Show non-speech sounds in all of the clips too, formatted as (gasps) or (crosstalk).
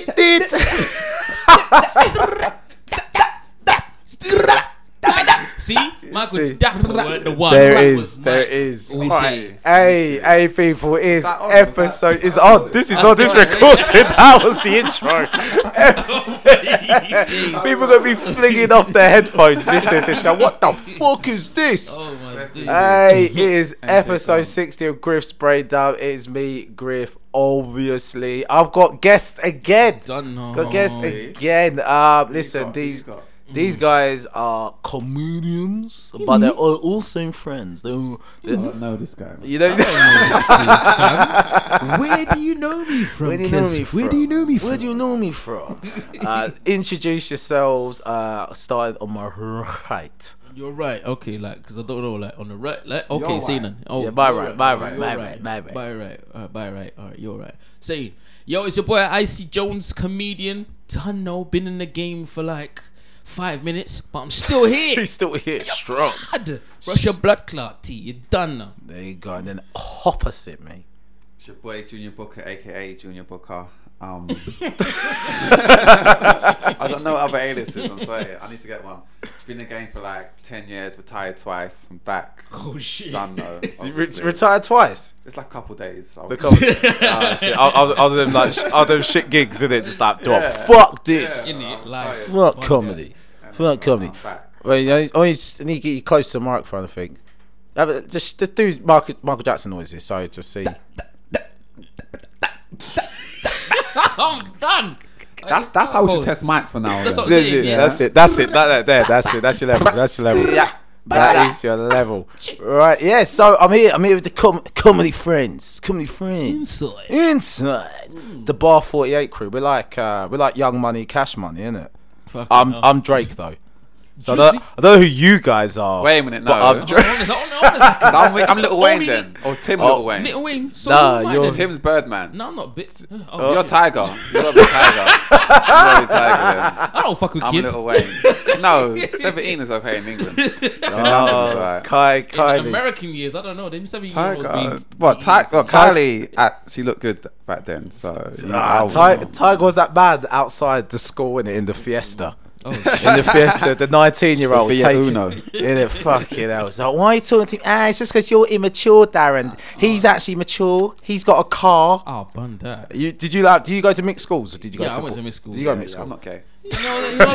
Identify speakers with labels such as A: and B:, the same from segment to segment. A: (laughs)
B: See, Mike was dapping with the one.
A: There
B: Mike
A: is,
B: was
A: there
B: Mike.
A: is.
B: We
A: Alright.
B: did.
A: (laughs) Hey, hey, people! It's
C: That on,
A: episode. It's on. This is on. This recorded. That was the intro. Oh,
B: (laughs)
A: people gonna be flinging off their headphones listening to this. Now, what the fuck is this?
B: Oh my dude.
A: Hey, it
C: (laughs)
A: is episode 60 of Griff's Breakdown. It is me, Griff, obviously. I've got guests again.
B: Don't know.
A: Got guests again. Um, listen,
C: got-
A: these
C: who's got? Mm.
A: these guys are comedians, but they're all also friends. (laughs) They're, all-
C: I don't know this guy. man.
A: you know,
B: Where do you know
A: (laughs)
B: me from?
A: where do you know me
B: Kes?
A: from?
B: Where do you know me
A: Where
B: from?
A: do you know me
B: (laughs)
A: from? uh, introduce yourselves. Uh, starting on my right.
B: You're right. Okay, like, cause I don't know, like, on the right, like, okay,
C: You're
B: say
C: right.
B: none. Oh,
A: Yeah, my
B: you're
A: right, my right,
B: you're
A: my right, my right.
B: my right, uh, my right. All right, you're right. Say, yo, it's your boy Icy Jones, comedian. Tunno, been in the game for like five minutes, but I'm still
A: (laughs)
B: here.
A: He's still here, strong.
B: God, Rush your blood clot, T. You done now.
A: There you go. And then opposite me.
C: It's your boy Junior Booker, aka Junior Booker.
A: (laughs)
C: Um, I don't know what other aliases. I'm sorry. I need to get one. Been in the game for like ten years. Retired twice. I'm back.
B: Oh shit.
A: (laughs)
C: Done though.
A: Re-
C: obviously.
A: retired twice.
C: it's like a couple days. I
A: The (laughs)
C: was-
A: com- oh, shit. Other other than like sh- other than shit gigs in it, just like, do I fuck this?
B: In it, like,
A: Fuck
B: podcast.
A: comedy. Fuck comedy.
C: I'm back.
A: Well, you know, only s- need to get you close to the microphone. I think. Have a- Just, just do Michael, Michael Jackson noises. So just see.
B: (laughs) I'm done. Oh,
C: That's that's how we should test mics for now.
B: That's
C: then.
B: what-
A: That's it.
B: Yeah.
A: That's it. That's it. That, that, there. That's it. That's your level. That's your level. That is your level. Right. Yeah. So I'm here. I'm here with the com- comedy friends. Comedy friends.
B: Inside.
A: Inside the Bar 48 crew. We're like, uh, we're like Young Money, Cash Money, innit?
B: Fucking
C: Um,
A: I'm,
C: uh,
B: hell.
A: I'm Drake though. So I don't, I don't know who you guys are.
C: Wait a minute,
A: but
C: no. (laughs)
A: I'm Drake.
B: Hold on, hold on, hold on.
C: I'm, I'm Little Wayne
B: Only-
C: (laughs) then. Or Tim
A: Oh.
C: Little Wayne.
B: Little Wayne. So
A: Nah,
B: nah,
A: you're-
B: you're.
C: Tim's Birdman.
B: No, I'm not bits. Oh,
C: You're
B: shit.
C: Tiger. You're (laughs) not the Tiger. You're not the Tiger. Then.
B: I don't fuck with
C: I'm
B: kids. (laughs)
C: Little (laughs) Wayne. No, 17 is okay in England. In London (laughs) is
A: Oh,
C: alright.
A: Kai,
B: In
A: Kylie.
B: American years, I don't know. Them seven years old.
C: Tiger.
B: be-
C: Oh, What?
B: be-
C: Tiger. Look,
A: Ty-
C: Kylie, uh, she looked good back then. So. you know, I
A: Ah,
C: would
A: Ty-
C: know.
A: Tiger was that bad outside the school in in the Fiesta.
B: Oh,
A: In the Fiesta,
B: (laughs)
A: the 19 year old
C: Be a
A: taking
C: Uno.
A: in it. Fucking hell. It's like, why are you talking to me? Ah, it's just because you're immature, Darren. He's actually mature. He's got a car.
B: I'll bun that.
A: You did you like? Do you go to mixed schools? Or did you go
B: Yeah,
A: to
B: I went
A: bo-
B: to mixed school.
A: Did you go to mixed
C: I'm
A: school?
C: not gay.
B: You know, you know,
C: (laughs)
B: I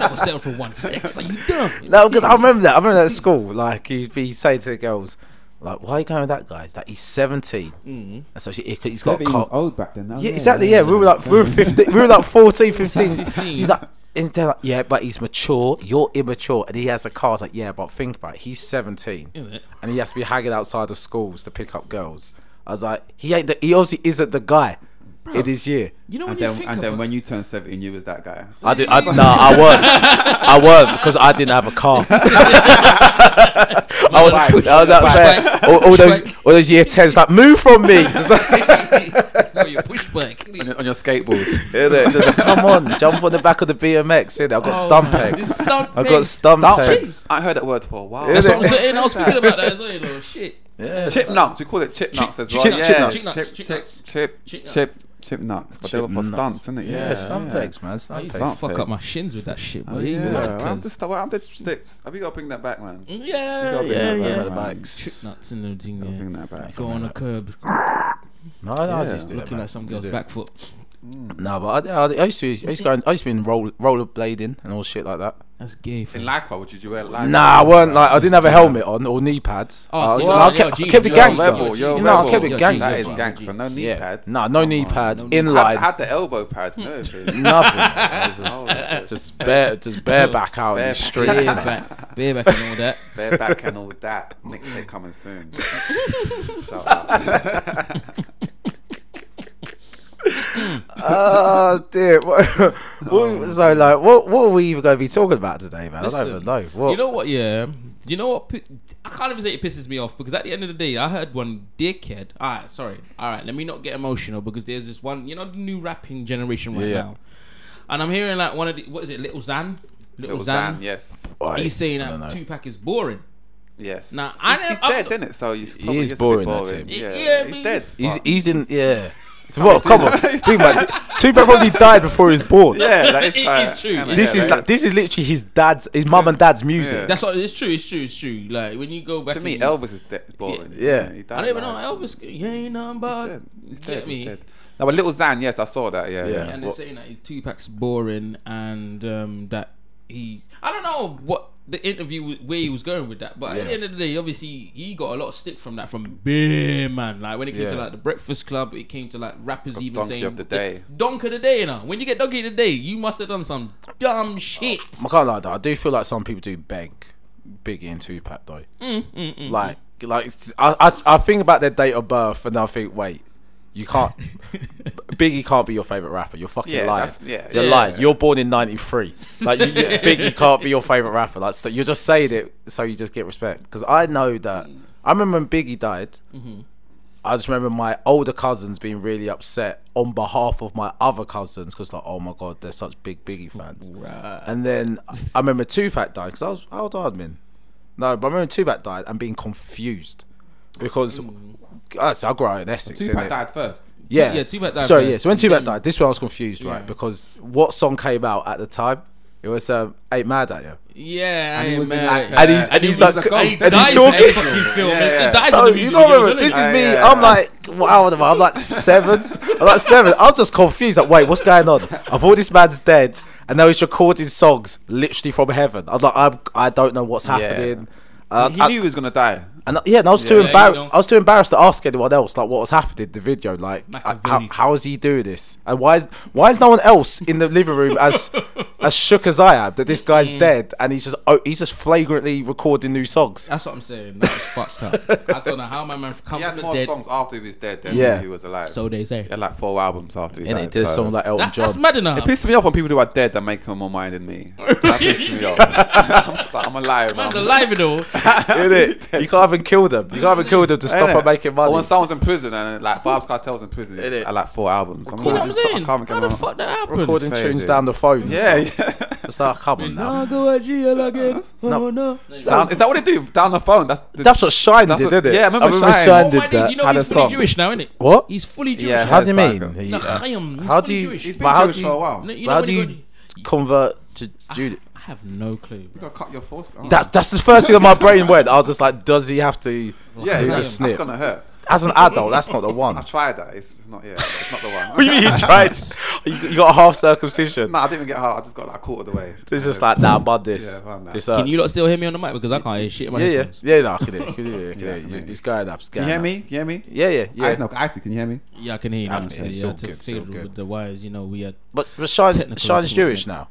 B: never settled for one sex. Are you dumb?
A: No, because I remember that. I remember that at school. Like he'd be saying to the girls, like, "Why are you going with that guy? It's like he's 17
B: Mm-hmm.
A: and so she, he, has got a car."
C: old back then.
A: Yeah, exactly. Yeah, we were like we were 15, we were like (laughs) 14, 15.
B: 15.
A: He's like, and they're like, yeah, but he's mature. You're immature, and he has a car. It's like, yeah, but think about it. He's 17,
B: Innit?
A: and he has to be hanging outside of schools to pick up girls. I was like, he ain't. The, he obviously isn't the guy in his year.
B: You know when
C: And
B: you
C: then,
B: think
C: and
B: about
C: then when you turned 17, you was that guy.
A: I did. (laughs) I, no, I weren't. I weren't because I didn't have a (laughs) car. I was, I was outside. All, all those, all those year tens like move from (laughs) me. Just
B: (laughs)
A: like,
B: no, you push
C: (laughs)
B: back.
C: On your, on
A: (laughs)
C: your skateboard.
A: innit? Just like, come on, jump on the back of the BMX. innit? I
B: Oh,
A: got stump pegs.
B: Stump
A: I got stump pegs.
C: I heard that word for a while.
A: That's
B: That's what I'm saying. I was thinking about that as well. You know, shit.
A: Yeah,
C: Chipmunks, we call it chipmunks as well.
A: chip-
C: yeah,
A: chipmunks.
C: chip,
B: Chipmunks,
C: chip,
B: chipmunks.
C: chip, chip,
B: Chipmunks.
C: chip, chipmunks. But they were for
A: Chipmunks.
C: stunts, isn't it?
A: yeah, stump pegs, man.
B: I
A: Stump
B: used
A: pegs.
B: to
C: Stump
B: fuck up
C: pegs.
B: my shins with that shit, boy.
C: Yeah,
B: Mad
C: I'm
B: cunts.
C: just, I'm just sticks. Have you got to bring that back, man?
B: Yeah,
C: gotta bring
B: yeah,
C: that
B: yeah.
C: back.
A: The bikes.
B: Chip nuts in them thing.
C: Bring
B: Yeah.
C: that back.
B: Go on the curb,
A: No, no, I used to do that,
B: looking
A: man.
B: like some
A: I used
B: girl's
A: to do
B: back foot.
A: that. No, but I, I, I used to, I used to go, in, I used to be in roll, rollerblading and all shit like that.
B: That's gay.
C: In
B: fam.
C: Lycra, would you wear Lycra?
A: Nah, I weren't like, I didn't have a helmet on or knee pads.
B: Oh,
A: I,
B: so
A: was-
B: you're-
A: I
B: you're
A: kept,
B: a
A: I kept
B: G,
A: it
B: you're a
A: gangster.
B: rebel,
A: you
B: you're
C: a
A: know, I
C: rebel.
A: kept it
B: You're a G,
A: gangster.
C: That is
B: Nah.
C: gangster. No knee pads.
A: No, no knee pads,
C: I
A: inline,
C: had the elbow pads. No,
A: (laughs)
B: (laughs)
C: nothing.
A: nothing. It was just,
C: Oh,
A: just bare, just bareback out in the
C: Bareback.
A: streets.
B: (laughs)
A: man.
B: Bareback, bareback, and all that.
C: bareback and all that. Mixtape
A: (laughs)
C: coming soon. Shout out.
A: Oh dear. (laughs) What, what- so like, what what are we even going to be talking about today, man? I
B: Oh, Listen,
A: don't even know. What?
B: You know what? Yeah. You know what? pi- I can't even say it pisses me off because at the end of the day, I heard one dickhead. All right, sorry. All right, let me not get emotional because there's this one. You know the new rapping generation right
A: Yeah.
B: now. And I'm hearing like one of the what is it, Little Zan?
C: Little Zan, yes,
A: Oi,
B: He's saying
A: I don't
B: that
A: know.
B: Tupac is boring.
C: yes.
B: Nah,
C: he's,
B: I never-
C: he's
B: I'm
C: dead,
B: not-
C: isn't it? So he's probably
A: is
C: just a bit
A: boring, that
C: boring.
A: Tim.
C: Yeah,
B: Yeah,
C: he's
B: but-
C: dead.
A: He's,
C: but-
A: he's in
B: (laughs)
A: yeah. Well, come on, think about it. Tupac probably died before he was born.
C: (laughs) yeah,
B: (laughs)
C: that
B: It-
C: is
B: it's
C: like-
B: true.
C: and
A: This
C: yeah,
A: is like this is literally his dad's, his mum and dad's music.
B: That's what it's true. It's true. It's true. Like when you go back
C: To me,
B: and-
C: Elvis is dead. is Boring.
A: Yeah.
C: he
B: I
C: died
B: don't even know
C: like-
B: Elvis. He ain't nothing but.
C: dead. He's
B: Get
C: dead.
B: me?
C: He's dead. No, but Little Zan, yes, I saw that. Yeah,
A: Yeah.
C: yeah.
B: And they're
A: What-
B: saying that his Tupac's boring and um, that he's. I don't know what the interview w- where he was going with that, but at the
A: Yeah.
B: end of the day, obviously he got a lot of stick from that from Beer Man. Like when it came to
A: Yeah.
B: like the Breakfast Club, it came to like rappers even
C: Donkey
B: saying
C: of the Day.
B: Donk of the day, you know. When you get donkey of the day, you must have done some dumb shit.
A: I can't lie though. I do feel like some people do beg Biggie and Tupac though. Like, like it's- I, I, I think about their date of birth and I think, wait, you can't. Biggie can't be your favorite rapper. You're fucking
C: Yeah,
A: lying.
C: that's- yeah,
A: You're
B: yeah.
A: lying. You're born in '93. Like, you, you-
C: (laughs)
A: Biggie can't be your favorite rapper. Like, so you're just saying it so you just get respect. Because I know that. I remember when Biggie died. I just remember my older cousins being really upset on behalf of my other cousins because like, oh my god, they're such big Biggie fans.
B: Right.
A: And then I remember Tupac died because I was how old was I man? No, but I remember Tupac died and being confused because I I grew up in Essex.
C: Tupac
A: innit?
C: died first.
A: Yeah,
B: Mm. yeah, Tupac died
A: Sorry,
B: first.
A: yeah. So when Tupac
B: Then-
A: died, this one I was confused, right?
B: Yeah.
A: Because what song came out at the time? It was um, "Ain't Mad at You."
B: Yeah, I
C: he
B: ain't
C: was in
B: mad.
C: like
A: And he's- and he's like-
B: And he
A: and he's
B: dies in that
A: talking-
B: fucking film.
C: Yeah, yeah.
B: He dies in
A: So
B: the
A: you
B: music
A: gotta
B: video,
A: remember,
B: doesn't
A: this
B: he?
A: is me.
C: Yeah, yeah,
A: I'm
C: yeah.
A: like, what hour am I? I'm
B: (laughs)
A: like seven. I'm like seven. I'm just confused. Like, wait, what's going on? I thought this man's dead, and now he's recording songs literally from heaven. I'm like, I'm, I don't know what's
C: Yeah.
A: happening. Uh,
C: he
A: I-
C: knew he was gonna die.
A: and uh, yeah, and I was too
B: Yeah, you
A: embarrassed.
B: know.
A: I was too embarrassed to ask anyone else like what was happening in the video. Like, uh, how,
B: Machiavelli.
A: how is he doing this? And why is why is no one else in the living room
B: (laughs)
A: as as shook as I am that this guy's
B: Mm.
A: dead and he's just oh, he's just flagrantly recording new songs.
B: That's what I'm saying. That was fucked up. I don't know how my man comes
C: He had
B: from the
C: more
B: dead.
C: songs after he was dead than
A: Yeah.
C: when he was alive.
B: So they say.
C: he had like four albums after he
A: And
C: died.
A: it did
C: so-
A: sound like Elton
B: That, that's
A: John.
B: mad enough.
C: It pisses me off when people who are dead that make them more mind
B: (laughs)
C: than me. That pisses me off. (laughs) I'm, just like, I'm alive, man.
B: Man's alive and all.
A: (laughs) Innit? You can't even kill them. You can't even kill them to stop
C: Innit?
A: her making
C: Or
A: money.
C: when someone's in prison and like Bob's Cartel's in prison,
A: Innit?
C: I like four albums. I'm
B: You know
C: like,
B: what I'm
C: just- I
B: saying?
C: can't
B: How
C: make
B: the
C: them out.
B: fuck that happened?
A: recording
C: crazy.
A: tunes down the phone. and
C: Yeah,
A: stuff.
C: yeah.
A: it's like come on now.
B: I'll go at GL again.
A: No.
B: Oh no.
C: Down, is that what they do? Down the phone. That's the,
A: That's what Shine
C: That's
A: did,
C: what-
A: did it?
C: yeah, I remember Shine.
B: Oh my
A: did
B: days,
A: that.
B: you know
C: Had a
B: he's fully
C: song.
B: Jewish now, isn't it?
A: What?
B: He's fully Jewish.
C: Yeah,
A: How do you
C: Cycle.
A: mean? He-
B: No,
A: uh,
B: I am. He's
A: how
B: fully
A: do you?
B: Jewish.
C: He's been
A: but how
C: Jewish
A: do
C: for a
A: you-
C: while.
B: No, you know
A: How
B: what
A: do
B: he
A: you convert to
C: Ah.
A: Judaism?
B: got- I have no clue. bro.
C: Gotta cut your force. Oh.
A: That's that's the first thing that my brain went. I was just like, does he have to?
C: yeah,
A: do the
C: that's, that's
A: snip?
C: gonna hurt.
A: As an adult, that's not the
C: (laughs)
A: one.
C: I tried that. It's it's not. Yeah, it's not
A: (laughs)
C: the
A: What do
C: one.
A: you mean you tried? You, you got a half circumcision.
C: no, I didn't even get hard. I just got like a quarter of the way.
A: This is like nah, bud. This.
C: Yeah, man, nah.
A: this
B: Can you
A: hurts.
B: not still hear me on the mic because I can't hear shit. in my
A: Yeah, yeah,
B: headphones.
A: yeah. No, I can hear. I can hear, I can hear.
C: Yeah,
A: You-
C: man.
A: It's going up. It's
C: Can
A: going
C: you hear
A: up.
C: me? Can you hear me?
A: Yeah, yeah, yeah.
C: I, no, Isaac, can you hear me?
B: Yeah, I can hear you. now.
A: I'm saying
B: Yeah,
A: it's
B: yeah,
A: all
B: to
A: good, it's
B: figure
A: all good.
B: with the wires, you know, we are
A: But, but Shine,
B: Technical
A: Shine's
B: recording.
A: Jewish now.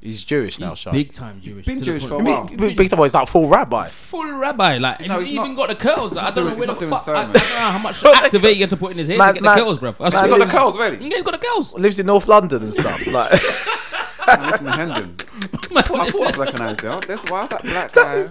A: He's Jewish now, Shine.
B: big time Jewish.
C: been
B: to the
C: Jewish
B: point-
C: for a
A: I
C: while.
A: mean, big, big time he's like full rabbi.
B: full rabbi. Like, and
C: No,
B: he's
C: he's
B: even got
C: not-
B: the curls. Like, I don't know
C: doing-
B: where the
C: he's
B: fuck.
C: not doing
B: I, I
C: sermon.
B: don't know how
C: (laughs)
B: much
A: Not the
B: activate you had to put in his hair
A: Man-
B: to get
A: man-
B: the curls, bruv. I
A: man
B: swear.
C: Got the
A: Lives-
C: curls ready.
B: Yeah, he's got the curls. (laughs)
A: Lives in North London and stuff. Like,
C: Man, listen to Hendon. I thought I recognised you. That's why is that black guy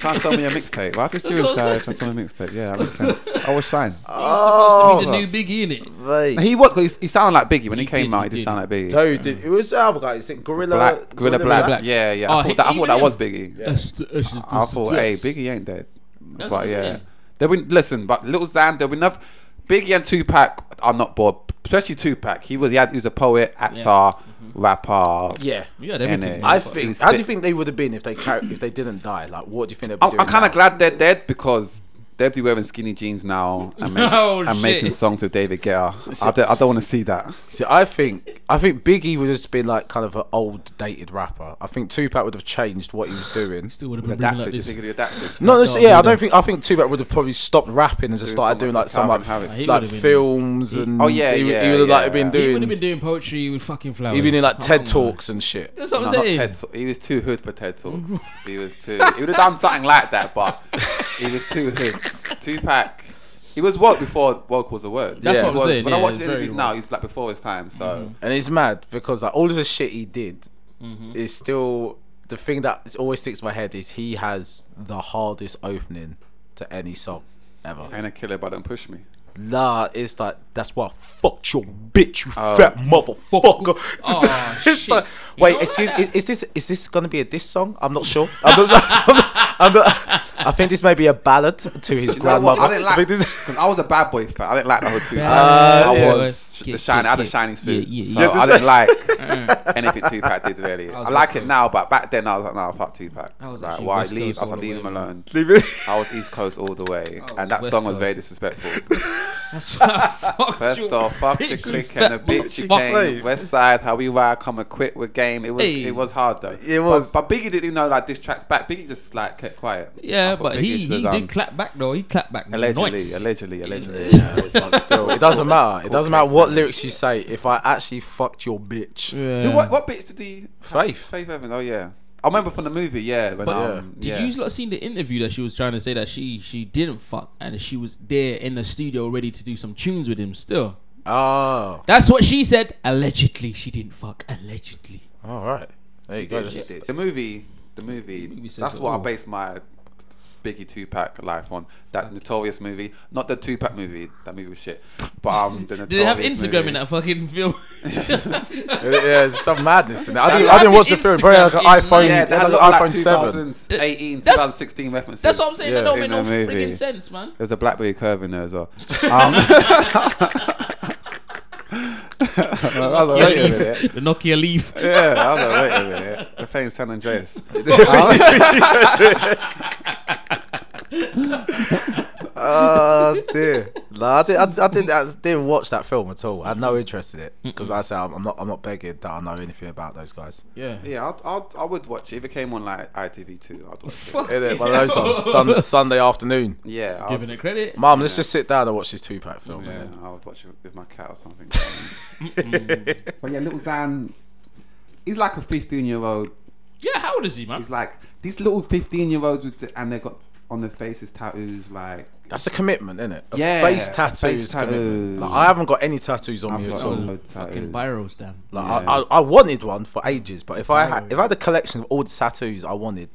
C: trying to sell me a mixtape? Why is this Jewish
B: what I'm
C: guy
B: saying.
C: trying to sell me a mixtape? Yeah, that makes sense. I was shine.
B: supposed to
A: Oh.
B: be the new Biggie in it.
A: mate.
C: Uh, He was. 'cause He, he sounded like Biggie when he,
B: He
C: came
B: did,
C: out.
B: he
C: He did
B: did.
C: sound like Biggie.
A: Dude, did, it was the other guy. Is it Gorilla?
C: Black, Gorilla Black.
B: Black.
C: Yeah, yeah.
B: Oh,
C: I
B: he-
C: thought that, I
B: even
C: thought that
B: him.
C: was Biggie.
B: That's- that's just-
C: I thought, hey,
B: that's-
C: Biggie ain't dead.
B: what
C: but
B: I'm
C: yeah,
B: saying.
C: there we listen. But Little Xan, there we enough. Biggie and Tupac are not bored, especially Tupac. He was he, had, he was a poet, actor, rapper.
A: Yeah.
B: Yeah, they
C: And uh,
B: were
C: it-
B: two-
A: I
B: fuck.
A: think.
C: He's
A: How do you
C: fit.
A: think they would have been if they car- if they didn't die? Like, what do you think they'd be
C: I'm,
A: doing?
C: I'm kind
A: now?
C: of glad they're dead because they'd be wearing skinny jeans now
B: (laughs)
C: and, make,
B: Oh,
C: and
B: shit.
C: making songs with David Guetta. I don't, I don't want to see that.
A: See, I think I think Biggie would have just been like kind of an old, dated rapper. I think Tupac would have changed what he was doing.
B: Still would have been bringing like
C: Adapted,
B: this.
C: just thinking adapted.
A: No, no,
B: No,
A: yeah, I
B: would've.
A: don't think I think Tupac would have probably stopped rapping and just
C: Doing
A: started
C: something
A: doing
C: like
A: like some like,
C: Calvin Harris.
A: f-
B: He
A: like
B: would've been-
A: films and
C: Oh, yeah,
A: he,
C: yeah,
A: he would have
C: yeah,
A: like been
C: yeah.
B: He would have
A: doing
B: been doing poetry with fucking flowers.
A: he'd been doing like
B: Come
A: TED
B: on.
A: talks and shit.
B: That's what
C: No,
B: I'm
C: not
B: saying.
C: TED Talk. He was too hood for TED Talks.
B: (laughs)
C: he was too. He would have done something like that, but he was too hood. Tupac. He was woke before woke was a word.
B: That's
A: Yeah.
B: what
C: He was-
B: I'm saying.
C: When I
B: yeah,
C: watch
B: it's
C: the
B: very Mm-hmm.
C: interviews
B: wrong.
C: now, he's like before his time. So
A: And it's mad because like all of the shit he did
B: Mm-hmm.
A: is still the thing that is always sticks in my head is he has the hardest opening to any song ever.
C: ain't a killer, but don't push me.
A: La is like that's why I fucked your bitch, you fat motherfucker.
B: Oh,
A: (laughs) It's
B: shit.
A: like-
B: You
A: wait,
B: know,
A: excuse,
B: like
A: is, is this is this gonna be a diss song? I'm not sure. I'm not, sure. (laughs) I'm not, I'm not- i think this may be a ballad to his
C: You know what?
A: grandmother.
C: I didn't
A: I
C: like
A: think this- (laughs)
C: (laughs) because Uh, I was a bad boy fan. I didn't like the whole two.
B: Bad
C: I
B: boy.
C: was
B: Yeah,
C: the shiny. I had a
B: yeah,
C: shiny suit,
B: yeah, yeah,
C: so
B: yeah.
C: I
B: (laughs)
C: didn't like anything Tupac did really.
B: was
C: I like
B: West
C: it
B: Coast.
C: now, but back then I was like, no, fuck Tupac.
B: I was
C: Like,
B: actually
C: why
B: West
C: leave?
B: Coast
C: I was
B: all
C: like,
B: the
C: leave him
B: way, man.
C: alone.
A: Leave it.
C: I was East Coast all the way,
B: was
C: and that
B: West
C: song was
B: Coast. (laughs)
C: very disrespectful.
B: That's why I
C: (laughs)
B: fucked
C: First
B: your
C: off, fuck the
B: bitch, you
C: click
B: fat
C: and the bitch you
B: motherfucker.
C: came. West Side, how we were, come and quit with game. It was
B: Hey.
C: it was hard though.
A: It was.
C: But, but Biggie didn't even know like this tracks back. Biggie just like kept quiet. I
B: Yeah,
C: thought
B: but
C: Biggie
B: he,
C: should
B: he
C: have done-
B: did clap back though. He clapped back.
C: Allegedly,
B: nice.
C: allegedly, allegedly.
A: (laughs) But still, it doesn't matter. It doesn't matter what lyrics you say. If I actually fucked your bitch,
B: Yeah.
C: Who, what, what bits did he?
A: Faith.
C: Faith Evans. Oh yeah, I remember from the movie. Yeah, but
B: But
C: um,
B: did
C: yeah.
B: you lot seen the interview that she was trying to say that she she didn't fuck and she was there in the studio ready to do some tunes with him still?
A: oh,
B: That's what she said. Allegedly, she didn't fuck. Allegedly.
A: all right, there you go.
C: Yeah,
A: Just-
C: the movie, the movie.
B: movie says
C: That's
B: it
C: what I
B: all.
C: base my Biggie two pack life on. That notorious movie, not the two pack movie. That movie was shit. But um,
B: (laughs)
C: the
B: Did they have
C: Notorious
B: Instagram
C: movie.
B: in that fucking film?
A: (laughs) yeah, it's some madness in it. I
B: They
A: didn't,
B: have
A: I didn't watch the
B: Instagram
A: film. Probably like an
B: in-
A: iPhone,
C: Yeah, they had
A: like
C: a
A: an
C: lot of like
A: iPhone seven.
C: 2018,
B: That's-
C: 2016 references.
B: (laughs) That's what I'm saying.
A: Yeah.
B: That don't
C: In
B: make no
C: the movie.
B: freaking sense, man.
C: There's a BlackBerry curve in there as (laughs) well. Um, I
A: Oh,
C: was like, wait a minute.
B: the Nokia Leaf.
C: Yeah, I was like, wait a minute. They're playing San Andreas.
A: Oh dear! No, I didn't. I, I didn't. I didn't watch that film at all. I had no interest in it because I said I'm I'm not. I'm not begging that I know anything about those guys.
B: (laughs) Yeah.
C: yeah, I'd, I'd, I would watch it. If it came on like ITV2, I'd watch it.
B: Fuck.
A: Isn't it? One of those
C: (laughs)
A: on
B: (laughs)
A: sun, Sunday afternoon.
C: Yeah, I'd,
B: Giving it credit.
A: Mom, let's just sit down and watch this two pack film.
C: yeah,
A: innit?
C: I would watch it with my cat or something.
B: Mm.
C: (laughs) but yeah, little Zan, he's like a 15 year old.
B: Yeah. How old is he, man?
C: He's like, these little 15 year olds, with the, and they got on their faces tattoos, like.
A: That's a commitment, isn't it? A
C: Yeah,
A: face
C: a
A: tattoos.
C: face
A: commitment. Like,
C: tattoos.
A: I haven't got any tattoos on
C: I've
A: me
C: got
A: at
C: no
A: all.
C: tattoos.
B: Fucking Byros, damn.
A: Like
C: Yeah.
A: I, I, I wanted one for ages, but if I had, if I had a collection of all the tattoos I wanted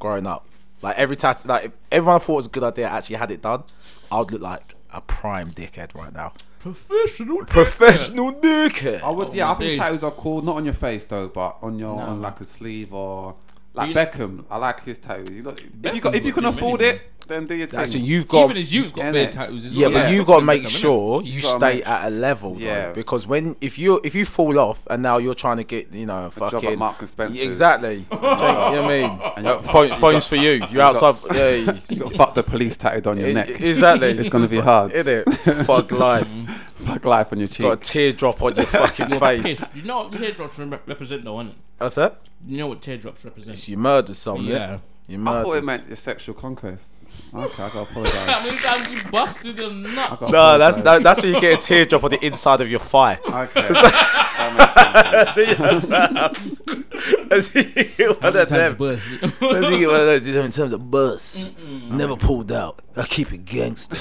A: growing up, like every tattoo, like if everyone thought it was a good idea, actually had it done, I'd look like a prime dickhead right now.
B: Professional.
A: Professional dickhead.
C: I would, yeah, I think
B: dude.
C: tattoos are cool, not on your face though, but on your on like a sleeve or like
B: You-
C: Beckham. I like his tattoos. You look, if you got,
B: Beckham
C: if you
B: would
C: can
B: do
C: afford
B: many,
C: it, then do your thing.
A: Actually, you've got
B: Even as you've got
C: Yeah,
B: bare
C: innit?
B: tattoos as
A: yeah,
B: well.
C: Yeah.
A: but you've got to
B: Beckham,
A: make
B: innit?
A: sure you
C: gotta
A: stay
C: make-
A: at a level, yeah.
C: Yeah.
A: because when if you if you fall off and now you're trying to get you know
C: at
A: fucking
C: Marks and Spencer's. (laughs)
A: exactly, Do you know what I mean?
C: And (laughs) you-
A: Uh, phone, phones for you. You're outside. (laughs) yeah,
C: you got fuck the police tattooed on your
A: e-
C: neck.
A: exactly.
C: It's gonna be hard.
A: is it? Fuck
C: (laughs)
A: life.
C: fuck life on your cheek.
A: got a teardrop on your
C: (laughs)
A: fucking face.
B: Piss. You know what teardrops re- represent, though, innit?
A: That's it.
B: You know what teardrops represent.
A: You murdered someone.
B: Yeah.
A: Yeah. You
C: I thought it
A: murdered.
C: meant your sexual conquest. Okay, I gotta apologize.
B: How many times you busted a
C: I
B: nut?
C: gotta
A: No, that's
C: apologise.
A: that, that's when you get a teardrop on the inside of your
C: (laughs)
A: thigh. (laughs)
C: Okay. that makes sense.
A: That's you get one of them.
B: Times you bust.
A: That's you get one of those. Just in terms of bus, never pulled out. I keep it gangster.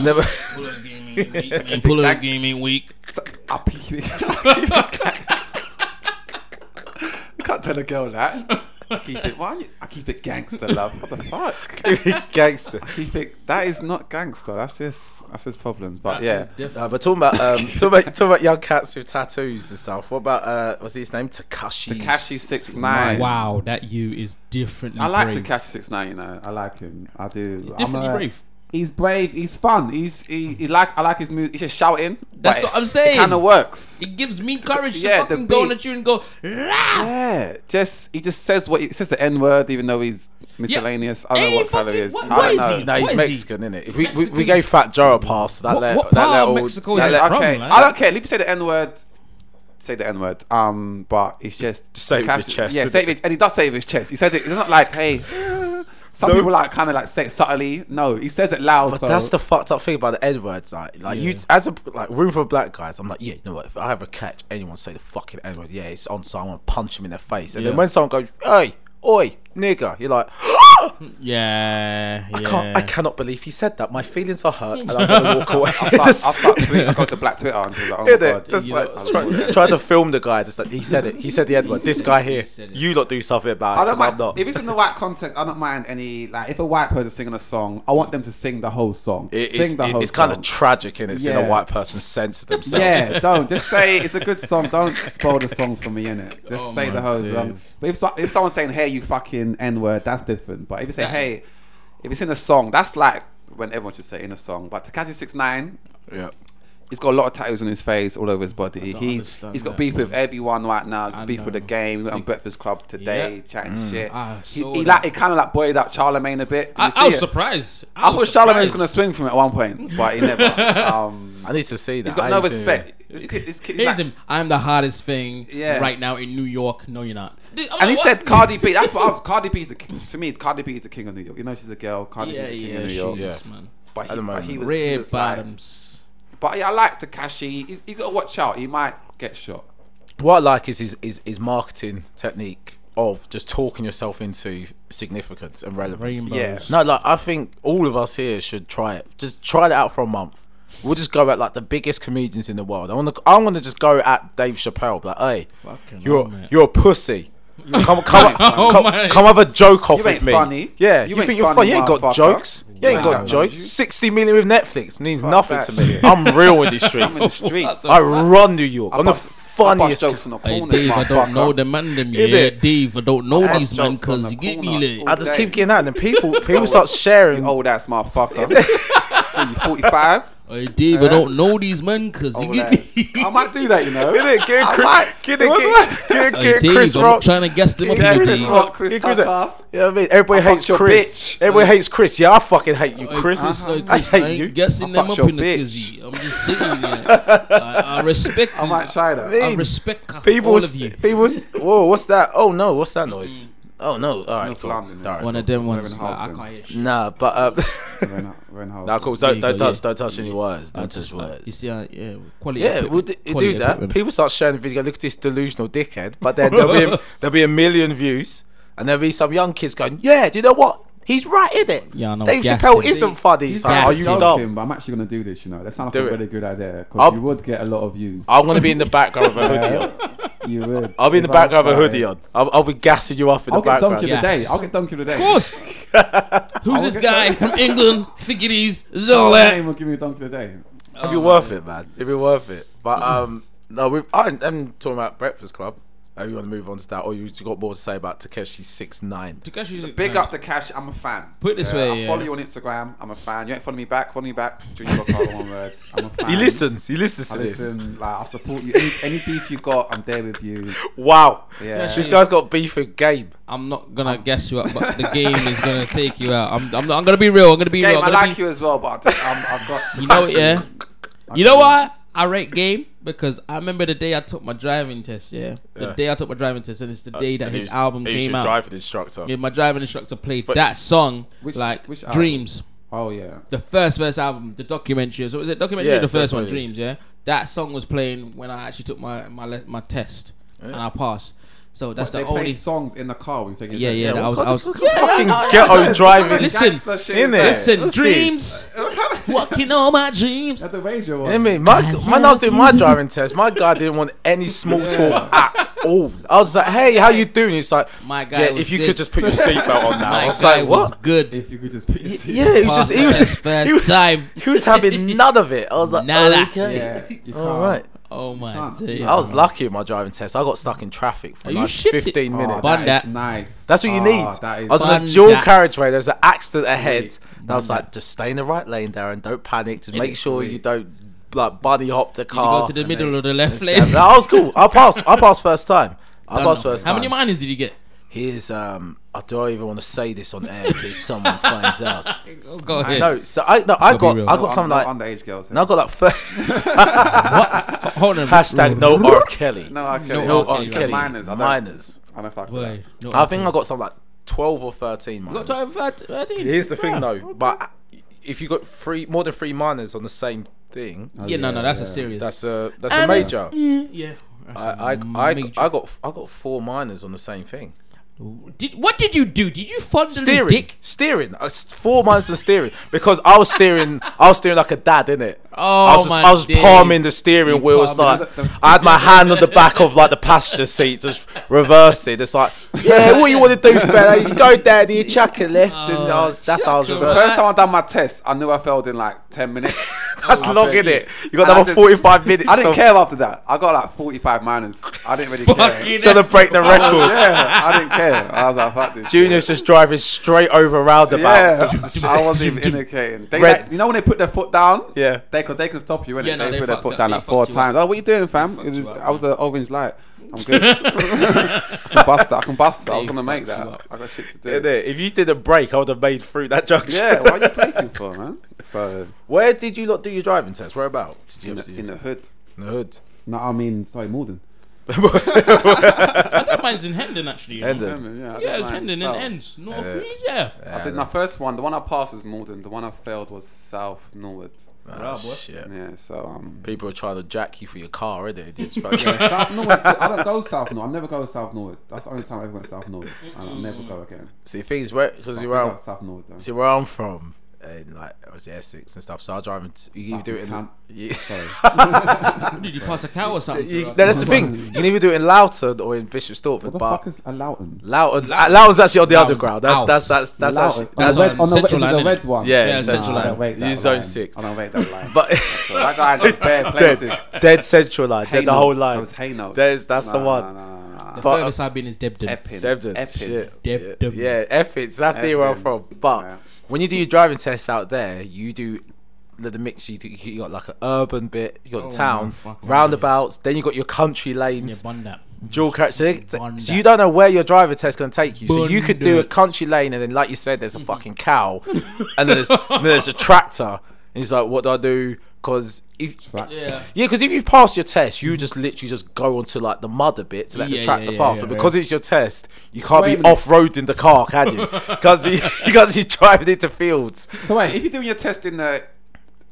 A: never.
B: (laughs)
A: (laughs)
B: Pull up game ain't
C: (laughs)
B: weak, man. Pull up game ain't weak.
C: So- I'll pee you. (laughs) I can't tell a girl that. I keep it. Why? You, I keep it gangster, love. What the fuck?
A: keep it gangster.
C: Keep it. That is not gangster. That's just that's just problems. But yeah,
A: Nah, but talking about um, talking about talking about young cats with tattoos and stuff. What about uh, what's his name? Takashi.
C: Tekashi 6ix9ine.
B: Wow, that you is differently
C: I like
B: brave.
C: the catch six nine. You know, I like him. I do. I'm
B: Differently
C: a-
B: brave.
C: He's brave. He's fun. He's he, he like I like his mood. He's just shouting.
B: That's
C: but
B: what I'm
C: it-
B: saying.
C: It kind of works.
B: It gives me courage
C: yeah,
B: to
C: the
B: fucking go on
C: beat.
B: at you and go, "Rah!"
C: Yeah, just he just says what he says the N word, even though he's miscellaneous. I don't
B: Any
C: know what fellow he
B: fucking-
C: is.
B: what-
C: I
B: what
C: don't
B: is
C: know.
B: he?
A: No, he's
B: What is he?
A: Mexican, is it? We, we, we
B: Mexican.
A: gave Fat Joe a pass. That
B: What-
A: let-
B: what
A: that
B: part
A: let
B: of
A: all-
B: Mexico is
A: that
B: he
A: let-
B: from?
C: okay,
B: like?
C: I don't care. Let me say the N word. Say the N word. Um, but it's just
A: Say it with your
C: Cass-
A: chest,
C: Yeah,
A: isn't
C: say it with, and he does say it with his chest. He says it. It's not like hey. Some people like kind of like say it subtly. No, he says it loud.
A: But
C: so-
A: that's the fucked up thing about the N words, like, like you
B: Yeah.
A: as a like room for black guys. I'm like, yeah, you know what? If I ever catch anyone say the fucking N word, yeah, it's on. So I'm gonna punch him in the face. And then
B: Yeah.
A: when someone goes, hey, oi, nigger, you're like, better.
B: Yeah,
A: I
B: yeah.
A: can't. I cannot believe he said that. My feelings are hurt, and I'm
B: (laughs)
A: gonna walk away.
C: I'll start,
A: (laughs)
C: I'll start tweeting. I'll go to Black Twitter and be like, oh my
A: Did it?
C: god.
A: Just
B: you
A: like
B: lot-
A: try, try to film the guy. Just like he said it. He said the N word. This guy here.
B: said it. Oh,
A: You lot do something about
C: I
A: it.
C: don't
A: 'cause I'm
C: mind,
A: not.
C: if it's in the right context, I don't mind any. Like, if a white person singing a song, I want them to sing the whole song.
A: It-
C: sing
A: it's
C: the whole
A: it's kind of
C: song.
A: tragic in it's in
C: Yeah.
A: a white person's sense of themselves.
C: (laughs) Yeah, don't just say it's a good song. Don't spoil the song for me, innit? Just
B: Oh
C: say
B: my
C: the whole
B: days.
C: song. But if so, if someone's saying "Hey, you fucking n word," that's different. But if you say
B: That-
C: "Hey," if it's in a song, that's like when everyone should say in a song. But Takashi Six Nine,
A: yeah.
C: he's got a lot of tattoos on his face, all over his body.
B: don't
C: He
B: understand
C: he's got
B: that,
C: beef with everyone right now. He's got
B: I
C: beef with the
B: know.
C: game. He went on Breakfast Club today,
B: Yeah. Mm. Ah,
C: chatting shit.
B: I
C: he
B: saw
C: he
B: that.
C: like it kind of like boyed out Charlemagne a bit. Did
B: I,
C: you see
B: I was
C: it?
B: surprised.
C: I thought Charlemagne was
B: surprised.
C: gonna swing from it at one point, but
B: (laughs)
C: he never. Um,
A: I need to see that.
C: he's got
A: I
C: no
A: need to-
C: respect. This kid, this kid, he's
B: Here's
C: like,
B: him. I'm the hottest thing
C: Yeah.
B: right now in New York. No, you're not. Dude, I'm
C: And he
B: like,
C: said
B: (laughs) what?
C: Cardi B. That's what I, Cardi B is the king. To me, Cardi B is the king of New York. You know she's a girl. Cardi
B: Yeah,
C: B is the king
B: yeah,
C: of New
B: she
C: York.
A: Yeah.
B: is, man.
C: But,
A: At
C: he,
A: the
C: but
A: moment.
C: he was, he
B: Red
C: was like-
B: bottoms.
C: but yeah, I like Takashi. He's, he's got to watch out. He might get shot.
A: What I like is his is his marketing technique of just talking yourself into significance and relevance.
B: Rainbows.
C: Yeah.
A: No, like I think all of us here should try it. Just try it out for a month. We'll just go at like the biggest comedians in the world. I want to. I want to just go at Dave Chappelle. Be Like, hey,
B: Fucking
A: you're
B: hell, mate.
A: you're a pussy. Come come
B: (laughs) Oh,
A: come,
B: mate.
A: come have a joke off
C: You
A: with
C: ain't
A: me.
C: funny.
A: Yeah,
C: You
A: you,
C: ain't
A: think you're funny?
C: funny,
A: You ain't got
C: motherfucker.
A: jokes. You ain't
C: ain't
A: got
C: got
A: jokes.
C: no-
A: Sixty million with Netflix means nothing
C: that
A: to me.
C: shit.
A: I'm real in these
C: (laughs) I'm in the
A: streets.
C: streets.
A: I run New York.
C: I
A: I'm the
C: bust- I bust
A: funniest.
C: jokes in the
B: Hey,
C: corner.
B: Dave, I don't know the man them.
A: Is
B: Yeah,
A: it?
B: Dave, I don't know
A: Ass
B: these man
C: jokes on
B: because
C: the
B: you get
C: corner.
B: me
A: I
B: like.
A: just
C: Dave.
A: keep getting out, and then
C: (laughs)
A: people people start sharing.
C: Old ass (laughs) motherfucker. What, you (laughs) 45?
B: Hey, uh, Dave, I don't know these man because you
C: Old
B: get
C: (laughs) ass.
B: me.
C: I might do that, (laughs) you know.
A: (laughs) Get it, get
C: I
A: Chris,
C: might.
A: get it,
C: What
A: get, get,
B: Hey,
A: get,
B: Uh, Dave,
A: Chris
B: I'm
A: Rock.
B: not ttrying to guess them up
C: Yeah,
B: here,
C: Chris
B: Dave.
C: Rock. Chris
A: Get Chris
C: Tucker.
A: Rock. Yeah, I mean, everybody
C: fucked
A: hates
C: your
A: Chris.
C: bitch.
A: Everybody hates Chris. Yeah, I fucking hate you,
B: Hey,
A: Chris.
B: Uh, Chris, hey,
A: I
B: Chris, I
A: hate
B: ain't
A: you.
B: guessing
C: I
B: them up
C: fucked your
B: in the
C: bitch.
B: kizzy. I'm just saying.
C: (laughs)
B: yeah. I, I respect you.
C: I might try that.
B: I
A: mean,
B: respect
A: People,
B: all
A: was-
B: of you. Mm.
A: people. was- Whoa, what's that? Oh no, what's that noise? Oh no, all right, cool.
C: Flanders.
A: All right.
B: One of them ones.
C: and a
B: like,
C: half
B: I
C: then.
B: can't hear shit.
A: Nah, but uh, (laughs)
C: We're in- we're in Hull.
A: nah, cool.
B: There
A: Don't,
B: you
A: don't
B: go,
A: touch,
B: yeah.
A: don't touch any words. Don't touch
C: Mm.
B: You
A: words.
B: see, uh, yeah, quality.
A: Yeah, we'll
B: equipment.
A: do, you
B: Quality
A: do that.
B: equipment.
A: People start sharing the video. Look at this delusional dickhead. But then there'll be
B: (laughs)
A: a, there'll be a million views, and there'll be some young kids going, "Yeah, do you know what? He's right in it.
B: Yeah, I know,
A: Dave
B: gassed
A: Chappelle
B: him.
A: isn't funny. He's like,
B: gassed
A: Are you
B: him.
A: dumb?
C: Joking, But I'm actually gonna do this. You know, that sounds
A: Do
C: like a
A: it.
C: really good idea because
A: I'll-
C: you would get a lot of views.
A: I'm gonna be in the background of a hoodie
B: (laughs)
A: on.
C: Yeah, you would.
A: I'll be in the
C: If I was
A: background of a
C: there,
A: hoodie on. I'll, I'll be gassing you up in
C: I'll
A: the
C: get
A: background.
C: donkey
B: Yeah.
C: today.
B: Yes.
C: I'll get donkey today.
B: Of course. Who's this guy from England? Figgities. This is all
C: My
B: that.
C: name will give me a donkey today.
A: It'd
C: Oh.
A: be worth it, man. It'd be worth it. But um, no, we. I'm, I'm talking about Breakfast Club. Oh, you want to move on to that, or you you got more to say about Takeshi six nine?
B: Takeshi's
C: Big up the cash. I'm a fan.
B: Put it this
C: Yeah,
B: way,
C: I
B: yeah.
C: follow you on Instagram. I'm a fan. You ain't follow me back. Follow me back. Junior Bacaro, one word. I'm a fan.
A: He listens. He listens
C: I
A: to this.
C: listen. Like I support you. Any, any beef you got, I'm there
B: (laughs)
C: with you.
A: Wow.
C: Yeah.
A: This guy's got beef with Gabe.
B: I'm not gonna guess you out, but the game is gonna take you out. I'm, I'm, I'm gonna be real. I'm gonna be
C: Game,
B: real.
C: I
B: I'm
C: like
B: gonna be,
C: you as well, but I'm, I've got.
B: (laughs) you know it, yeah. You know why I rate game because I remember the day I took my driving test. Yeah, the
A: Yeah.
B: day I took my driving test, and it's the day that his album came out.
A: Driving instructor.
B: Yeah, my driving instructor played
A: But-
B: that song,
C: Which-
B: like
C: which album?
B: Dreams.
C: Oh yeah.
B: the first verse album, the documentary. So was it documentary?
A: Yeah,
B: or the first one,
A: documentary.
B: Dreams. Yeah, that song was playing when I actually took my my le- my test and I passed. So that's
C: They
B: the
C: play
B: only.
C: songs in the car. We think.
B: yeah, yeah. that I was. I was
A: Fucking ghetto driving.
B: Listen,
C: Gangster shit is
A: innit?
C: that?
B: listen,
A: What's
B: dreams.
A: (laughs)
B: Walking on my dreams.
C: That's the major one.
A: I mean, my when I was doing my driving test, my guy didn't want any small talk at all. I was like, "Hey, how you doing?" He's like,
B: My guy
A: "Yeah,
B: was
A: if you
B: good.
A: could just put your seatbelt on now."
B: My
A: I was
B: guy
A: like,
B: was
A: "What?"
B: good.
C: If you could just pick your
B: (laughs)
C: seat.
A: Yeah, he was just he was
B: First
A: (laughs) he was,
B: time.
A: he was
B: (laughs)
A: having none of it. I was like,
B: Nada.
A: "Okay,
C: Yeah, you
A: all right."
B: Oh my
C: Can't.
B: days.
A: I was lucky in my driving test. I got stuck in traffic for
B: Are you
A: like
B: shitting?
A: 15
B: Oh,
A: minutes.
B: Bun
C: Ah, is
B: that.
C: nice.
A: That's what you
C: Ah,
A: need.
C: that is-
A: I was on a
B: Bun
A: dual
B: that.
A: carriageway. There's an accident ahead. And I was like, just stay in the right lane, Darren. Don't panic. Just make sure you don't like bunny hop the
B: You
A: car.
B: go to the middle or the left lane. Um,
A: Yeah, I was cool. I passed. I passed first time. I passed first
B: How
A: time.
B: many minors did you get?
A: Here's um. I don't even want to say this on air in case someone finds
B: (laughs)
A: out.
B: Oh, Go ahead.
A: No, so I no, I
B: Gotta be
A: got
B: real.
A: I
C: No,
A: got something
C: no
A: like
C: underage girls.
A: and I got like first (laughs)
B: Hold on.
A: hashtag no R Kelly.
C: No, I can't.
B: No,
A: No
B: okay,
A: R
B: you said
A: Kelly.
C: Minors. I don't,
A: Minors.
C: I don't fuck with that.
B: Boy, no,
A: Oh, I think I got something like twelve or thirteen
B: You
A: minors.
B: got time for 13?
A: Here's the thing though, but uh, if you got three more than three minors on the same thing,
B: Yeah, no, no, that's a
C: Yeah.
B: serious.
A: that's a that's a major.
B: Yeah.
A: I I, I, I got I got four minors on the same thing.
B: Did what did you do? Did you fondle
A: steering,
B: his dick?
A: steering. Uh, s- four months of steering because I was steering. I was steering like a dad, innit?
B: Oh,
A: I was, just-
B: my
A: I was
B: days.
A: palming the steering wheel. It's
B: palming
A: like I had my hand on the back of like the passenger seat, just reversed it. It's like, yeah, what you want to do, fella? You go daddy, you chuck it left, and
C: Oh,
A: I was, that's how I was
B: chuck it
A: reversed.
C: First time I done my test, I knew I failed in like ten (laughs) minutes.
A: That's
C: I
A: long,
C: bet
A: in
C: you.
A: it. You got
C: And I
A: another
C: just-
A: forty-five minutes.
C: I didn't
A: of-
C: care after that. I got like forty-five minors. I didn't really care.
B: Fucking
A: Trying to break
C: (laughs)
A: the record.
C: yeah, I didn't care. I was like, fuck this. shit.
A: Junior's just driving straight over
C: Yeah,
A: roundabouts.
C: (laughs) I wasn't even indicating. They,
A: Red.
C: like, you know when they put their foot down?
A: Yeah.
C: They, cause they can stop you, innit?
B: Yeah, no,
C: they,
B: they
C: put their
B: fucked
C: foot
B: up.
C: down
B: They
C: like four
B: fucked you up.
C: times. Oh, what you doing, fam?
B: fucked
C: It was,
B: you up,
C: I was an orange light.
B: (laughs)
C: I'm good. I can bust that. I can bust that. I was
B: They
C: going to make
B: fucked you
C: that.
B: up.
C: I got shit to do.
A: (laughs) Innit? If you did a break, I would have made through that junction.
C: Yeah, what are you playing
A: (laughs)
C: for, man? So,
A: Where did you lot do your driving test? Where about? Did you
C: in
A: ever
C: the,
A: do
C: in the hood.
A: in the hood?
C: No, I mean, sorry, Malden.
B: I don't mind it's in Hendon actually. you know.
A: Hendon.
C: Yeah, I
B: Yeah,
C: don't
B: it's
C: mind
B: Hendon
C: South.
B: and ends. North Leeds, yeah.
C: I did my first one. The one I passed was Malden. The one I failed was South Norwood.
A: Ah,
B: boy.
A: shit.
C: Yeah, so um,
A: People are trying to jack you for your car, innit?
C: (laughs)
A: It's
C: Yeah,
A: fucking-
C: (laughs) South Norwood. I don't go South Norwood. I never go South Norwood. That's the only time I ever went South Norwood, and I'll never go again.
A: See, things where because
C: I
A: you're
C: think
A: around,
C: that's South Norwood though.
A: see where I'm from, and like obviously Essex and stuff. So I drive. Into, you, you do it in.
C: Can't-
A: You,
C: Sorry.
B: Did you pass a cow or
A: (laughs)
B: something?
A: you, no,
B: Gerard?
A: that's the thing. You can either do it in Loughton or in Bishop
C: What
A: Stortford,
C: the
A: but
C: fuck is a Loughton?
A: Loughton's, uh, Loughton's actually on the
B: Loughton's
A: underground. That's
B: out.
A: that's that's that's
C: Loughton.
A: actually that's,
C: on the red, on the,
B: Central
C: is it
B: line,
C: the
B: innit?
C: red one.
A: yeah,
B: Yeah,
A: it's
B: Central
A: central
B: line.
C: Nah, I don't
A: line.
C: rate that
A: He's zone
C: line.
A: six,
C: I don't rate that line.
A: (laughs) (laughs) but
C: So that guy
A: (laughs)
C: just bare (laughs) places.
A: dead, dead central line, dead the
C: Hainault.
A: whole
C: That
A: line.
C: was Hainault.
A: There's that's the
C: Nah,
A: one.
C: nah, nah, nah,
B: The
A: (laughs)
C: nah.
A: but- uh,
B: furthest I've been is Debden.
C: Epping.
A: Debden.
C: Epping.
A: Shit.
B: Debden.
A: Yeah, yeah Epping. That's near where I'm
C: Epping.
A: from. But
C: Yeah.
A: when you do your driving tests out there, you do the the mix. You, do, you got like an urban bit, you got the
B: Oh my
A: town,
B: fucking
A: roundabouts, then you got your country
B: Yeah,
A: lanes.
B: bun that.
A: Dual character, so,
B: Bun
A: so
B: that.
A: you don't know where your driver test gonna take you. So you could do a
B: Bun
A: country lane, and then like you said, there's a fucking cow, and there's and there's a tractor. And he's like, "What do I do?" Because if
C: Right.
B: Yeah.
A: yeah, because if you pass your test, you just literally just go onto like the mud a bit to let
B: Yeah,
A: the tractor
B: yeah, yeah,
A: pass.
B: yeah,
A: but
B: yeah.
A: because it's your test, you can't
C: Wait a
A: be
C: minute.
A: off roading the car, can you? Because you, (laughs) because you're driving into fields.
C: So wait, if you're doing your test in the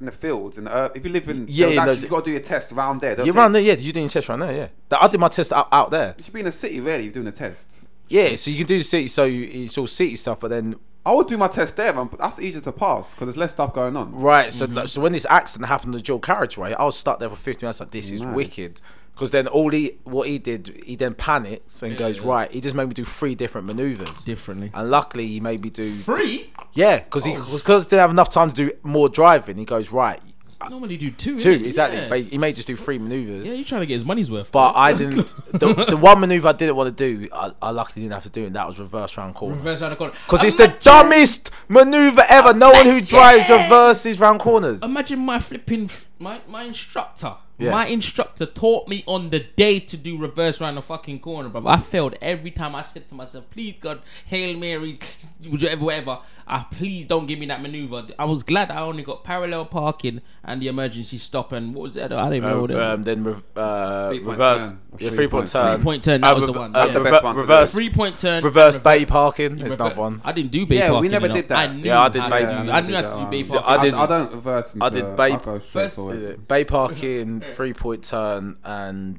C: in the fields, in the, uh, if you live in
A: Yeah,
C: yeah,
A: in
C: actually,
A: those-
C: you got to do your test around there. They'll
A: You're
C: take-
A: around there, yeah. You're doing your test right there, yeah. Like, I did my test out, out there.
C: You should be in a city, really. You're doing a test.
A: Yeah, so you can do the city, so you, it's all city stuff. But then,
C: I would do my test there, man. But that's easier to pass because there's less stuff going on.
A: right, so
B: Mm-hmm.
A: like, so when this accident happened to dual carriageway, I was stuck there for 15 minutes. Like this is
C: Nice.
A: wicked. Because then all he what he did, he then panicked and
B: Yeah,
A: goes
B: yeah.
A: right. He just made me do three different maneuvers,
B: Differently.
A: and luckily he made me do
B: Uh, Three?
A: Yeah, because
B: Oh.
A: he because didn't have enough time to do more driving. He goes right
B: I normally do two.
A: two
B: innit?
A: exactly.
B: Yeah.
A: But he may just do three
B: Yeah,
A: maneuvers.
B: you're trying to get his money's worth.
A: But I didn't.
B: (laughs)
A: The, the one maneuver I didn't want to do, I, I luckily didn't have to do, and that was reverse round corner.
B: Reverse round the corner.
A: Because it's the dumbest maneuver ever. No one who drives reverses round corners.
B: Imagine my flipping my my instructor.
A: Yeah.
B: My instructor taught me on the day to do reverse round the fucking corner, brother. I failed every time. I said to myself, "Please God, Hail Mary, whatever, whatever. Ah, please don't give me that maneuver." I was glad I only got parallel parking and the emergency stop. And what was that? I don't even know what it was.
A: Um, then re- uh,
C: Three-point
A: reverse,
C: turn.
A: yeah,
C: Three-point
A: three point turn,
B: Three-point turn, that was the one,
A: That's
B: yeah.
A: the
C: That's the
A: best
C: best one to do.
A: Reverse,
B: Three point turn.
A: reverse bay parking. It's not
B: Rever-
A: one.
B: I didn't do bay
C: Yeah, we
B: parking.
C: never
B: you know.
C: did that.
B: I knew
A: Yeah, I did
B: how
A: bay-
B: to do-
A: Yeah,
B: I
C: we
B: knew
C: did
B: how
C: that
B: to do
C: one.
B: bay
C: So
B: parking.
A: I
C: I,
A: did-
C: I don't reverse. Into,
A: I did
C: uh,
A: babe-
C: I go straight
B: First-
C: forward.
A: Is it Bay parking, three point turn, and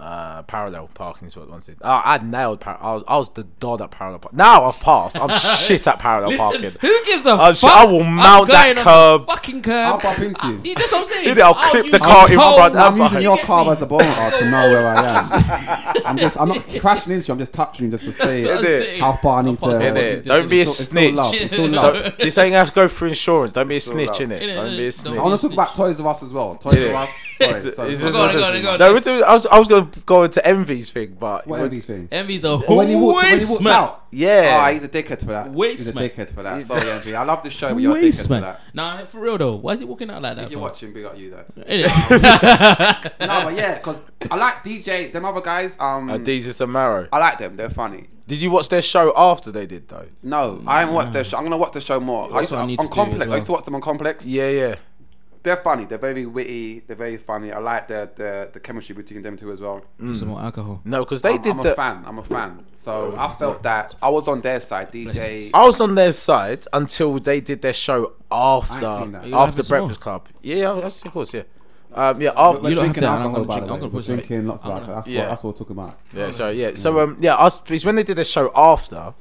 A: uh, parallel parking is what once did. Oh, I nailed. Par- I was I was the dod at parallel parking. Now I've passed.
B: (laughs)
A: I'm shit at parallel
B: Listen,
A: parking.
B: who gives a
A: I'll sh-
B: fuck?
A: I will mount
B: I'm going
A: that
B: on the
A: curb.
B: Fucking curb.
C: I'll bump into you.
B: I- that's what I'm saying.
A: Idiot, I'll clip the car in
B: my
A: front of
B: I'm
A: that
C: I'm
A: Bye.
C: using your car as a
B: ball.
C: barometer to know where I
B: (laughs)
C: am. I'm just, I'm not crashing into you. I'm just touching you just to see
A: what I'm Innit?
B: saying.
C: how far I need
B: How far
C: to.
B: I need
A: Innit? Don't be a
C: It's all- it's all
A: snitch.
C: love, It's all love.
A: Don't- This ain't have to go through insurance. Don't be a snitch
C: all
A: innit?
B: Innit,
A: Don't
B: innit?
A: be a
B: Don't
A: snitch.
C: I want to talk about Toys of Us as well. Toys of
A: Yeah.
C: Us. Sorry,
A: It's just-
C: sorry.
A: it's
B: Go on, go on,
A: just-
B: go on.
A: No, we're doing- I was I was gonna go into Envy's thing, but
C: What
A: it
C: are
A: was-
C: these things?
B: Envy's a
C: Or when he walks, when he walks
B: wasteman.
C: out.
A: Yeah.
C: Ah, he's a dickhead for that. he's a
B: Wasteman.
C: dickhead for that. (laughs) Sorry, Envy. I love the show, but you're a dickhead for
B: Wasteman.
C: that.
B: Nah, for real though. Why is he walking out like that?
C: If you're
B: bro?
C: watching, big up you
B: (laughs)
C: though.
B: Innit?
C: no, but yeah, because I like DJ. Them other guys, um,
A: Uh, these is Samaro.
C: I like them. They're funny.
A: Did you watch their show after they did though?
C: No, I haven't watched their show. I'm gonna watch the show more. I
B: Mm. That's
C: used to,
B: what I
C: on
B: need to do
C: Complex.
B: as
C: I used to watch them on Complex.
A: Yeah, yeah.
C: They're funny. They're very witty. They're very funny. I like the the, the chemistry between them two as well.
B: Some more alcohol.
A: No, because they
C: I'm,
A: did
C: I'm a
A: the.
C: fan. I'm a fan. So I felt that I was on their side. DJ.
A: I was on their side until they did their show after
C: I ain't seen that. Are
B: you
A: after
B: having some
A: Breakfast Club. Yeah, yeah, I- I see, of course, yeah. Um, yeah, after
B: You don't have
C: We're drinking
B: to, I'm
C: alcohol,
B: gonna
C: by
B: drink-
C: the
B: I'm
C: way.
B: gonna
C: We're
B: push it.
C: drinking lots of alcohol. That's,
A: Yeah.
C: what, that's what we're talking about.
A: Yeah, so yeah, so um, yeah, us it's when they did a show after,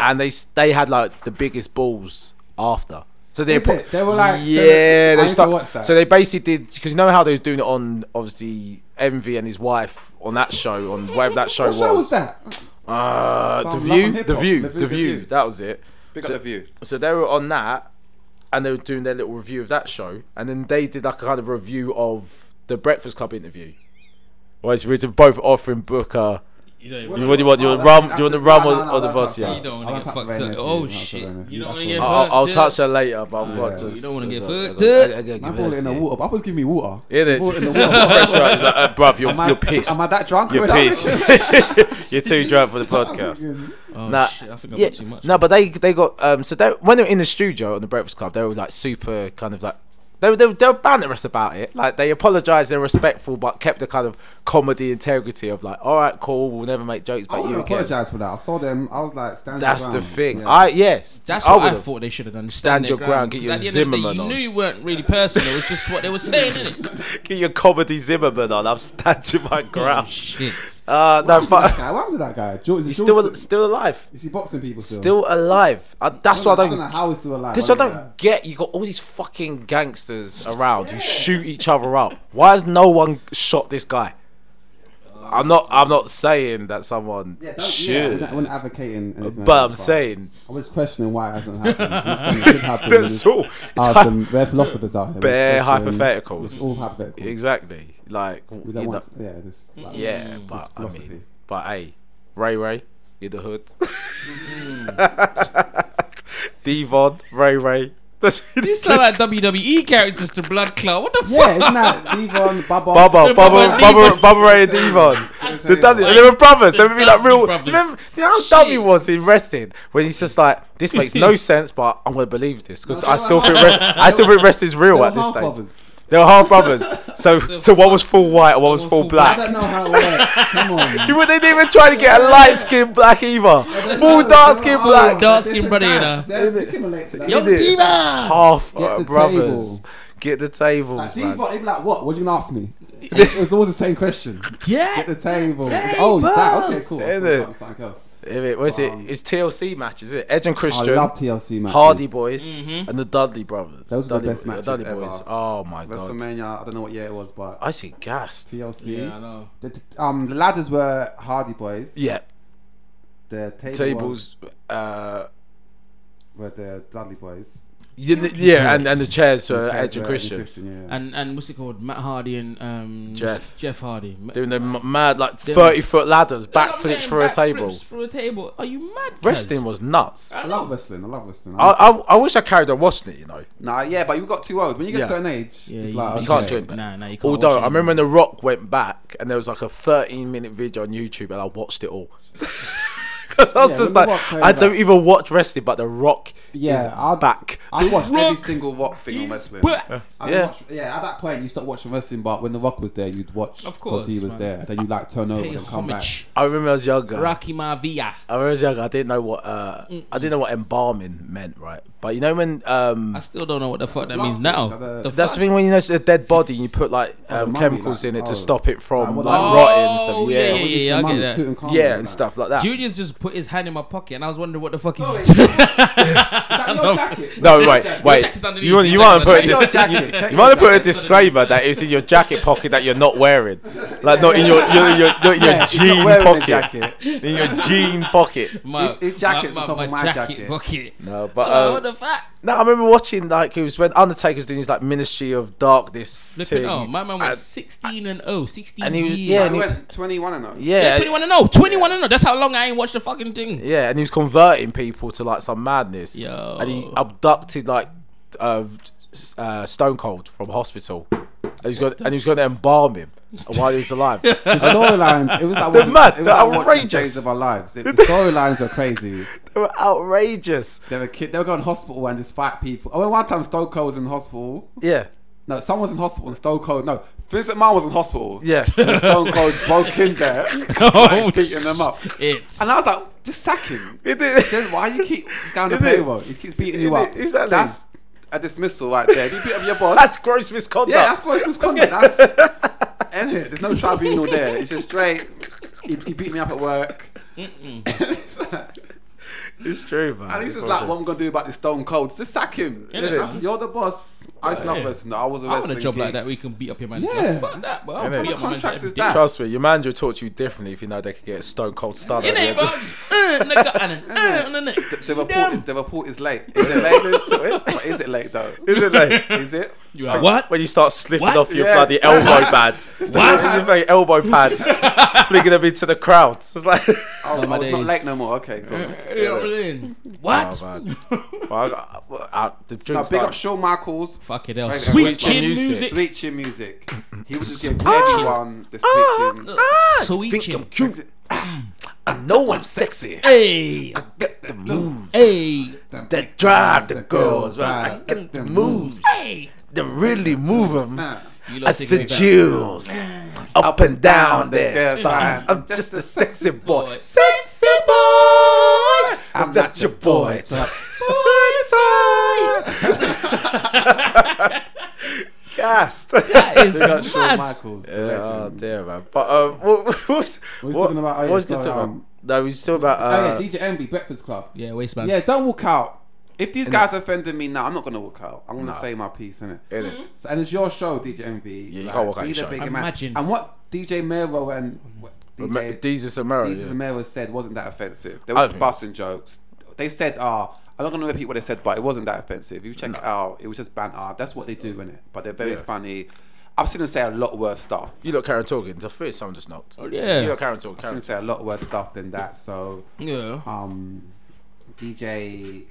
A: and they s- they had like the biggest balls after. So they
C: Is it? They were like- so
A: yeah,
C: they- I
A: they
C: need to
A: start-
C: watch that.
A: So they basically did because you know how they was doing it on obviously Envy and his wife on that show on whatever that show
C: What
A: was.
C: show was that?
A: Uh, the
C: Some Love
A: view,
C: and Hip
A: the
C: Hop.
A: view,
C: The
A: the
C: View, The
A: view.
C: View.
A: That was it.
D: Pick
A: So-
D: up the view.
A: So they were on that, and they were doing their little review of that show, and then they did like a kind of review of the Breakfast Club interview. Well, it's, it's both offering Booker.
B: You don't
C: What
B: even-
A: You- what do you want? You want rum? Do you want the rum or, or the
B: You
A: Vossia?
B: don't wanna
C: I
B: get
C: like
B: fucked
C: Tasmania
B: up.
C: too.
B: Oh,
C: I like
B: shit.
C: Tasmania.
B: You don't
C: That's
B: wanna get
C: all.
B: fucked
A: I'll, I'll
B: Yeah.
A: touch her later, but I've got
C: Yeah.
A: to.
B: You don't wanna get fucked up.
C: I bought it in the water. but I was giving me water.
A: Yeah, it's
C: Bought it
A: (laughs)
C: in the water.
A: pressure. Right. It's like, uh, bruv, you're,
C: Am I-
A: you're pissed.
C: Am I (laughs) that drunk?
A: you're
C: Am I-
A: (laughs)
C: (laughs)
A: pissed. you're too drunk for the podcast.
B: Oh,
A: Nah,
B: shit. I think I
A: yeah,
B: got too much.
A: no, but they they got um. So they when they were in the studio on the Breakfast Club, they were like super kind of like. They were, they, were, they were banterous about it. Like, they apologised, they were respectful, but kept the kind of comedy integrity of, like, all right, cool, we'll never make jokes
C: I
A: about
C: wouldn't
A: you again.
C: apologise for that. I saw them. I was like, standing
A: That's the
C: around.
A: thing.
C: Yeah.
A: I, yes.
B: That's what I
A: would've.
B: thought they should have done.
A: Stand your
B: their
A: ground, get your
B: Because at the end of the
A: Zimmerman
B: day,
A: on.
B: You knew you weren't really personal. It was just what they were saying, innit?
A: Get your comedy Zimmerman on. I'm standing my
B: Oh,
A: ground.
B: shit.
A: Uh, no,
C: That
A: but
C: guy, what happened to that guy? George, is he
A: he's still
C: George-
A: still alive.
C: is he boxing people still?
A: Still alive. I, that's
C: I
A: what I
C: don't know
A: don't.
C: how he's still alive.
A: This I don't get. You got all these fucking gangsters around who shoot each other up. Why has no one shot this guy? I'm not. I'm not saying that someone
C: Yeah, don't, yeah, we're
A: should,
C: not, we're not advocating. anything like
A: but
C: that,
A: I'm saying
C: I was questioning why
A: (laughs)
C: it hasn't happened. I'm not saying it could happen.
A: that's all. (laughs) It's
C: Are
A: hy-
C: some, they're philosophers out here.
A: Bare
C: It's questioning-
A: hypotheticals.
C: It's all hypothetical.
A: exactly like
C: We
A: you
C: don't
A: know,
C: want. Yeah, this. Like,
A: yeah. But
C: Mm, Just
A: I
C: philosophy.
A: mean, but hey, Ray Ray, you're the
C: (laughs)
A: hood. Devon, Ray Ray. (laughs) That's
B: These sound like WWE characters to Blood Cloud. What the fuck?
C: Yeah, isn't that Devon,
A: (laughs)
C: Bubba?
A: Bubba, Bubba,
B: Bubba
A: Bubba,
B: and
A: Bubba Ray and (laughs) Devon. The daddy,
B: Like,
A: they were brothers. They
B: the
A: would be like
B: Dudley
A: real.
B: brothers.
A: Remember do you know how
B: Shit.
A: dumb he was in Rested when he's just like, this makes
C: (laughs)
A: no sense, but I'm gonna believe this because
C: No,
A: I
C: (laughs) they
A: still
C: were
A: think rest. I still think rest is real at this
C: half
A: stage.
C: brothers.
A: They were half brothers. So, so one was full white and one was
B: One
A: full
B: full
C: I
A: black.
C: don't know how it works. Come
A: (laughs)
C: on.
A: You wouldn't even try to get a light skinned black either. Full dark
C: Oh,
A: skinned black.
B: Dark skin brother, you know. Yo,
C: know.
A: Isn't it?
B: Diva!
A: Half
C: Get
A: uh,
C: the
A: brothers.
C: table.
A: Get the tables,
C: Like,
A: man.
C: Devon, he'd be like, what? What you gonna
A: (laughs)
C: ask me? It's it's all the same question. Get
B: Yeah.
C: the table. It's- Oh, it's that. Okay, cool.
A: Isn't
C: Something-
A: it?
C: something else.
A: Isn't it? What's
C: Wow.
A: it? It's TLC match, is it? Edge and
C: I
A: Christian.
C: love TLC matches.
A: Hardy Boys and the Dudley Brothers.
C: Those were the
A: Dudley,
C: best matches
A: Dudley
C: ever.
A: Boys. Oh my god!
C: WrestleMania. I don't know what year it was, but
A: I see gassed.
C: TLC.
B: Yeah, I know.
C: The, t- um, the ladders were Hardy Boys.
A: Yeah,
C: The table
A: tables.
C: was-
A: Uh,
C: were the Dudley Boys. uh,
A: you kn- yeah, and, and the chairs for
C: The
A: Uh, Edge and
C: were
A: Christian
C: yeah.
B: And and what's it called? Matt Hardy and um,
A: Jeff.
B: Jeff Hardy.
A: doing the m- mad like thirty foot ladders, backflips through a table.
B: Through a table. Are you mad? cuz?
A: Wrestling was nuts.
B: I
C: I
B: know.
C: love wrestling. I love wrestling.
A: I, I I wish I carried on watching it. You know,
C: nah, yeah, but you got too old. When you
A: get Yeah. to
C: an age,
B: Yeah,
A: You can't do
B: do
A: it,
B: it.
A: man.
B: Nah, nah, you can't.
A: although
B: watch
A: I
B: it.
A: remember when The Rock went back and there was like a thirteen minute video on YouTube and I watched it all. (laughs) 'Cause I was
C: Yeah,
A: just
C: when The
A: like,
C: Rock came
A: I don't
C: back-
A: even watch wrestling, but The Rock
C: Yeah,
A: is
C: I'd-
A: back.
C: I watched
D: Every
C: every
D: single what thing on wrestling.
B: But
C: I
A: Yeah.
C: yeah. Watch, yeah, at that point you stopped watching wrestling, but when The Rock was there, you'd watch
B: Of
C: because he
B: course,
C: was
B: man.
C: there. Then you like turn over
B: pay
C: and come back.
B: homage.
A: I remember I was younger.
B: Rocky Mavia.
A: I remember I was younger. I didn't know what uh, I didn't know what embalming meant, right? But you know when um,
B: I still don't know what the fuck that
C: Last
B: means
C: week,
B: now.
C: uh,
B: The
A: that's
B: fuck?
A: the thing when you know it's a dead body and you put like um,
C: mummy,
A: chemicals
C: like-
A: in it to
C: oh.
A: stop it from like,
C: Like, what I-
A: rotting and
B: Oh,
A: stuff.
B: yeah,
A: Yeah,
B: yeah,
A: yeah,
B: yeah. I get that.
A: and
C: (laughs)
A: stuff like that.
B: Junior's just put his hand in my pocket and I was wondering what the fuck (laughs) he's
C: Sorry.
B: doing.
C: your jacket?
A: No, wait,
B: jacket's
A: wait.
B: underneath,
A: You want
B: your
A: you want to
B: jacket's
A: put a
B: underneath.
A: dis- you, want to put a disclaimer that it's in your jacket pocket that you're not wearing, like not in your your your, your, your
C: Yeah, he's not
A: jean
C: wearing a
A: pocket,
C: jacket.
A: in your jean pocket.
B: My,
C: His- his jacket's on top of my jacket.
B: pocket.
A: No, but
B: Oh,
A: uh,
B: what the fuck?
A: No, I remember watching like it was when Undertaker's doing his like Ministry of Darkness
B: Flipping
A: thing.
B: oh, my man
A: And-
B: went 16 and 0, 16
A: and he was-
B: years.
A: yeah,
D: I
A: and he-
D: went 21 and up.
A: (laughs)
B: Yeah,
A: yeah,
B: 21 and 0, 21 and 0. That's how long I ain't watched the fucking thing.
A: yeah, and he was converting people to like some madness.
B: Yo.
A: and he abducted like uh, s- uh, Stone Cold from hospital, and he was going and he was going to embalm him while he was alive.
B: (laughs)
C: The storyline, it was like watching-
A: mad,
C: it was
A: they're
C: like watching
A: outrageous.
C: Days of our
A: (laughs)
C: lives. It- the storylines are crazy.
A: they were outrageous.
C: They were kid. They were going to hospital and just fight people. Oh, one time Stone Cold was in hospital.
A: Yeah,
C: No, someone was in hospital and Stone Cold. No, Vincent Man was in hospital.
A: yeah.
C: And Stone Cold broke in
A: (laughs)
C: there,
B: (laughs) Oh,
C: beating them up.
B: It's
C: And I was like, just sack him.
A: It did- (laughs)
C: Then why you keep going to
A: Isn't it?
C: payroll? He keeps beating you
A: Isn't
C: up.
A: it? Exactly.
C: That's a dismissal right there. If you beat up your boss,
A: That's gross misconduct.
E: Yeah, that's what it's misconduct. That's
A: (laughs)
E: end it. There's no tribunal there. It's just straight. He, he beat me up at work. it's like,
A: it's true, man.
E: at least
A: It's
E: it's like,
A: bullshit.
E: what I'm gonna do about this Stone Cold? Just sack him.
B: Innit?
E: That's- You're the boss.
C: I just love
B: Yeah.
C: wrestling. I was a
B: I want
C: wrestling.
B: a job like
C: geek.
B: that where you can beat up your manager.
E: Yeah.
B: Fuck that, bro. I'll
A: Innit?
B: beat
A: What
B: up my manager
E: contract
B: every
E: is
B: day.
E: that?
A: Trust me, your manager will talk to you differently if you know they could get a stone cold stunner.
B: It ain't, bro. Just, uh, nigga, and an uh, on the neck.
C: The report, the report is late. Is it
B: (laughs)
C: late? Sorry? But is it late though?
A: (laughs) Is it like
C: Is it?
B: You like,
A: (laughs)
B: what?
A: when you start slipping
B: What?
A: off your
C: Yeah.
A: bloody elbow pads?
B: What?
A: Your very elbow pads, flinging them into the crowd. It's like, (laughs)
C: Oh, I was not
B: Nowadays.
C: late no more. Okay, cool.
B: You know what I mean? What?
A: Oh, man. Well, I- I- I- the
E: Now,
A: drinks
E: big up
A: like-
E: Shawn Michaels.
B: Fuck it else.
C: Sweet
B: Sweet
A: chin
B: chin
A: music.
B: music.
C: Sweet chin music. He would just give
B: Ah.
C: everyone the sweet chin.
B: Sweet
A: think I'm
B: chin.
A: cute. I know I'm sexy.
B: Hey,
A: Get the moves
B: hey,
A: that drive the girls, right? I get the moves
B: hey.
A: that really move 'em.
B: You lot
A: It's
B: think
A: the
B: about-
A: Jews up and down their
C: their
A: spines.
C: spines.
A: I'm just a sexy boy.
B: boy.
A: Sexy boy. I'm not your (laughs) boy. toy. Boy toy. (laughs) Gassed.
B: That is
E: Big up Shawn
B: mad.
E: Michaels.
A: Yeah, oh dear man. But um, (laughs) what, what, was-
E: We're
A: what,
E: talking about- oh,
A: what
E: yeah,
A: was this
E: sorry,
A: about?
E: um,
A: no, we was talking about. Uh,
E: oh yeah, DJ Envy, Breakfast Club. Yeah,
B: Yeah, waistband.
E: don't walk out.
C: If these guys offended me now, I'm not gonna walk out. I'm gonna say my piece, innit?
A: innit?
E: So- and it's your show, DJ Envy. Yeah,
A: you can't walk out
E: Be
A: your
E: the
A: show.
E: bigger man.
B: Imagine.
E: And what DJ Mero and what
A: Ma-
E: DJ
A: Jesus and Mary.
E: Jesus
A: yeah.
E: Mero said wasn't that offensive.
C: offensive. They
A: I
C: were just
A: think-
C: busting jokes. They said, "Ah, I'm not going to repeat what they said, but it wasn't that offensive. You check it out. It was just banter. That's what they do, innit? But they're very
A: Yeah.
C: funny. I've seen them say a lot worse stuff.
A: You look Karen talking. I feel someone just knocked. Oh
B: yeah.
A: You look Karen talking.
C: I've seen
A: Karen.
C: them say a lot worse stuff than that. So,
B: Yeah.
E: Um, DJ,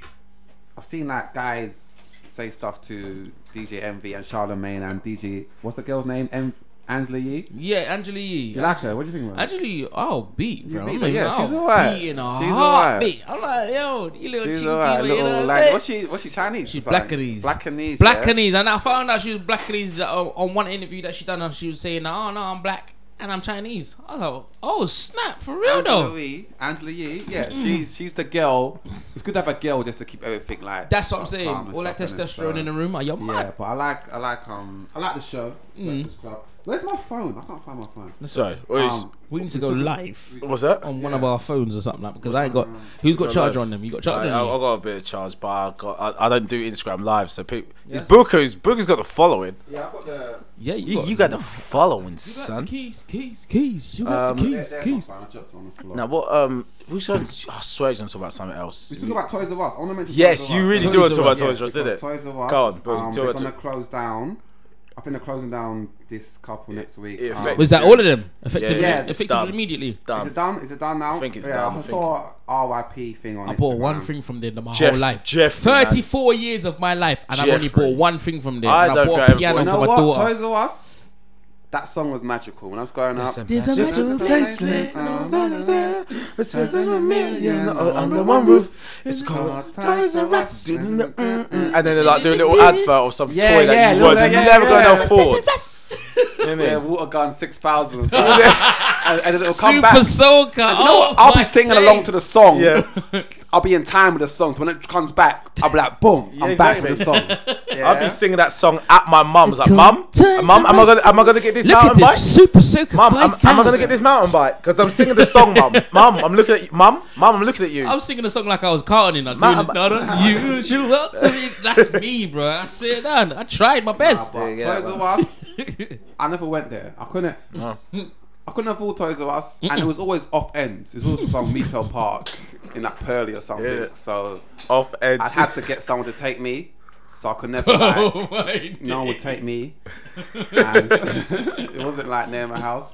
E: I've seen like guys
C: say stuff to DJ Envy and
E: Charlemagne and DJ. What's the girl's name? M- Angela Yee.
B: Yeah, Angela Yee.
E: You like her? What do you think? About her?
B: Actually, I'll beat, bro. I'm
C: beat her,
B: like,
C: yeah,
B: I'll
C: she's alright.
B: Beat in a
C: She's
B: heartbeat. I'm like, yo, you little
C: She's
B: cheeky,
C: alright,
B: but you know
C: little
B: what
C: like
B: I'm
C: what's
B: saying?
C: she? What's she Chinese?
B: She's
C: Like,
B: Blackanese.
C: Blackanese. yeah?
B: Blackanese, and I found out she was Blackanese uh, on one interview that she done. And she was saying, "Oh no, I'm black and I'm Chinese." I was like, "Oh snap, for real
C: Angela
B: though."
C: Yee, Angela Yee, yeah,
B: Mm.
C: she's she's the girl. It's good to have a girl just to keep everything like.
B: That's what I'm
C: sort of
B: saying.
C: calm and
B: All that
C: stuff, innit?
B: testosterone
C: So-
B: in the room, are you mad?
E: Yeah, but I like I like um I like the show.
B: Mm.
E: Breakfast Club. Where's my phone? I can't find my phone.
A: Sorry. What is,
E: Um,
B: We need to go live
A: what's that?
B: on one of our phones or something like because I ain't got. Who's got
A: Go
B: charger
A: live.
B: on them? You got
A: I, I,
B: charger? on
A: I
B: you?
A: got a bit of charge, but I, got, I, I don't do Instagram live. So people, it's Booker's Booker's got the following.
E: Yeah, I've got the.
B: Yeah, you,
A: You,
B: got,
A: you got the following,
B: you got the
A: son.
B: keys, keys, keys. You got the
E: Yeah,
B: keys,
E: there, my
B: keys.
E: phone. I dropped it on the floor.
A: Now what? Um, we should. I swear, he's gonna talk about something else.
E: We talk about Toys R Us. I want to mention
A: Yes,
E: Toys R
A: you
E: Us.
A: really
B: Toys
A: do
B: R
A: want to talk about
B: Us, yeah,
A: Toys R Us, did
E: because
A: it?
E: Toys R Us.
A: Go on, Booker,
E: um,
A: tell
E: they're
A: her to-
E: gonna close down. I think they're closing down this couple next week.
A: it
E: Um,
A: affects-
B: Was that all of them? Effectively,
E: Yeah, yeah, it's
A: done.
B: effectively immediately.
A: It's
E: is
A: done.
E: it done? Is it done now?
A: I think it's
E: yeah,
A: done,
E: I
A: I
E: saw a RIP thing on.
B: I bought one
E: Instagram.
B: thing from them my
A: Jeff-
B: whole life.
A: Jeffrey, man.
B: 34 years of my life, and I've only
A: Jeffrey.
B: bought one thing from them.
A: I
B: and
A: don't
B: I bought
A: think
B: a
A: I
B: piano
A: ever
E: You know
B: for my
E: what?
B: daughter.
E: Toys R Us.
C: That song was magical when I was growing up.
A: There's a magical
E: bracelet
A: a million under
E: under
A: one
E: one
A: roof. It's called Toys R Us. mm, And then they're like doing a little advert or some
E: Yeah,
A: toy that
E: yeah,
A: you
E: look
A: was
E: at- yeah,
A: never
E: yeah.
A: going to afford. (laughs)
C: Yeah,
A: Innit?
C: water gun six thousand.
A: (laughs)
C: and, and it'll come back.
B: Super Oh, soaker.
C: You know what? I'll be singing along to the song.
A: Yeah.
C: I'll be in time with the song. So when it comes back, I'll be like, boom, I'm back with the song.
A: I'll be singing that song at my mum's. Like,
B: called
A: mum,
B: Toys
A: mum,
B: R
A: am I gonna
B: Us.
A: am I gonna get this
B: Look at
A: mountain bike?
B: this super soaker.
A: Mum, am, am I gonna
B: 5000.
A: get this mountain bike? Because I'm singing the song,
B: (laughs)
A: mum. Mum, I'm looking at you. Mum, mum, I'm looking at you.
B: I was singing a song like I was carting. Like,
A: Ma-
B: doing it. no, no, you shoot up to me.
C: (laughs)
B: That's me, bro. I said that. I tried my best.
E: But
A: Yeah,
E: Toys
A: man.
E: R
A: (laughs)
E: Us. I never went there. I couldn't. I couldn't afford Toys R Us, and it was always off ends. It was always
A: (laughs)
E: some retail park.
C: In that Pearly or something.
A: Yeah.
C: So
A: Off Ed.
C: I had to get someone to take me. So I could never
A: (laughs)
B: (laughs)
C: like
B: Oh my
C: no one would
B: days.
C: take me. And (laughs) it wasn't like near my house.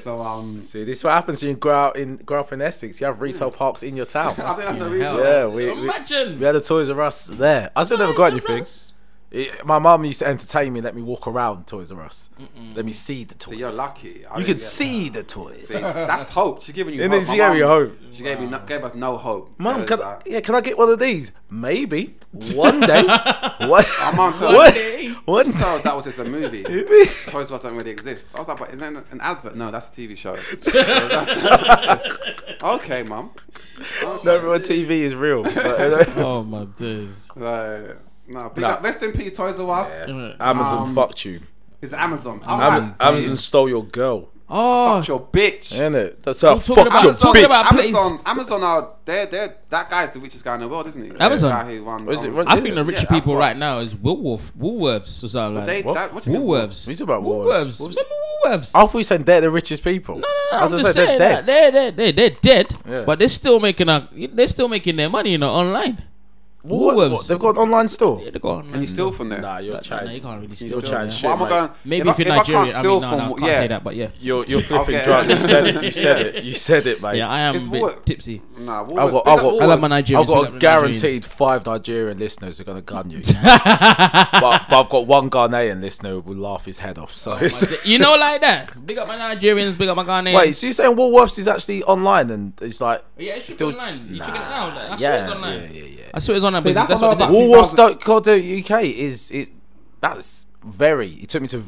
C: So um
A: See, this is what happens when you grow out in grow up in Essex. You have retail parks in your town.
C: I didn't have no reason.
B: Hell.
A: Yeah, we- we-
B: imagine.
A: We had a Toys R Us there. I still never got anything. It- my mum used to entertain me, let me walk around Toys R Us, let me see the toys.
C: You're lucky. I
A: You
C: didn't
A: can
C: get
A: see the toys.
C: See, that's hope. She's giving you
A: And
C: hope.
A: then
C: My
A: she gave me
C: mum-
A: hope.
C: She gave me no, gave us no hope.
A: Mum,
C: There
A: can
C: was
A: I,
C: that.
A: yeah, can I get one of these? Maybe one (laughs) day. what?
C: mum told
A: (laughs) what?
B: me.
A: One
C: So
A: day.
C: that was just a
A: (laughs)
C: movie. Toys R Us don't really exist. I was like, but is that an advert? No, that's a TV show. So that's- that's just- okay, mum.
A: (laughs) No, everyone TV is real. But, uh,
B: Oh my days.
C: Like,
E: No, big
A: Nah.
E: up. Rest in peace, Toys R Us.
A: Amazon
E: Um,
A: fucked you.
E: It's Amazon.
A: Am- Amazon stole your girl.
B: Oh,
C: Fuck your bitch.
A: Ain't it? That's how
B: talking
A: fucked
B: about-
A: your
B: I'm talking
A: bitch.
B: about- place.
E: Amazon.
C: Amazon are they're they're that guy's the richest guy in the world, isn't he?
B: Amazon.
C: The guy who runs
A: What is it?
C: Amazon.
B: I
A: Is
B: think
A: it?
B: the richer
C: Yeah, that's
B: people
C: what-
B: right now is Woolworth, Woolworths or something like
C: They,
B: that.
A: What?
C: that, what do you mean?
B: Woolworths.
A: We talk about
B: Woolworths.
A: Woolworths.
B: Remember Woolworths?
A: I thought you said they're the richest people. No,
B: No, I'm just saying that they're they're they're, they're dead,
A: Yeah.
B: but they're still making a, they're still making their money you know online.
A: What,
B: Woolworths.
A: what? They've got an online store.
B: Yeah, they go online.
C: Can you steal from there?
A: Nah, you're
B: Like, nah, you
A: trying.
B: can't really steal.
A: You're trying
B: yeah.
A: shit.
C: Why am I
A: mate.
C: going?
B: Maybe
C: if,
B: if, you're
C: I, if I
B: Nigerian,
C: can't
B: I,
C: steal
B: mean, no,
C: from
B: no, I can't
C: yeah,
B: say that, but yeah,
A: You're (laughs) you're flipping
C: Okay.
A: drugs. You said it. You said it. You said it, mate.
B: (laughs) yeah, I am
C: It's
B: a bit
C: what-
B: tipsy.
E: Nah, Woolworths.
A: I've got,
E: big
A: I've
E: up
A: got,
B: I love my
E: Woolworths.
B: Nigerians.
A: I've
B: big
A: got
B: up
A: a
B: the Nigerians.
A: guaranteed five Nigerian listeners are gonna gun
B: (laughs)
A: you. but, but I've got one Ghanaian listener who will laugh his head off. So
B: Oh,
A: it's,
B: You know, like that. Big up my Nigerians. Big up my
A: (laughs)
B: Ghanaians.
A: wait, so you're saying Woolworths is actually online and it's like
B: yeah, it's
A: still-
B: still online. You checking it out? Like, I swear
A: yeah,
B: it's
A: yeah,
B: online.
A: yeah, yeah.
B: I swear it's online. because
E: that's
B: that's
E: what
B: what
E: I
B: it's
E: was
B: like.
E: about.
A: Woolworths.co.uk is it that's very it took me to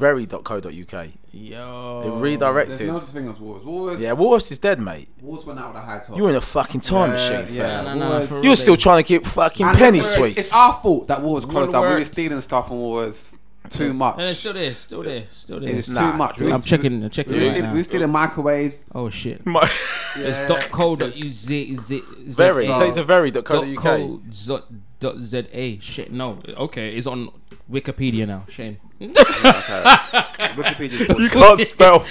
A: very.co.uk. It
B: Yo,
E: There's
A: redirected.
E: no such thing as Woolworths. Woolworths.
A: yeah, Woolworths is dead, mate.
E: Woolworths went out with a high top.
A: You were in a fucking time machine. fam.
B: yeah, no, no,
E: Woolworths.
B: for
A: You were still trying to get fucking
E: And
A: penny
E: it's-
A: sweets.
E: It's our fault that Woolworths
C: close
E: closed
C: that.
E: down.
C: We were
E: Woolworths
C: stealing stuff from Woolworths too
B: And
C: much.
B: it's still there. Still there. Still there.
E: It was
A: Nah,
E: too much. We
B: I'm
E: was-
B: checking. I'm checking
E: We were
B: right
E: stealing-
B: now.
E: we were stealing microwaves.
B: Oh
A: (laughs)
B: shit.
A: My-
B: It's
E: Yeah.
B: dot co dot uz is it
A: very. It
B: dot
A: takes a very.co.uk.
B: co dot dot za. Shit. No. Okay. It's on Wikipedia now. Shame.
C: Wikipedia's
A: You
E: (laughs)
C: bullshit.
A: can't spell.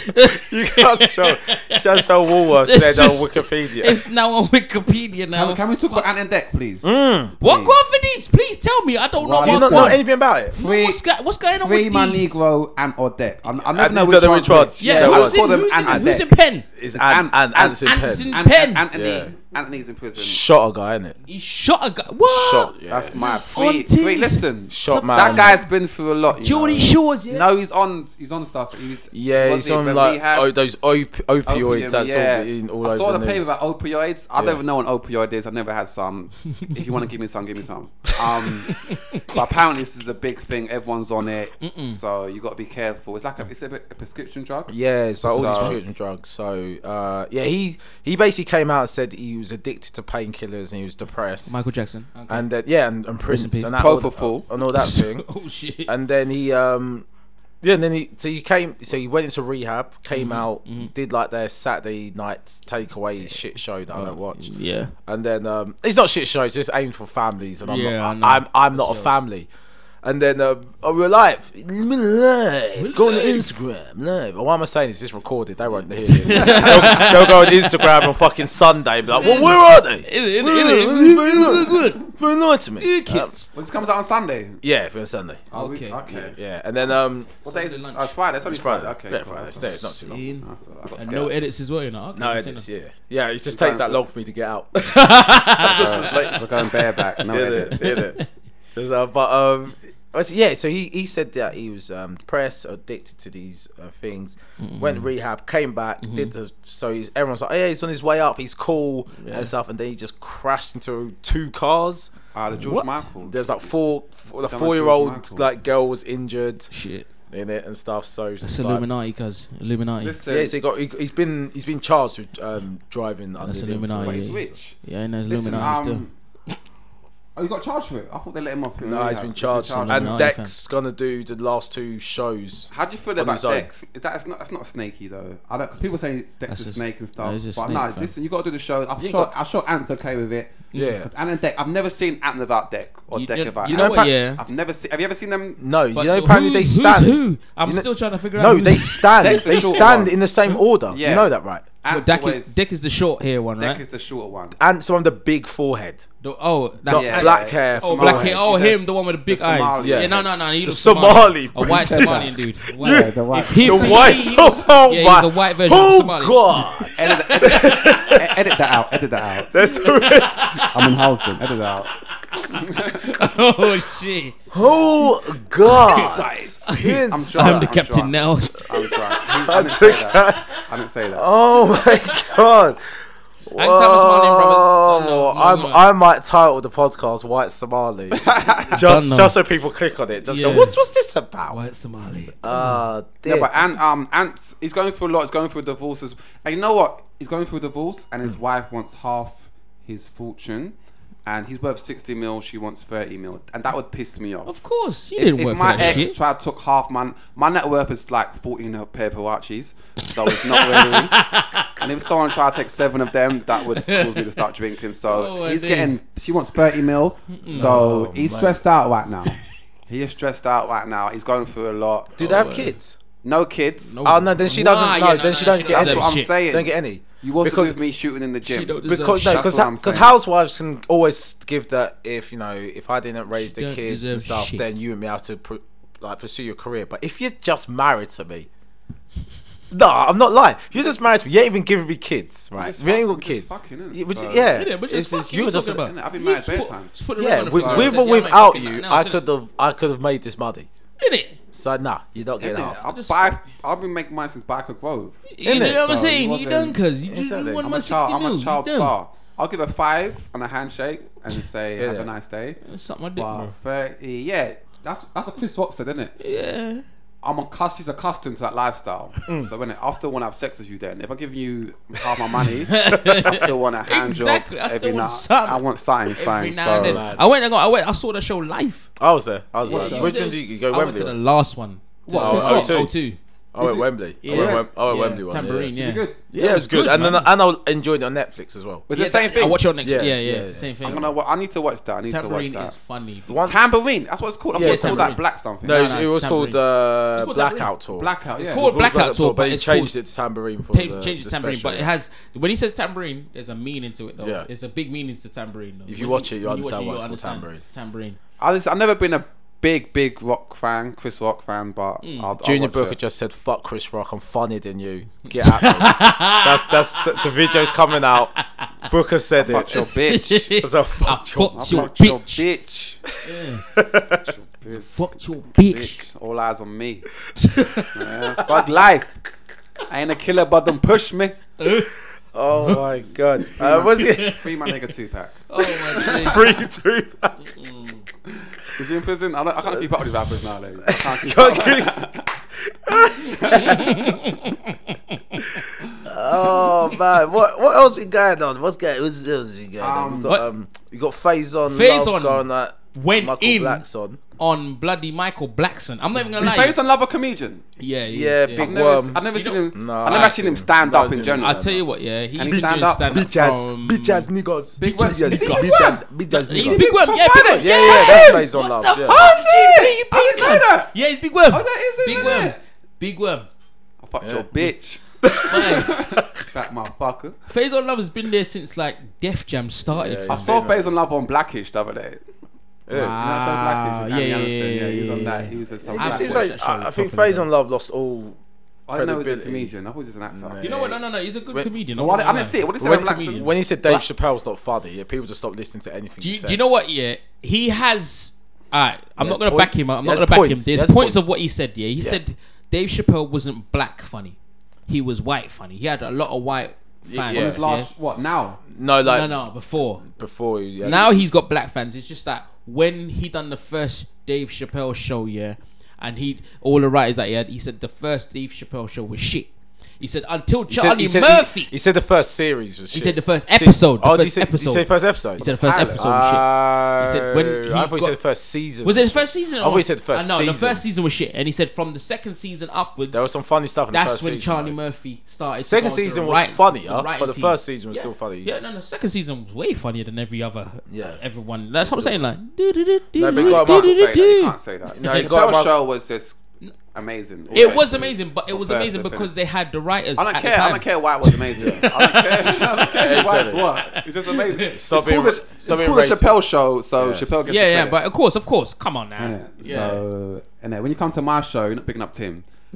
A: You can't spell. Just spell Woolworths
B: (laughs) It's
A: said on
B: just-
A: Wikipedia.
B: It's now on Wikipedia
E: Can
B: now.
E: we- Can we talk about Ant and Deck, please?
B: Mm. What go on for these? Please tell me. I don't know.
E: Well,
A: Do you
B: what's
A: not
B: going
A: know
B: on.
A: anything about it?
E: Free,
B: What's, go- what's going on
E: free
B: with
E: my
B: these?
E: Negro and or Deck. I, I never
A: And
E: know
A: you
E: which,
A: don't know
E: one's
A: which one.
E: which.
B: Yeah,
A: Yeah,
B: who's,
A: I
B: in,
E: call them
B: who's, in,
E: Ant and
B: who's in
E: Deck.
B: pen?
A: It's
E: Ant-
A: An and
E: Ant-
A: Anson
B: Anson-
A: Penn.
E: Ant-
B: Pen.
E: Anthony.
A: Yeah.
E: Anthony's in prison.
A: Shot a guy, innit?
B: He shot a guy. What?
A: Shot. Yeah.
C: That's my
B: On
C: free.
B: things.
C: free listen,
A: Shot man.
C: that guy's been through a lot. You
B: Jordy
C: know.
B: Shores. Yeah.
E: No, he's on. He's on stuff. He was,
A: Yeah,
E: was
A: it's
E: he
A: on
E: when
A: like
E: we had
A: oh, those op- opioids.
E: opium?
A: that's
C: yeah.
A: all in all
E: I
A: over
E: saw the
A: the
E: paper
A: news.
E: about opioids.
C: I
A: Yeah.
C: don't know what an opioid is. I've never
A: (laughs)
C: had some. if you want to give me some, give me some. Um, but apparently this is a big thing. Everyone's on it, so you got to be careful. It's like a, it's a, bit- a prescription drug.
A: Yeah, it's like all these
C: So-
A: prescription drugs. So uh, yeah, he he basically came out and said he was addicted to painkillers and he was depressed.
B: Michael Jackson. Okay.
A: and uh, yeah, and, and Prince
B: peace.
A: and that
C: Pro for
A: all,
C: full.
A: and all that thing.
B: oh shit.
A: And then he um yeah, and then he so he came so he went into rehab, came
B: Mm-hmm.
A: out, did like their Saturday night takeaway shit show that I don't watch.
B: Oh, yeah.
A: And then um, it's not shit show. It's just aimed for families, and I'm
B: Yeah, I
A: not.
B: know.
A: I am I'm not a
B: yours.
A: family. And then um, oh, we're live. We're live. Go on Instagram live. And What am I saying is this recorded. They won't hear
B: (laughs)
A: this. they'll, they'll go on Instagram on fucking Sunday. and Be like, well, where are they?
B: (laughs) In, in,
A: Where
B: in,
A: are they? Very nice. Very nice to me. Um,
B: kids.
E: Well, this comes out on Sunday.
A: Yeah, for Sunday.
E: Oh, we-
B: Okay.
E: Okay.
A: Yeah, and then um,
C: What day is it?
B: Sunday lunch.
C: Oh, it's Friday. It's only
A: it's Friday.
C: Friday.
A: Okay,
C: Okay.
A: yeah,
C: cool.
A: Friday. It's, there, it's not too long.
B: In.
C: So I got
B: And
C: scared.
B: no edits as well, you know. Okay,
A: No,
B: I've
A: it
B: seen
A: is.
B: that.
A: Yeah, yeah. It just takes that long for me to get out. (laughs) Just as late as
C: We're going bareback. No
A: yeah,
C: edit.
A: the- yeah, the- There's, uh, but um, I see- yeah. So he he said that he was um, depressed, addicted to these uh, things. Went to rehab, came back, did the so he's, everyone's like, oh, yeah, he's on his way up, he's cool
B: Yeah.
A: and stuff. And then he just crashed into two cars.
C: Ah, the George
B: What?
C: Michael.
A: There's like four, four the
C: Don't know
A: four year old
C: George Michael.
A: like girl was injured
B: Shit.
A: in it and stuff. So it's
B: That's
A: just like,
B: Illuminati, cuz. Illuminati.
C: Listen, um,
A: yeah, so he got he, he's been he's been charged with um, driving under the
B: Illuminati,
A: influence.
B: yeah.
C: switch.
B: yeah, and there's
E: Listen,
B: Illuminati still.
E: um, oh, you got charged for it. I thought they let him off.
A: No, he's been charged,
B: No,
A: and
B: he's
A: Deck's gonna do the last two shows.
C: How do you feel
A: On
C: about
A: his own.
C: Dex? Is that, it's not, it's not snaky though.
E: I don't, cause people say Dex
B: That's
E: is
B: just-
E: snake and
B: no,
E: stuff,
B: he's just
E: but
B: snake,
E: no,
B: fam.
E: listen, you got to do the shows. I'm
C: You
E: sure,
C: got-
E: I'm sure Ant's okay with it.
A: Yeah.
E: Ant and Deck,
C: I've never seen Ant without Deck or
B: You-
C: Deck
B: you-
C: without
B: you
C: Ant.
B: know what, yeah.
C: I've never seen. Have you ever seen them?
A: No, you
B: But
A: know apparently
B: who-
A: they
B: who's
A: stand.
B: Who? I'm
A: You know-
B: still trying to figure out.
A: No,
B: who's-
A: they stand.
C: Deck's the
A: they
C: short
A: stand
C: one.
A: in the same order.
C: Yeah.
A: You know that, right?
B: Well,
C: Ant's
B: Deck,
C: always-
B: is, Deck is the short hair one,
C: Deck
B: right?
C: is the shorter one. E,
A: And someone with the big forehead,
B: The- oh, that,
A: not
C: yeah,
A: black
C: yeah.
A: hair.
B: oh,
A: forehead.
B: black hair. Oh,
C: That's-
B: him, the one with the big
C: the
B: eyes.
C: Somali.
B: Yeah.
A: Yeah.
B: no, no, no. He
A: The
B: was
A: Somali,
B: A white
E: bro.
B: Somalian dude. Wow.
E: Yeah, the white-
B: If he-
A: The
B: if he-
A: white (laughs)
B: he-
A: so
B: Yeah, he's a white version of
A: Oh
B: Somali. (laughs)
A: god! (laughs)
E: edit, edit,
C: e,
E: edit that out. Edit that out.
A: That's
E: I'm in Halston. Edit that out.
B: Oh shit!
A: oh god!
C: I'm
A: Inside.
C: sure-
B: I'm the
C: I'm
B: captain
C: drunk.
B: now.
C: I'm drunk. I didn't say that. I didn't say that.
A: Oh (laughs) my god!
B: Hang Thomas Marlin brothers.
A: Oh,
B: No, no, no,
A: I'm,
B: no.
A: I might title the podcast "White
C: (laughs)
A: Somali," just
B: know.
A: just so people click on it. Just
B: Yeah.
A: go, what's what's this about?
B: White Somali.
A: Uh,
C: Yeah,
A: dear.
C: but Ant, um, Ant's he's going through a lot. He's going through a divorce.
B: Mm.
C: As, and you know what? He's going through a divorce, and his wife wants half his fortune. and he's worth 60 mil, she wants 30 mil. And that would piss me off.
B: Of course, you didn't
C: if
B: work
C: my
B: for that
C: ex
B: shit.
C: tried took half my my net worth is like fourteen of pair of Hirachis, so it's not
B: (laughs)
C: really. and if someone tried to take seven of them, that would cause me to start drinking. So
B: (laughs) Oh, I
C: he's
B: see. Mm. Oh,
C: getting she wants thirty mil, so he's stressed out right now. (laughs) he is stressed out right now. He's going through a lot.
A: Do they have kids?
C: No kids.
B: No.
A: Oh no, then she
B: Nah,
A: doesn't.
B: yeah,
A: No,
B: no,
A: then
B: no,
A: she doesn't
B: she
A: get
B: doesn't
A: any.
C: That's what I'm
B: shit.
C: saying.
A: Don't get any.
C: You wasn't
A: because
C: with me shooting in the gym.
B: She don't deserve
A: because no,
B: shit.
C: That's
A: because
C: what I'm
A: because
C: saying.
A: housewives can always give that if you know if I didn't raise the
B: don't
A: kids
B: deserve
A: and stuff,
B: shit.
A: then you and me have to pr- like pursue your career. But if you're just married to me. (laughs) No, I'm not lying. You're just married to me. You ain't even giving me kids, right?
C: just
A: We ain't
C: fuck-
A: got
C: we're just
A: kids.
C: fucking, innit?
A: Yeah, which-
C: So-
A: yeah,
B: Yeah, but
A: it's
B: just
A: just
B: fucking
A: you were
B: talking
A: just
B: about.
C: I've been married
B: You
C: bare
B: put-
C: times.
B: just put the ring
A: yeah.
B: on the
A: With,
B: floor and
A: with
B: said,
A: or
B: "Yeah, I'm
A: without
B: making that
A: you,
B: now,"
A: I
B: so-
A: could have I could have made this money.
B: Innit?
A: So nah, you're not getting half.
C: I'll
B: Just-
C: buy. I've been making mine since Biker Grove.
B: You know
A: Innit?
B: what I'm
C: So,
B: saying?
C: you
B: You
C: wasn't-
B: done, cuz. You just
A: Exactly.
B: won
A: I'm
B: my
C: I'm a
B: 60
C: child,
B: mil.
C: I'm a
B: you
C: child
B: done.
C: star. I'll give a five and a handshake and say have
A: Yeah.
C: a nice day.
B: Suck my dick,
C: But
B: bro.
C: thirty, yeah, that's that's what Chris Rock said, isn't it?
B: Yeah.
C: I'm a cuss, he's accustomed to that lifestyle.
A: Mm.
C: So innit, I still want to have sex with you. Then if I give you half
B: (laughs)
C: my money, I still want a hand
B: Exactly, I
C: job
B: still
C: every
B: want
C: night.
B: something.
C: I want something,
B: Every
C: something.
B: now and
C: So
B: then.
A: Mad.
B: I went, I, got, I went, I saw the show live.
A: I was there. I was
C: What
A: there.
C: show?
A: Which one did you go?
B: I went to the
A: Wembley.
B: last one. To-
C: What,
A: Oh,
B: oh,
A: oh, two.
B: oh, two.
A: I went Wembley. I went Wem- I went
B: Yeah,
A: Wembley one. yeah.
B: Tambourine, yeah.
C: good.
A: Yeah, it was good, and
B: man.
A: then and I enjoyed it on Netflix as well.
C: was
B: Yeah,
C: the same
B: that-
C: thing.
B: I watch it on next. Yeah,
A: Yeah,
B: yeah,
A: yeah,
B: it's the same thing.
C: I'm gonna. wa- I need to watch that. I need
B: Tambourine
C: to watch
B: is
C: that.
B: funny.
A: One
C: Uh, Tambourine. That's what it's called. I thought
A: Yeah,
C: it's called that
B: tambourine.
C: black something.
A: No, it was,
B: no,
A: it
B: it's
A: was called uh,
B: called
A: Blackout Tour.
C: blackout.
B: It's
C: yeah.
B: called
A: Blackout,
B: Blackout Tour,
A: but
B: but
A: he
B: it's called
A: changed it to Tambourine for
B: ta-
A: the,
B: changes
A: the
B: tambourine,
A: special,
B: but it
A: yeah.
B: has when he says tambourine, there's a meaning to it though.
A: Yeah.
B: There's a big meaning to tambourine. Though. If
A: you watch it, you understand why it's called tambourine.
B: Tambourine.
C: I just, I've never been a big, big rock fan, Chris Rock fan, but I'll,
A: Hmm. Junior
C: I'll watch
A: Booker
C: it.
A: just said, "Fuck Chris Rock, I'm funnier than (laughs) you. Get out." that's that's the, the video's coming out. Booker said
C: Fuck
A: it. (laughs)
C: your bitch.
A: It's a (laughs) fuck your-
B: Fuck your
C: Fuck your
B: bitch.
C: bitch. Fuck your bitch.
B: Fuck your bitch.
C: bitch. All eyes on me. yeah. Fuck life. I ain't a killer, but them push me.
A: Oh my god! Uh, was (laughs) it
C: Free my nigga Tupac.
B: Oh my god.
A: free two?
C: Is he in prison? I, don't, I can't keep up with these rappers nowadays. I can't keep up.
A: oh Oh, man, what what else we got on? What's got what's else we got? on? we got
B: what-
A: um, we got phase on,
B: Phase
A: phase
B: On
A: on going at
B: went
A: Michael
B: in.
A: Black's on.
B: On bloody Michael Blackson. I'm not even gonna lie.
C: Based on love a comedian.
B: Yeah, he
A: Yeah,
B: is,
A: big
C: I've never,
A: Worm.
C: I've never seen him.
A: No,
C: I've
A: I
C: never seen him
A: see.
C: stand
A: No, I
C: up
A: see
C: in
A: him
C: general.
B: I'll
A: stand
B: tell you what, yeah, he
C: he
B: did
C: stand
B: do
C: up?
B: stand up Um,
A: Bitch ass,
B: from-
A: bitch ass niggas,
C: Big
A: bitch ass
C: words,
A: niggas,
B: niggas.
A: bitch ass, bitch ass
B: He's
A: niggas.
B: big worm, yeah, big worm,
A: Yeah, yeah, that's phase on
B: What
A: love.
B: the
A: yeah.
B: fuck, Jimmy? You
C: I didn't know
B: big worm.
C: that.
B: Yeah, it's big worm.
C: Oh, that is him,
B: big
C: isn't
B: worm.
C: it?
B: Big worm.
C: Fuck your bitch.
B: Fine.
C: Fat motherfucker.
B: Phase on Love has been there since like Def Jam started.
A: Yeah,
C: I
B: fam.
A: yeah.
C: saw
A: Big
C: Based on Love on Blackish the other day.
A: Yeah.
B: Ah,
C: Black
B: yeah, yeah,
C: Asian, Annie
B: yeah,
C: Anderson,
B: yeah,
C: yeah, he was on
B: yeah,
C: that.
B: yeah.
C: He was in
B: It
C: some
A: It just
C: black
A: seems
B: watched
C: boy.
A: like
B: that show
A: I, I think
B: properly,
A: phase on love lost all.
C: I didn't know he was a
A: credibility.
C: comedian. I thought he was an actor.
B: You know what? No, no, no. He's a good
A: When-
B: comedian.
C: No, I,
B: not
C: didn't- I
B: gonna
C: didn't
B: lie.
C: see it. What did he say?
A: When,
C: about Blackson?
A: when he said Dave
B: Black-
A: Chappelle's not funny, yeah, people just stopped listening to anything.
B: Do
A: he
B: you,
A: said.
B: do you know what? Yeah, he has. Alright, I'm
A: He
B: not
A: has
B: gonna back
A: points.
B: him. I'm
A: He
B: not
A: has
B: gonna back him.
A: points. He
B: There's
A: has
B: points,
A: points.
B: of what he said. Yeah, he said Dave Chappelle wasn't black funny. He was white funny. He had a lot of white fans.
A: yeah.
B: Yeah,
C: His last what now?
A: No, like
B: No, no, before.
A: before. he- Yeah,
B: Now he's got black fans. It's just that when he done the first Dave Chappelle show, yeah, and he all the writers that he had, he said the first Dave Chappelle show was shit. He said until
A: He said-
B: Charlie
A: he said-
B: Murphy.
A: He, he said the first series was. He
B: said the first episode, the
A: oh, did he
B: first
A: say, did
B: episode.
A: he say first episode?
B: he said the first
C: Pilot.
B: episode was shit.
A: Uh,
B: He said when he
A: I thought he
B: got-
A: said the first season.
B: Was it his first season? Or?
A: I thought he said the first
B: Uh, no, the
A: season.
B: first season was shit, and he said from the second season upwards,
A: There was some funny stuff in the
B: that's
A: first
B: when
A: season.
B: Charlie
A: though.
B: Murphy started. to
A: Second
B: go to the
A: season was
B: writing-
A: funnier,
B: the writing
A: but the
B: team.
A: first season was
B: Yeah.
A: still funny.
B: Yeah, no, no. Second season was way funnier than every other.
A: Yeah.
B: everyone. That's what I'm saying. Like, do do do do.
A: No, but you gotta
B: do,
A: mark-
B: do,
C: You
B: do,
C: can't say
B: do.
C: that. You can't say that.
A: No,
C: No,
A: he got my-
C: Chappelle's show was just amazing.
B: It was amazing, but it was
C: From first
B: amazing
C: to
B: because
C: finish.
B: they had the writers.
C: I don't
B: at the
C: care. I
B: time.
C: don't care why it was amazing. I don't care. I don't care why it's what. It's just amazing.
A: Stop
C: it's called
A: being-
C: the,
A: stop
C: it's
A: being
C: called the
A: racist.
C: Chappelle show, so Chappelle gets
B: Yeah,
C: the
B: yeah,
C: credit.
B: but of course, of course. Come on now.
C: Innit?
B: Yeah.
C: So, and when you come to my show, you're not picking up Tim.
A: (laughs)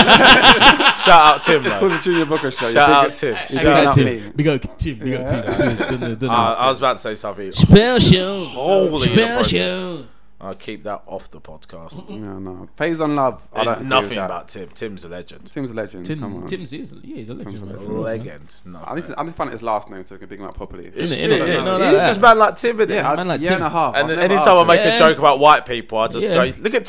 A: Shout out
B: (laughs)
A: Tim.
C: It's called the Junior Booker show.
A: Shout
C: You're
A: out
C: big-
A: Tim.
B: Hey,
A: Shout
B: we
A: out
B: got
C: up
A: Tim.
B: Tim.
C: me.
B: We got Tim. We got Tim.
A: Uh, I was about to say something.
B: Spell show.
A: Holy
B: Spell
A: Lord.
B: show.
A: I'll keep that off the podcast.
C: No, no. Phase on love. I
A: There's
C: don't agree with
A: nothing
C: that.
A: about Tim. Tim's a legend.
C: Tim's a legend. Come
B: Tim,
C: on.
B: Tim's is, yeah, he's a legend. man.
A: Legend. No.
C: I need to, I need to find out his last name so we can pick him up properly.
B: Isn't it?
A: Yeah,
B: Innit?
A: yeah,
B: Yeah, no,
A: he's
B: no, yeah.
A: just mad like Tim, innit?
C: yeah,
B: Man
C: man
B: like
C: year
B: Tim.
C: and a half.
A: And
C: I've
A: then
C: never
A: anytime I
C: asked
A: make
B: Yeah.
A: a joke about white people, I just
B: Yeah.
A: go, "Look at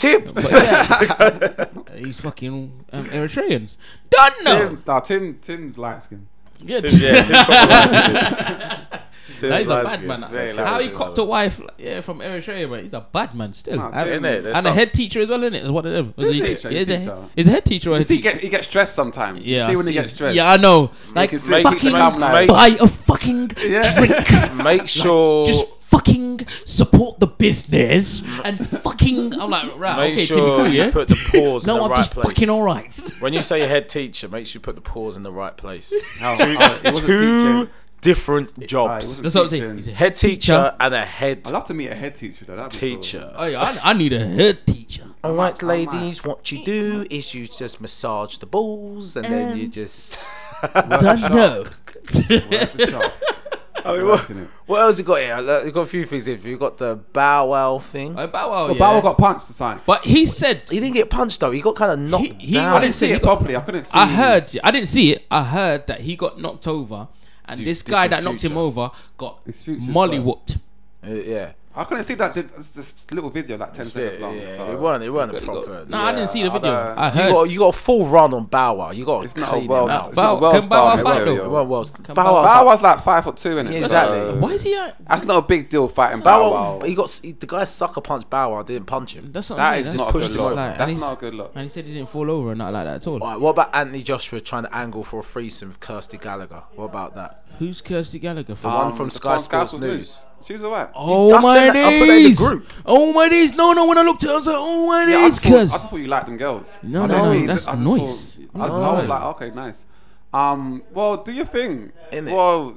B: (laughs)
A: Tim." (laughs)
B: He's fucking um, Eritreans. Don't
C: him.
B: know.
C: Tim, nah, Tim, Tim's light skin.
B: Yeah,
A: yeah,
B: (laughs)
A: Tim's got the
B: That is a
A: Lazarus.
B: bad man.
A: Very
B: How he
A: Lazarus.
B: copped a wife like, yeah, from Eritrea, but he's a bad man still.
C: Nah,
B: and
C: tell
A: Innit? There's
B: and a
A: some-
B: head teacher as well, isn't it? One of them. Was
C: Is
B: he?
C: he?
B: Yeah, he's, a,
C: Teacher.
B: he's a head teacher. Or a head
C: See, he
B: teacher.
C: get he gets stressed sometimes.
B: Yeah,
C: see
B: I
C: when he
B: see.
C: gets stressed.
B: Yeah, I know. Like
C: it-
A: make it
B: fucking
A: come now. Make-
B: buy a fucking drink.
A: (laughs)
B: (laughs)
A: Make sure.
B: Just fucking support the business and fucking. I'm like, right,
A: Make
B: okay,
A: sure
B: Timmy Cool,
A: you
B: yeah.
A: put
B: (laughs)
A: the pause in
B: No,
A: the
B: I'm
A: right
B: just
A: place.
B: fucking alright.
A: When you say head teacher, make sure you put the pause in the right
B: (laughs)
A: place.
C: Oh,
A: Two,
C: oh, it wasn't
A: two
C: teaching.
A: different
C: Right, it
A: jobs:
C: wasn't
B: That's what I'm saying.
C: teaching.
B: He's ah, a
A: head teacher and a head
E: I'd love to meet a head teacher though. That'd be cool.
A: teacher.
B: (laughs) Oh yeah, I, I need a head teacher.
A: All right, ladies, what you do is you just massage the balls and then you just. (laughs)
B: Don't know. (laughs)
A: I mean, what, what else you got here? Look, You got a few things here. You got the Bow Wow thing.
B: Like, Bow Wow, yeah.
C: But Bauer got punched the time.
B: but he said
A: He didn't get punched though. He got kind of knocked
B: He- he-
A: down.
B: I
C: I didn't see
B: He
C: it
B: got-
C: properly. I couldn't see.
B: I heard. I didn't see it. I heard that he got knocked over, and
A: Dude,
B: this
A: this
B: guy
A: is
B: that knocked him
A: future.
B: over got
C: It's future,
B: molly
C: bro.
B: whooped.
A: Uh, yeah,
C: I couldn't see that. This, this little video, like ten seconds
A: yeah,
C: long.
A: yeah.
C: so.
A: It weren't. It weren't a
B: No,
A: proper.
B: I didn't see the
C: I
B: video.
C: don't-
B: I
A: You
B: heard.
A: got you got a full run on Bow Wow. You got
C: It's
A: to
C: not
A: clean
C: a world.
A: him out.
C: It's not
B: Bow-
C: a world
B: can Bow
C: star.
B: Wow fight
A: It
B: though?
A: wasn't world.
B: Can
A: Bow
B: Bow
A: Wow's
C: Bow
A: like-
C: Wow's like five foot two, innit?
A: Yeah, exactly.
C: So,
B: Why is he? At,
C: that's not a big deal fighting
A: Bow
C: Bow
A: Wow.
C: Wow.
A: He got he, the guy sucker punched Bow Wow. Didn't punch him.
B: that's what I'm
C: That
B: saying,
C: is
B: that's
C: not a
A: pushed
C: good
A: him
C: look.
A: over.
B: and
C: That's
B: he's-
C: not a good look.
B: And he said he didn't fall over and not like that at all.
A: All right, what about Anthony Joshua trying to angle for a threesome with Kirsty Gallagher? What about that?
B: Who's Kirsty Gallagher? For?
A: one
C: Um,
A: from
C: the
A: Sky
C: Sky
A: Sports
C: Sports
A: News.
C: She's alright.
B: oh
A: That's
B: my
A: in the- I put that in the
B: days!
A: group.
B: Oh my days! No, no. When I looked at, it, I was like, oh my
C: Yeah, I
B: days,
C: just thought- I just
B: cuz.
C: thought you liked them girls.
B: No,
C: I
B: no,
C: didn't really-
B: that's
C: I just
B: nice.
C: thought- I, just- I was like, okay, nice. Um, well, do your thing.
A: Innit?
C: Well,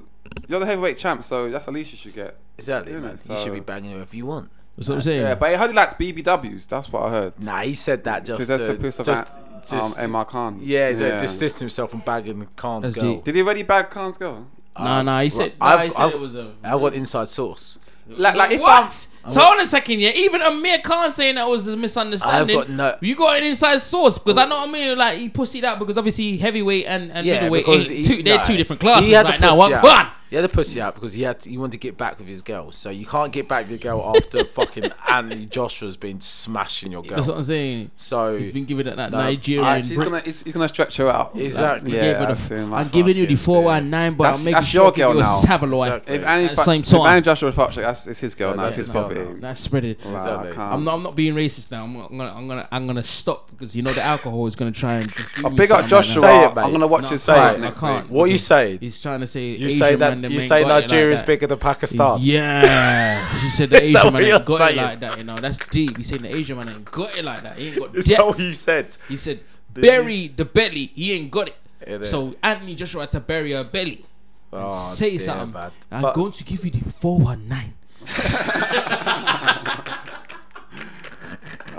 C: you're the heavyweight champ, so that's the least you should get.
A: Exactly,
C: Isn't
A: man.
C: it?
A: You should
C: So-
A: be banging whoever you want.
B: That's what I'm saying.
C: Yeah, but I heard he likes BBWs. That's what I heard.
A: Nah, he said that just
C: So
A: to,
C: that's a piece of
A: just,
C: that,
A: just
C: um, Emma Khan.
A: yeah, he's
C: Yeah.
A: yeah. distanced himself from bagging Khan's
B: That's
A: girl.
B: deep.
C: Did he already bag Khan's girl?
B: nah, nah. He said. Nah, he
A: I've,
B: said
A: I've,
B: it was a.
A: I got inside source.
C: Like, like if I'm-
B: what? So hold on a second, yeah. Even Amir Khan saying that was a misunderstanding.
A: I've got no-
B: You got an inside source because I know what I mean. Like he pussied out because obviously heavyweight and, and
A: Yeah,
B: middleweight
A: because
B: ain't
A: he-
B: two, they're
A: nah.
B: two different classes
A: He had the
B: right now.
A: pussy
B: One,
A: out.
B: one.
A: He had to pussy out because he had to, he wanted to get back with his girl. So you can't get back with your girl
B: (laughs)
A: after fucking Anthony Joshua's been smashing your
B: That's what
A: girl.
B: I'm saying.
A: So
B: He's been giving it that
A: No,
B: Nigerian.
A: I-
C: She's
B: brick.
C: gonna, he's, he's gonna stretch her out.
A: Exactly.
B: Gave
C: Yeah,
B: her the-
C: that's him,
B: I'm giving you the
C: fucking-
B: four one nine, but
C: That's-
B: I'm making
C: that's
B: sure
C: your
B: I give
C: girl
B: you a
C: now.
B: Savaloy.
A: Exactly.
C: If any,
B: At the same time.
C: if any Joshua fucks, like, that's it's his girl now.
A: that's
C: That's his
A: his girl
C: property.
A: now.
B: That's spread it.
C: Wow,
A: Exactly.
C: I can't.
B: I'm not, I'm not being racist now. I'm, not- I'm gonna I'm gonna I'm gonna stop because you know the alcohol is gonna try and. just do me
C: Big Oh,
B: something
C: up
B: right
C: Joshua.
B: now.
A: Say it, mate.
C: I'm gonna watch
B: No,
C: his
A: say
C: fight
A: it.
C: next
B: I can't.
C: week.
A: what are you saying?
B: He's trying to say
A: You
B: Asian
A: say
B: man,
A: that
B: them
A: you
B: ain't
A: say
B: got it like
A: Nigeria's
B: that.
A: bigger than Pakistan.
B: Yeah,
A: (laughs)
B: she said the
A: that
B: Asian
A: what
B: man ain't
A: you're
B: got
A: saying?
B: it like that. You know, that's deep. He said the Asian man ain't got it like that. He ain't
A: (laughs)
B: got
A: Is that what
B: depth.
A: you said?
B: He said bury the belly. He ain't got it.
A: It is.
B: so Anthony Joshua had to bury her belly. And
A: Oh,
B: say
A: dear,
B: something.
A: man.
B: I'm
A: But-
B: going to give you the four one nine.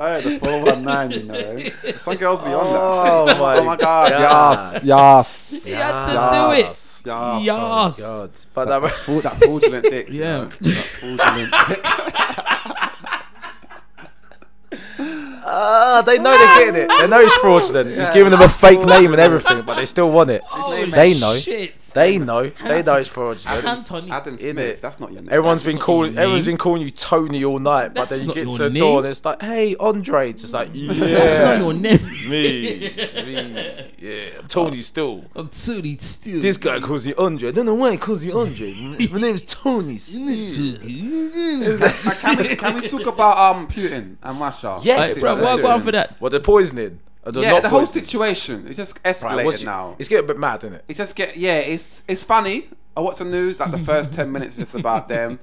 C: I had the 419, you know. Some girls be on that.
A: Oh my,
C: (laughs) Oh my god.
A: God.
C: Yes. Yes.
B: He had to do it.
A: Yes.
C: Yes.
B: Yes.
A: God. (laughs) But that,
C: Fool- That fraudulent dick. you
B: Yeah.
C: know, That fraudulent dick.
A: Ah, they know they're getting it. They know it's fraudulent. You're giving them a fake name and everything, but they still want it.
B: Holy
A: They know.
B: Shit.
A: They know. They know it's fraudulent.
B: (laughs) Anthony.
C: Adam Smith.
A: it?
C: That's not your name.
A: Everyone's
B: That's
A: been
B: not
A: calling.
B: your
A: Everyone's
B: name.
A: been calling you Tony all night, but
B: That's
A: then you
B: not
A: get
B: your
A: to the
B: name.
A: door and it's like, "Hey, Andre." It's just like, "Yeah,
B: (laughs) That's not your name. (laughs)
A: it's me, It's me, yeah, I'm Tony still."
B: I'm Tony still.
A: This guy calls you Andre. I don't know why he calls you
B: (laughs)
A: Andre. My name's Tony. still.
C: Like, can, we, can we talk about um Putin and Russia?
B: Hey,
A: Yes,
B: bro,
A: let's
B: why
A: do
B: go
A: it.
B: on for that?
A: What they're poisoning? Or they're
C: Yeah,
A: not
C: the whole
A: poisoning?
C: situation it just
A: Right,
C: escalated
A: what's-
C: now.
A: It's getting a bit mad, isn't it?
C: It just get yeah. It's it's funny. I watch the news like the first ten minutes is just about them.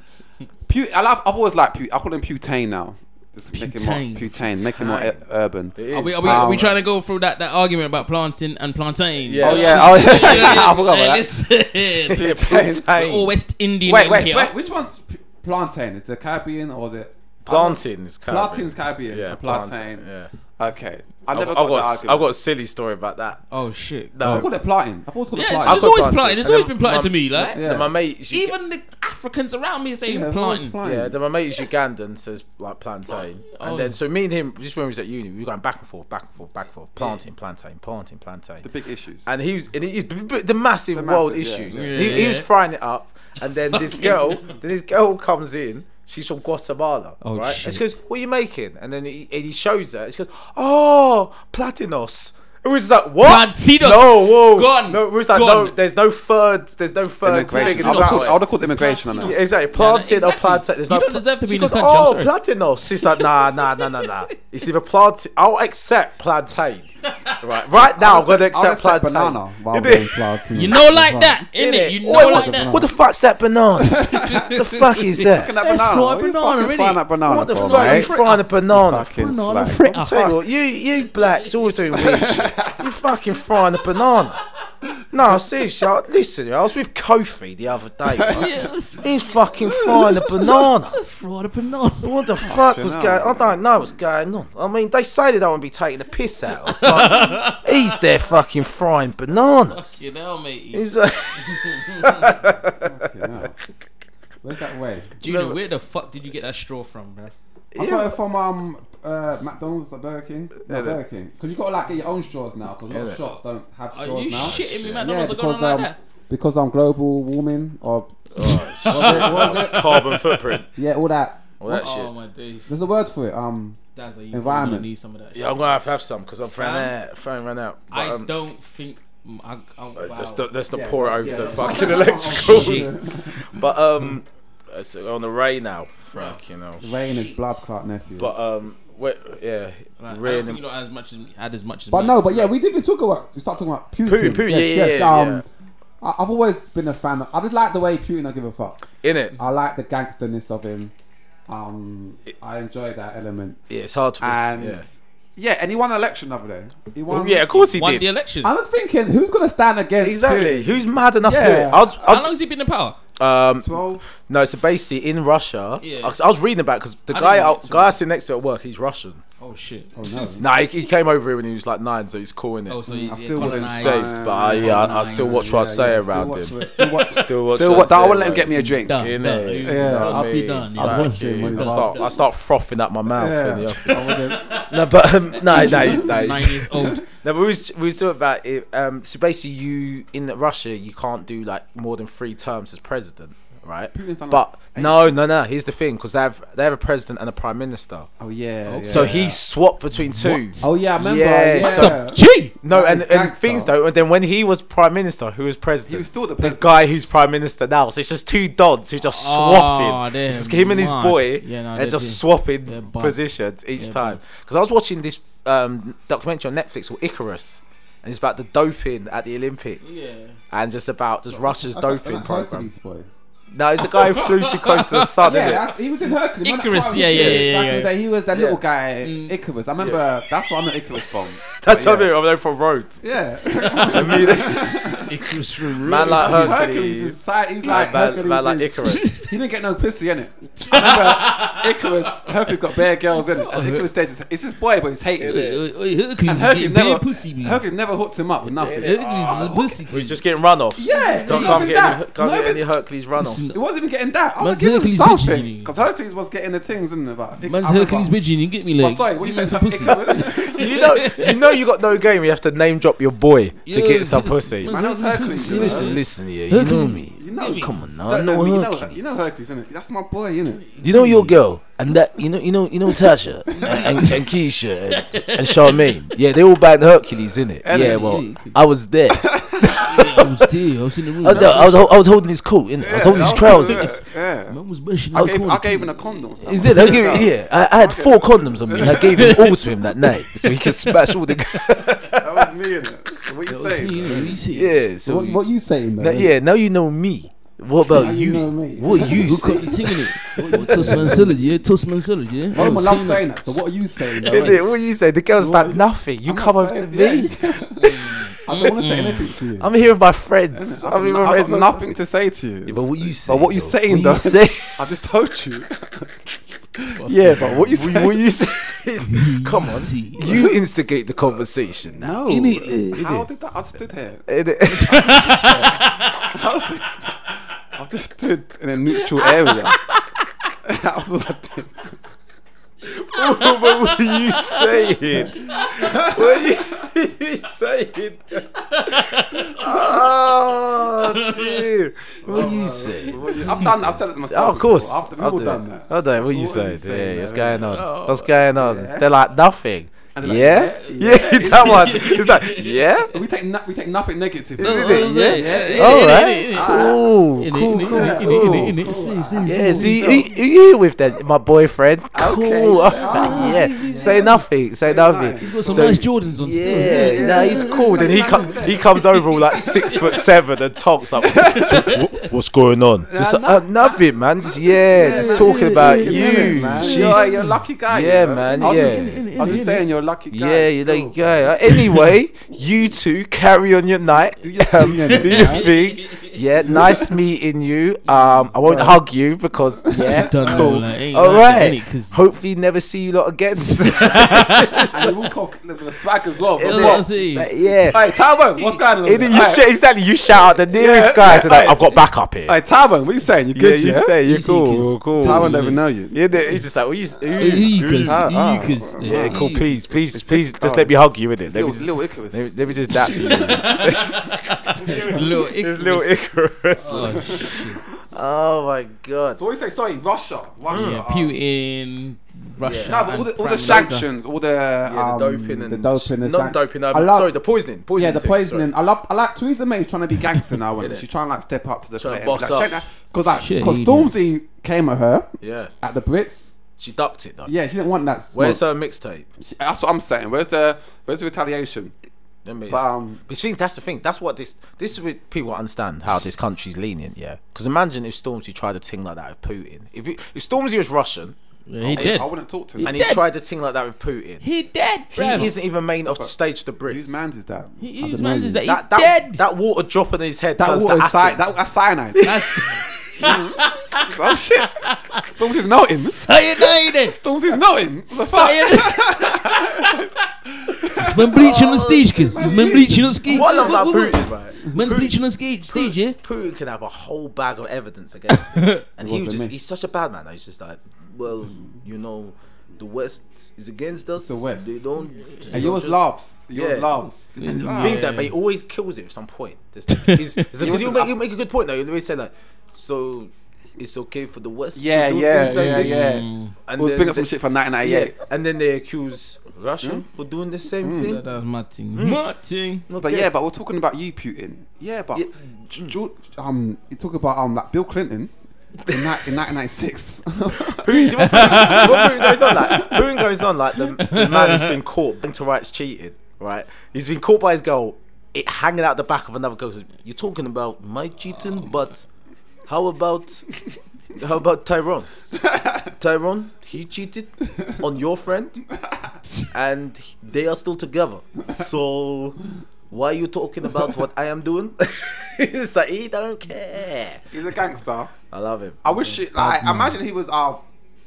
C: Pu- I love, I've always liked Pu- I call him Putain now. Just make him more
B: Putain.
C: Putain, make him more u- urban.
B: Are we, are we, are we trying to go through that, that argument about planting and plantain?
A: Yeah.
C: Oh yeah, oh (laughs) yeah.
A: (laughs)
C: I forgot
B: Hey,
C: about
B: listen.
C: that.
A: Yeah,
B: We're all
A: plantain.
B: West Indian
C: Wait,
B: in
C: wait,
B: here.
C: wait. Which one's p- plantain? Is the Caribbean or is it
A: Plantains.
C: Plantain's Caribbean?
A: Yeah,
C: Yeah, plantain.
A: plantain. Yeah.
C: Okay, I
A: I've,
C: never
A: I've got,
C: got, the
A: s-
C: argument.
A: I've got a silly story about that.
B: Oh shit.
C: I
A: No,
C: call it plantain. I've always called
B: Yeah,
C: it
B: it's,
C: plantain.
B: it's always
A: plantain.
B: planting. It's
A: And
B: always
A: then
B: been planting to
A: my-
B: me, like
C: Yeah.
A: And my mates, Uga-
B: even the Africans around me say
C: Yeah,
B: planting.
C: it's always
B: planting.
C: plantain.
A: yeah, then my mate's Ugandan says like plantain,
B: Oh.
A: and then so me and him just when we was at uni, we were going back and forth, back and forth, back and forth, planting, plantain, planting, plantain,
C: the big issues.
A: and he was and he, he- but the massive
C: The
A: world
C: massive, yeah,
A: issues.
C: yeah.
A: He, he was
B: Yeah.
A: frying it up, and then
C: (laughs)
A: this girl, then this girl comes in. She's from Guatemala,
B: Oh,
A: right? And
B: shit.
A: she goes, "What are you making?" And then he, and he shows her. And she goes, "Oh, platinos." We was like, what?
B: Plantinos.
A: No, whoa.
B: Gone.
A: No, we was like,
B: Gone.
A: no, there's no third, there's no third
C: Immigration.
A: thing
C: I
A: about
C: would have called- I
A: it.
C: would have called immigration on
B: Plantinos.
C: that.
B: Yeah,
A: Exactly, planted or
B: exactly.
A: planted. There's
B: You
A: no
B: don't
A: pla-
B: deserve to be
A: She
B: in this
A: goes,
B: country, I'm
A: Oh,
B: sorry."
A: plantinos. She's like, nah, nah, nah, nah,
B: (laughs)
A: nah. It's either planted. I'll accept plantain. Right, right now, I'm gonna
C: I'll
A: accept
C: accept
A: plantain.
C: banana.
A: You
E: While
A: did.
E: being classy.
B: You know like that, innit?
A: Innit?
B: You
A: Oi,
B: know
A: what,
B: like that.
A: what the fuck's that banana?
B: (laughs)
C: (laughs)
A: the fuck is that?
C: Fucking that banana.
B: fry
C: What are you
B: banana,
C: fucking
B: innit?
C: frying that banana
A: What the
C: for,
A: fuck? You
C: mate?
A: frying a banana?
C: Fucking
B: Banana
C: slag.
B: fritter.
A: I'll tell you what, you you blacks always doing weird shit.
C: (laughs)
A: You fucking frying a banana. No, seriously, I, listen, I was with Kofi the other
B: (laughs)
A: day. Right?
B: Yeah,
A: He's fucking frying a banana.
B: fraud a banana.
A: What the fuck was going? I don't know what's going on. I mean, they say they don't want to be taking the piss out of, but
B: (laughs)
A: he's there fucking frying bananas.
B: You know, mate.
A: He's like,
E: Where's that way?
B: Junior, where the fuck did you get that straw from, bro?
E: I got it from um uh, McDonald's or Burger King. No,
A: Yeah,
E: Burger King. Because you got to like get your own straws now. Because a lot of shops don't have
B: Are
E: straws
B: you
E: now.
B: shitting me, McDonald's are going
E: because
B: on like
E: um,
B: that?
E: because I'm global warming or was it, was it?
A: (laughs) carbon footprint.
E: Yeah, all that.
A: All that
B: Oh my days,
E: There's a word for it. Um,
B: Dazza,
E: Environment.
B: you environment. need some of that. Shit.
A: Yeah, I'm gonna have to have some because I'm ran
B: Fam.
A: out. Phone ran out. But,
B: I
A: um,
B: don't think. mm, I, I, wow.
A: Let's not, let's not
E: Yeah,
A: pour it
E: yeah,
A: over
E: yeah.
B: (laughs)
A: the fucking
B: Oh,
A: electricals. (laughs) but um, it's on the ray now. Fuck, you know.
E: rain is blood clot nephew. But,
A: But um, we- yeah,
B: Like, I don't
A: rain.
B: think you
A: and-
B: know as much as had as much as. me.
E: no, but yeah, we did. We talk about we start talking about Putin.
A: Putin, Putin,
E: yes,
A: yeah,
E: yes,
A: yeah,
E: um,
A: yeah.
E: I, I've always been a fan. Of, I just like the way Putin. don't give a fuck.
A: In it,
E: I like the gangsterness of him. Um, I enjoy that element.
A: yeah, it's hard to.
C: And
A: yeah.
C: yeah. and he won an election the other day. He won.
A: Well, yeah, of course he
B: won the
A: did.
B: election.
E: I was thinking, who's gonna stand against Putin?
A: Exactly. Who's mad enough to do it?
E: Yeah.
A: I was, I
B: How long
A: was
B: has he been in power?
A: um,
C: Twelve.
A: no. So basically, in Russia,
B: Yeah.
A: I, was, I was reading about because the
B: I
A: guy,
B: didn't know
A: out,
B: that, so-
A: guy I sit next to at work, he's Russian.
B: Oh shit.
E: Oh no.
A: Nah, he, he came over here when he was like nine, so he's cool in it.
E: (laughs)
B: Oh, so he's
E: I
B: yeah,
E: still
A: He's
E: wasn't
B: colonized.
A: saved, but I, yeah, I, I still
B: Nice.
A: watch what I say
E: yeah,
A: around
E: still
A: him.
E: watch- still watch-
A: Still watch.
C: Still,
A: what
C: what?
A: I
C: I
A: say
C: won't let him
A: around
C: get me a drink.
B: Done,
A: In
B: done.
A: it.
B: You
E: Yeah,
A: know what
B: must
A: I
B: be
A: mean?
B: done.
E: I'll
B: yeah.
E: watch
A: Thank
E: him
A: you.
E: when he
A: I start, I
E: laughs.
A: start frothing at my mouth.
E: Yeah.
A: in the office.
E: (laughs) I wasn't-
A: No, but
B: (laughs)
A: um, no, no, no.
B: Nine years (laughs) old.
A: (laughs) No, but we was we was talking about it. Um, so basically, you in Russia, you can't do like more than three terms as president, right?
C: Putin's done
A: But no, no, no. Here's the thing, because they have they have a president and a prime minister,
E: Oh yeah. yeah.
A: so he swapped between two.
E: Oh yeah, I remember.
A: Yeah,
E: Yeah.
A: so-
B: Gee.
A: No,
E: That
A: and,
E: is
A: and
E: gangster.
A: things though. And then when he was prime minister, who was president?
C: He was still the
A: the
C: president.
A: guy who's prime minister now. So it's just two dods who just swapping.
B: Ah, they're
A: It's him and his
B: mad.
A: boy.
B: Yeah, no,
A: they're
B: they
A: just
B: do.
A: swapping
B: They're buds.
A: positions each
B: They're
A: time.
B: buds.
A: Because I was watching this um, documentary on Netflix called Icarus, and it's about the doping at the Olympics.
B: Yeah.
A: And just about just Russia's
E: That's like-
A: doping
E: that's like
A: program.
E: Hercules boy.
A: No, it's the guy who flew too close
E: (laughs)
A: to the sun,
E: Yeah,
A: yeah,
E: that's, he was in Hercules. remember that
B: Icarus,
E: part
B: yeah,
E: with
B: yeah,
E: Icarus
B: yeah,
E: back
B: yeah,
E: in the
B: yeah.
E: day? he was that little guy,
B: Mm.
E: Icarus. I remember that's what I know Icarus
B: (laughs)
E: from.
A: That's
E: Yeah.
A: what I mean. I'm there for roads.
E: Yeah,
A: I
E: (laughs)
A: mean, (laughs)
B: Icarus
A: man like
E: Hercules
A: Hercules.
E: is side. He's
A: Man,
E: like Hercules.
A: man like
E: is- (laughs)
A: Icarus.
E: He didn't get no pussy
B: (laughs)
E: in it. I remember Icarus. Hercules got bare girls in it. And Icarus said, "It's his boy, but he's hating
B: (laughs)
E: it."
B: Hercules is
E: Hercules
B: getting bare
E: never,
B: pussy, man.
E: Hercules never hooked him up with nothing.
B: Hercules is a pussy.
A: We're Oh, just getting runoffs.
E: Yeah,
A: Don't
E: even
A: can't get any,
E: that.
A: can't
E: Not
A: get any
E: even-
A: Hercules runoffs.
E: It wasn't even getting that. I was
B: Man's
E: giving him
B: Hercules bitches,
E: something
B: you
E: because Hercules was getting the things, isn't it? But I
B: Man's
E: remember-
B: Hercules bitching. You get me,
E: Oh,
B: like.
E: sorry, what you
B: give
E: saying?
B: me some pussy.
E: Icarus-
B: (laughs)
A: You know, you know, you got no game. You have to name drop your boy to
B: Yeah,
A: get some
B: yes,
E: (laughs)
A: pussy.
B: man's
E: Man, that was Hercules, you know?
A: listen, listen, yeah, you know
B: Hercules.
A: me.
E: You know,
A: Come on, now, I
E: Don't
A: know
C: uh,
E: know me, you know,
A: Hercules.
E: you know Hercules, innit? That's my boy, innit?
A: You know your girl, and that you know, you know, you
E: (laughs)
A: know Tasha and, and, and Keisha and, and Charmaine. Yeah, they all banged Hercules in it. Yeah, well, I
E: (laughs)
A: was there. I
B: I was there. I was in the room.
A: was, there. I was, I was holding his coat. innit? I was holding his trousers. It's-
C: Yeah.
B: Man was bushing.
C: I gave, I gave him a condom.
A: (laughs) Is it? I gave it, yeah, I, I had four condoms on me. and I gave them all to him
E: (laughs)
A: that night, so he could smash all the. g-
C: That was me in it. So what you saying?
B: Yeah.
A: Yeah, so
E: you saying
A: Now, yeah, now you know me. What about
E: Now
A: you?
E: you know me.
A: What you
B: Who
A: say?
B: caught you singing
A: (laughs)
B: it? Toastman salad, yeah? Toastman salad, yeah?
E: Well,
B: I was
E: love
B: singing
E: saying that. So what are you saying? though,
A: Isn't
E: innit?
A: it? What you say? The girl's like nothing. You
E: I'm
A: come
E: not
A: over to
E: saying-
A: me.
E: I don't want to say anything to you.
A: (laughs) I'm here with my friends.
C: I've,
A: I'm here with my
C: I've
A: friends.
C: got nothing to say to you.
A: Yeah, but what you say?
C: but what you
A: though?
C: saying
A: What
C: though?
A: you say?
C: I just
A: (laughs)
C: told you.
B: Fuck
C: yeah, but what you
A: What-
C: saying?
A: what you (laughs) say? come on.
B: see.
A: You instigate the conversation now.
C: No.
B: Innit?
C: How did that? I stood here. (laughs)
A: Innit?
C: I was like, I just stood in a neutral
A: (laughs)
C: area. (laughs) That's what I did.
A: (laughs) but what are you saying? What are you saying? (laughs) oh, dear. What are you saying?
C: I've done. I've said it to
A: Oh,
C: myself.
A: of course.
C: before. I've, we've
A: I'll
C: all
A: do
C: done
A: it.
C: that.
A: I'll do it. What you
C: That's all
A: say?
C: I'm saying,
A: Yeah, what's
C: man.
A: going on? What's going on? They're like nothing.
C: And they're like,
A: Yeah, yeah, that (laughs) one. It's like yeah.
C: We take no- we take nothing negative.
A: All
B: Yeah.
A: right. Cool, cool, cool, Ah. cool. Yeah, see, who, who you with then? My boyfriend. Cool. ah, (laughs) yeah. Say nothing. Say nothing.
B: He's got some
A: So-
B: nice Jordans on still.
A: Yeah, no, he's cool. Then he com- he comes over all like six foot seven and talks (laughs) up. So, "Wh- What's going on? Just uh, nothing, man. Just yeah, just talking about you.
C: man.
A: She's-
C: You're, you're a lucky guy.
A: Yeah,
C: you know?
A: man,
C: I was
A: yeah.
C: Just, I was just saying, you're a lucky guy.
A: yeah, you like yeah. Anyway, (laughs) you two carry on your night. Do your
C: (laughs)
A: thing. Yeah, nice meeting you. Um, I won't hug you because yeah,
B: Don't know,
A: cool.
B: like, ain't
A: All
B: nothing,
A: right.
B: innit, 'cause-
A: Hopefully, never see you lot again. (laughs)
C: and we all talk with the swag as well.
B: Yeah,
C: But
B: that's
C: what?
B: it.
C: (laughs)
A: yeah.
C: Hey, Tyrone, what's going on?
A: It- you
C: Hey,
A: sh- exactly. You shout out the nearest
C: Yeah,
A: guy. So
C: yeah,
A: like, I've got backup here.
C: Hey, Tyrone, what you saying? You good? Yeah,
A: say
B: You see, 'cause
A: cool.
C: Tyrone don't even know you.
A: Yeah, they- he's just like, well, you, s-
B: Who you
A: you-
B: cuz?
A: you-
B: Who you cuz?
A: yeah, cool.
B: Who you-
A: Please, please, please,
C: oh,
A: just let me hug you with it. Let
C: Little,
A: me just,
C: little Icarus.
A: let me- let me just dap you.
B: Little
A: This (laughs) little
B: Icarus.
A: Icarus.
B: Oh, shit.
A: Oh my god.
C: so what you say? Sorry, Russia, Russia.
B: Yeah,
C: uh,
B: Putin, Russia.
C: No, but all
B: and
C: the, all
B: Prime
C: the sanctions, all the,
A: Yeah,
C: um,
A: the doping and
E: the doping and
A: not
E: sac-
A: doping.
E: I
A: Um,
E: love-
A: sorry, the poisoning. poisoning
E: Yeah, the
A: too,
E: poisoning. I
A: sorry.
E: love. I like Theresa May trying to be gangster now,
C: (laughs)
E: and
A: Yeah.
E: she trying to like step up to the
A: Tryna
E: plate.
A: boss
E: like,
A: up.
E: because like,
B: Shit,
E: 'cause
B: idiot.
E: Stormzy came at her
A: Yeah,
E: at the Brits.
A: she ducked it though.
E: Yeah, she didn't want that. smoke.
A: Where's her mixtape?
C: That's what I'm saying. Where's the where's the retaliation?
A: I mean,
C: But um,
A: But see, that's the thing. That's what this. This is what people understand how this country's lenient. Yeah, because imagine if Stormzy tried a thing like that with Putin. If, it, if Stormzy was Russian
B: Minister. He did.
C: I wouldn't talk to him.
A: and
B: Dead.
A: he tried a thing like that with Putin,
B: He dead, bro.
A: he isn't even made off the stage of the
C: Whose
A: bricks.
C: man's is that?
B: He was man is that he
A: That that,
B: dead.
A: that water drop on his head
E: that
A: turns
E: water?
A: to
E: is Cyanide.
A: acid.
E: That, that's cyanide.
B: That's
C: (laughs)
B: (laughs)
C: oh shit! Stormzy's melting.
B: cyanide.
C: Stormzy's melting. What (laughs) the fuck?
B: Cyanide. It's man bleaching on stage, cuz. It's man bleaching on stage.
A: what I love
B: Woo, woo, woo.
A: about Putin, right?
B: Man's bleaching on stage, stage, yeah?
A: Putin can have a whole bag of evidence against him, and he was just—he's such a bad man. He's just like, well, you know, the West is against us. The
E: West.
A: they don't.
E: and yours laughs. Yours
A: Yeah.
C: (laughs)
E: laughs.
A: means that, but he always kills it at some point. Because you make you make a good point though. You always say like, so it's okay for the West. to
C: Yeah,
A: do
C: yeah,
A: things like
C: yeah,
A: this?"
C: yeah.
A: And
C: We was
A: then
C: big up some
A: they-
C: shit Hmm? from
A: Yeah,
C: 1998.
A: and then they accuse Russia for doing the same
B: That,
A: thing.
B: that was my thing. My thing.
C: But yeah, but we're talking about you, Putin. Yeah, but
E: Ge- George, um, you talk about um, like Bill Clinton. In, that, in
C: (laughs)
E: 1996,
A: Putin, do you know what Putin, do you know what Putin goes on like? Putin goes on like the, the man who's been caught bang to rights cheating. Right, he's been caught by his girl, it hanging out the back of another girl. Says, You're talking about my cheating, but how about how about Tyrone? Tyrone, he cheated on your friend, and they are still together. So why are you talking about what I am doing? (laughs) it's like he don't care.
E: he's a gangster.
A: I love him.
E: I wish it like imagine he was our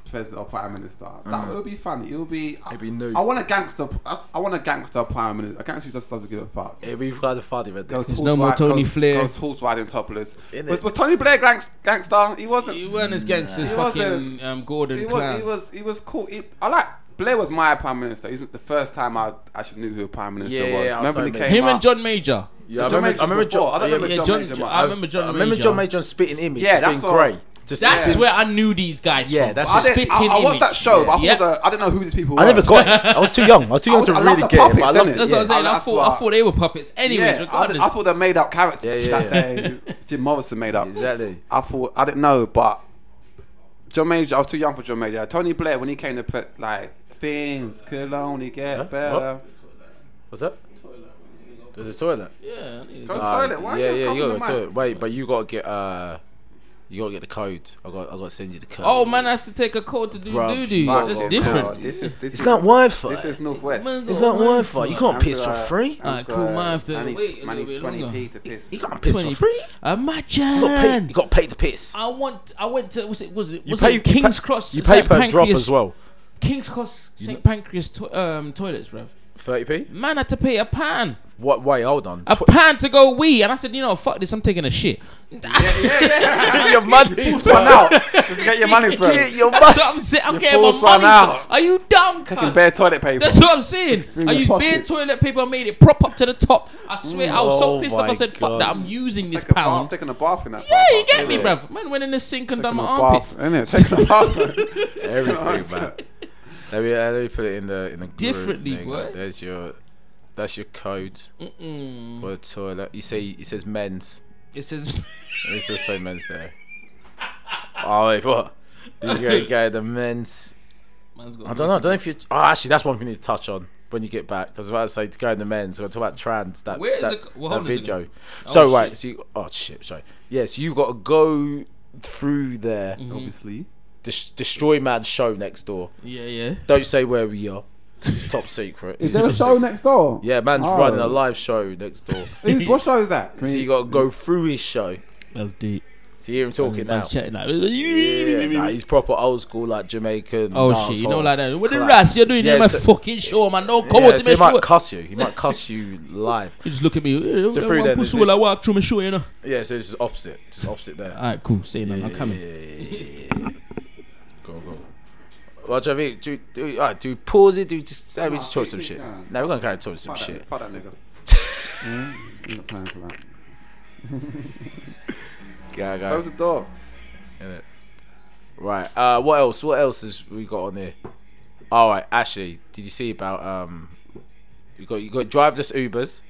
E: president or prime minister. That would be funny. It would be. I,
A: Mm. It'd be new.
E: I want a gangster. that's- I want a gangster prime minister. A gangster who just doesn't give a fuck.
A: Every father, father, right there.
E: Goes horse
B: no more
E: ride-
B: Tony
E: goes-
B: Flair.
E: Goes horse riding topless.
A: Innit?
E: Was, was Tony Blair gangs, gangster? He wasn't.
B: You weren't as gangster as
E: He
B: fucking
E: wasn't.
B: um, Gordon
E: He was,
B: Clown.
E: he was he was cool. He, I like Blair was my prime minister. He was the first time I actually knew who a prime minister
A: Yeah,
E: was.
A: yeah, I
E: Remember
A: was
E: when he
A: so
E: came
B: Him and
E: out?
B: John Major.
A: Yeah, I
E: John
A: remember.
E: Major
A: I remember
E: before. I
A: John.
E: don't
A: yeah,
E: remember
B: Yeah,
E: John
B: John,
E: Major,
B: John-
E: but
B: I
E: I've-
B: remember John
A: I
B: Major.
A: remember John Major on spitting image.
E: Yeah,
A: Yeah, that's
E: that's all.
A: grey. Just
B: That's
A: spitting-
B: where I knew these guys.
A: Yeah,
B: from.
A: that's-
E: I,
A: I
E: didn't,
B: spitting
E: I, I watched that
B: image.
E: show, but I,
B: Yeah.
E: was, uh, I didn't know who these people were.
A: I never got
E: (laughs)
A: it. I was too young. I was too young
E: was-
A: to
E: I love
A: really
E: the
A: get it. But I
E: puppets,
A: loved
E: innit?
A: it.
B: That's
A: yeah.
B: what I'm saying. I
E: that's
B: thought,
E: what
B: I
E: I-
B: thought they were puppets. Anyways,
E: Yeah, I,
B: regardless.
E: did, I thought they made up characters
A: Yeah, yeah,
E: that day. (laughs) Jim Morrison made up.
A: Exactly.
E: I thought I didn't know, but John Major. I was too young for John Major. Tony Blair when he came to put like things could only get better.
A: What's that? There's a toilet.
B: yeah, I knew
E: Go
B: that.
E: to
A: Ah,
E: toilet. Why
A: yeah,
E: are you
A: yeah. You
E: cocking
A: gotta
E: the
A: go
E: mic?
A: to it. Wait, but you gotta get uh, you gotta get the code. I got, I gotta send you the code.
B: oh man, I have to take a call to do
A: Bruv,
B: doo doo.
A: bruv,
B: That's
A: bruv,
B: different.
C: God, this is this
A: it's
C: is
A: not Wi-Fi.
C: This is Northwest.
B: Man's
A: it's
B: got
A: not
B: Wi-Fi.
A: Wi-Fi. You can't
C: Man's
A: piss for
C: got-
A: free.
B: Alright, cool. Man, I have to
C: Man needs-
B: wait a
C: man
B: little
C: needs
B: bit longer.
C: 20p to piss.
A: You
B: (laughs)
A: can't piss for
B: 20.
A: free. You gotta pay.
B: Imagine.
A: You gotta pay to piss.
E: Uh,
B: I want. I went to. Was it? Was it?
A: You
B: Was
A: pay.
B: it Kings
A: you pay,
B: Cross?
A: You pay
B: St.
A: per drop
B: Pancras-
A: as well.
B: Kings Cross St Pancras to, um, toilets, bruv.
A: Thirty p.
B: Man had to pay a pan,
A: What? Wait, hold on.
E: Uh,
B: a
A: Tw-
B: pan to go wee, and I said, you know, fuck this, I'm taking a shit.
A: your (laughs) money's
C: Run out. Just get your
A: (laughs) Get
C: money's worth.
A: your
B: That's
A: money.
B: what I'm saying. I'm getting my
C: forced one
B: money.
C: out.
B: Are you dumb?
C: Fucking
B: cuz?
C: bare toilet paper.
B: That's what I'm saying. I
E: your
B: used bare
E: pocket.
B: toilet paper. I made it prop up to the top. I swear, I was
A: Oh
B: so pissed off. I
A: my
B: said, "Fuck
A: God.
B: that! I'm using this
C: Taking a bath-
B: pound."
C: Taking a bath in that.
B: Yeah,
C: bath,
B: you get me,
A: Yeah.
B: bruv. Man went in the sink and done
C: (laughs) Taking
B: my
C: a bath,
A: (laughs)
B: armpits. (laughs)
C: innit? Taking a bath.
A: Everything, man. Let me, uh, let me put it in the in the group
B: Differently,
A: thing.
B: boy.
A: There's your that's your code
B: Mm-mm.
A: for a toilet. You say it says men's.
B: It says (laughs)
A: It's just so men's there. Oh wait, what? You go, go the men's.
B: Man's got
A: I don't know. I don't know if you. Oh, actually, that's one we need to touch on when you get back. Because I was about to say to go in the men's. We're talking about trans. That
B: Where is
A: that,
B: it co- well,
A: that
B: hold on a
A: video.
B: Oh,
A: so right.
B: shit.
A: So you, oh shit. Sorry. Yes, you've got to go through there.
B: Mm.
E: Obviously.
A: Des- destroy man's show next door.
B: Yeah, yeah.
A: Don't say where we are. 'cause It's top secret.
E: Is
A: It's
E: there a
A: top
E: show
A: secret.
E: next door?
A: Yeah, man's
E: Oh.
A: running a live show next door.
E: Who's- what show is that?
A: (laughs)
E: Can
A: so
E: we-
A: you got to go through his show
B: That's deep.
A: to hear him talking now.
B: Man's chatting like. (laughs)
A: Yeah, nah, he's proper old school, like Jamaican.
B: Oh
A: dancehall.
B: shit! You know like that. What the
A: Clap.
B: rats you're doing?
A: Yeah,
B: in my
A: so-
B: fucking show, man. Don't come
A: Yeah,
B: up
A: so
B: to my
A: he might
B: show.
A: cuss you. He might cuss you live.
B: You just look at me. So
A: So
B: through
A: through
B: one
A: then,
B: pussy
A: there's
B: will I
A: this-
B: walk through my show, you know.
A: Yeah, so it's just opposite. Just opposite there.
B: All right, cool. Say nothing.
A: Yeah,
B: I'm coming.
A: yeah, yeah, yeah, yeah. Go, go. Well, do you know what I mean? Do, do, all right, do we pause it? Do we just, let me just talk some shit. No, we're going to carry on talking some
C: Fuck
A: shit.
C: that, fuck that nigga.
A: (laughs)
C: yeah, I'm not playing for that.
A: Go, go.
C: Close the door.
A: innit? Right. Uh, what else? What else has we got on there? All right, Ashley, did you see about um? You got you got driverless Ubers.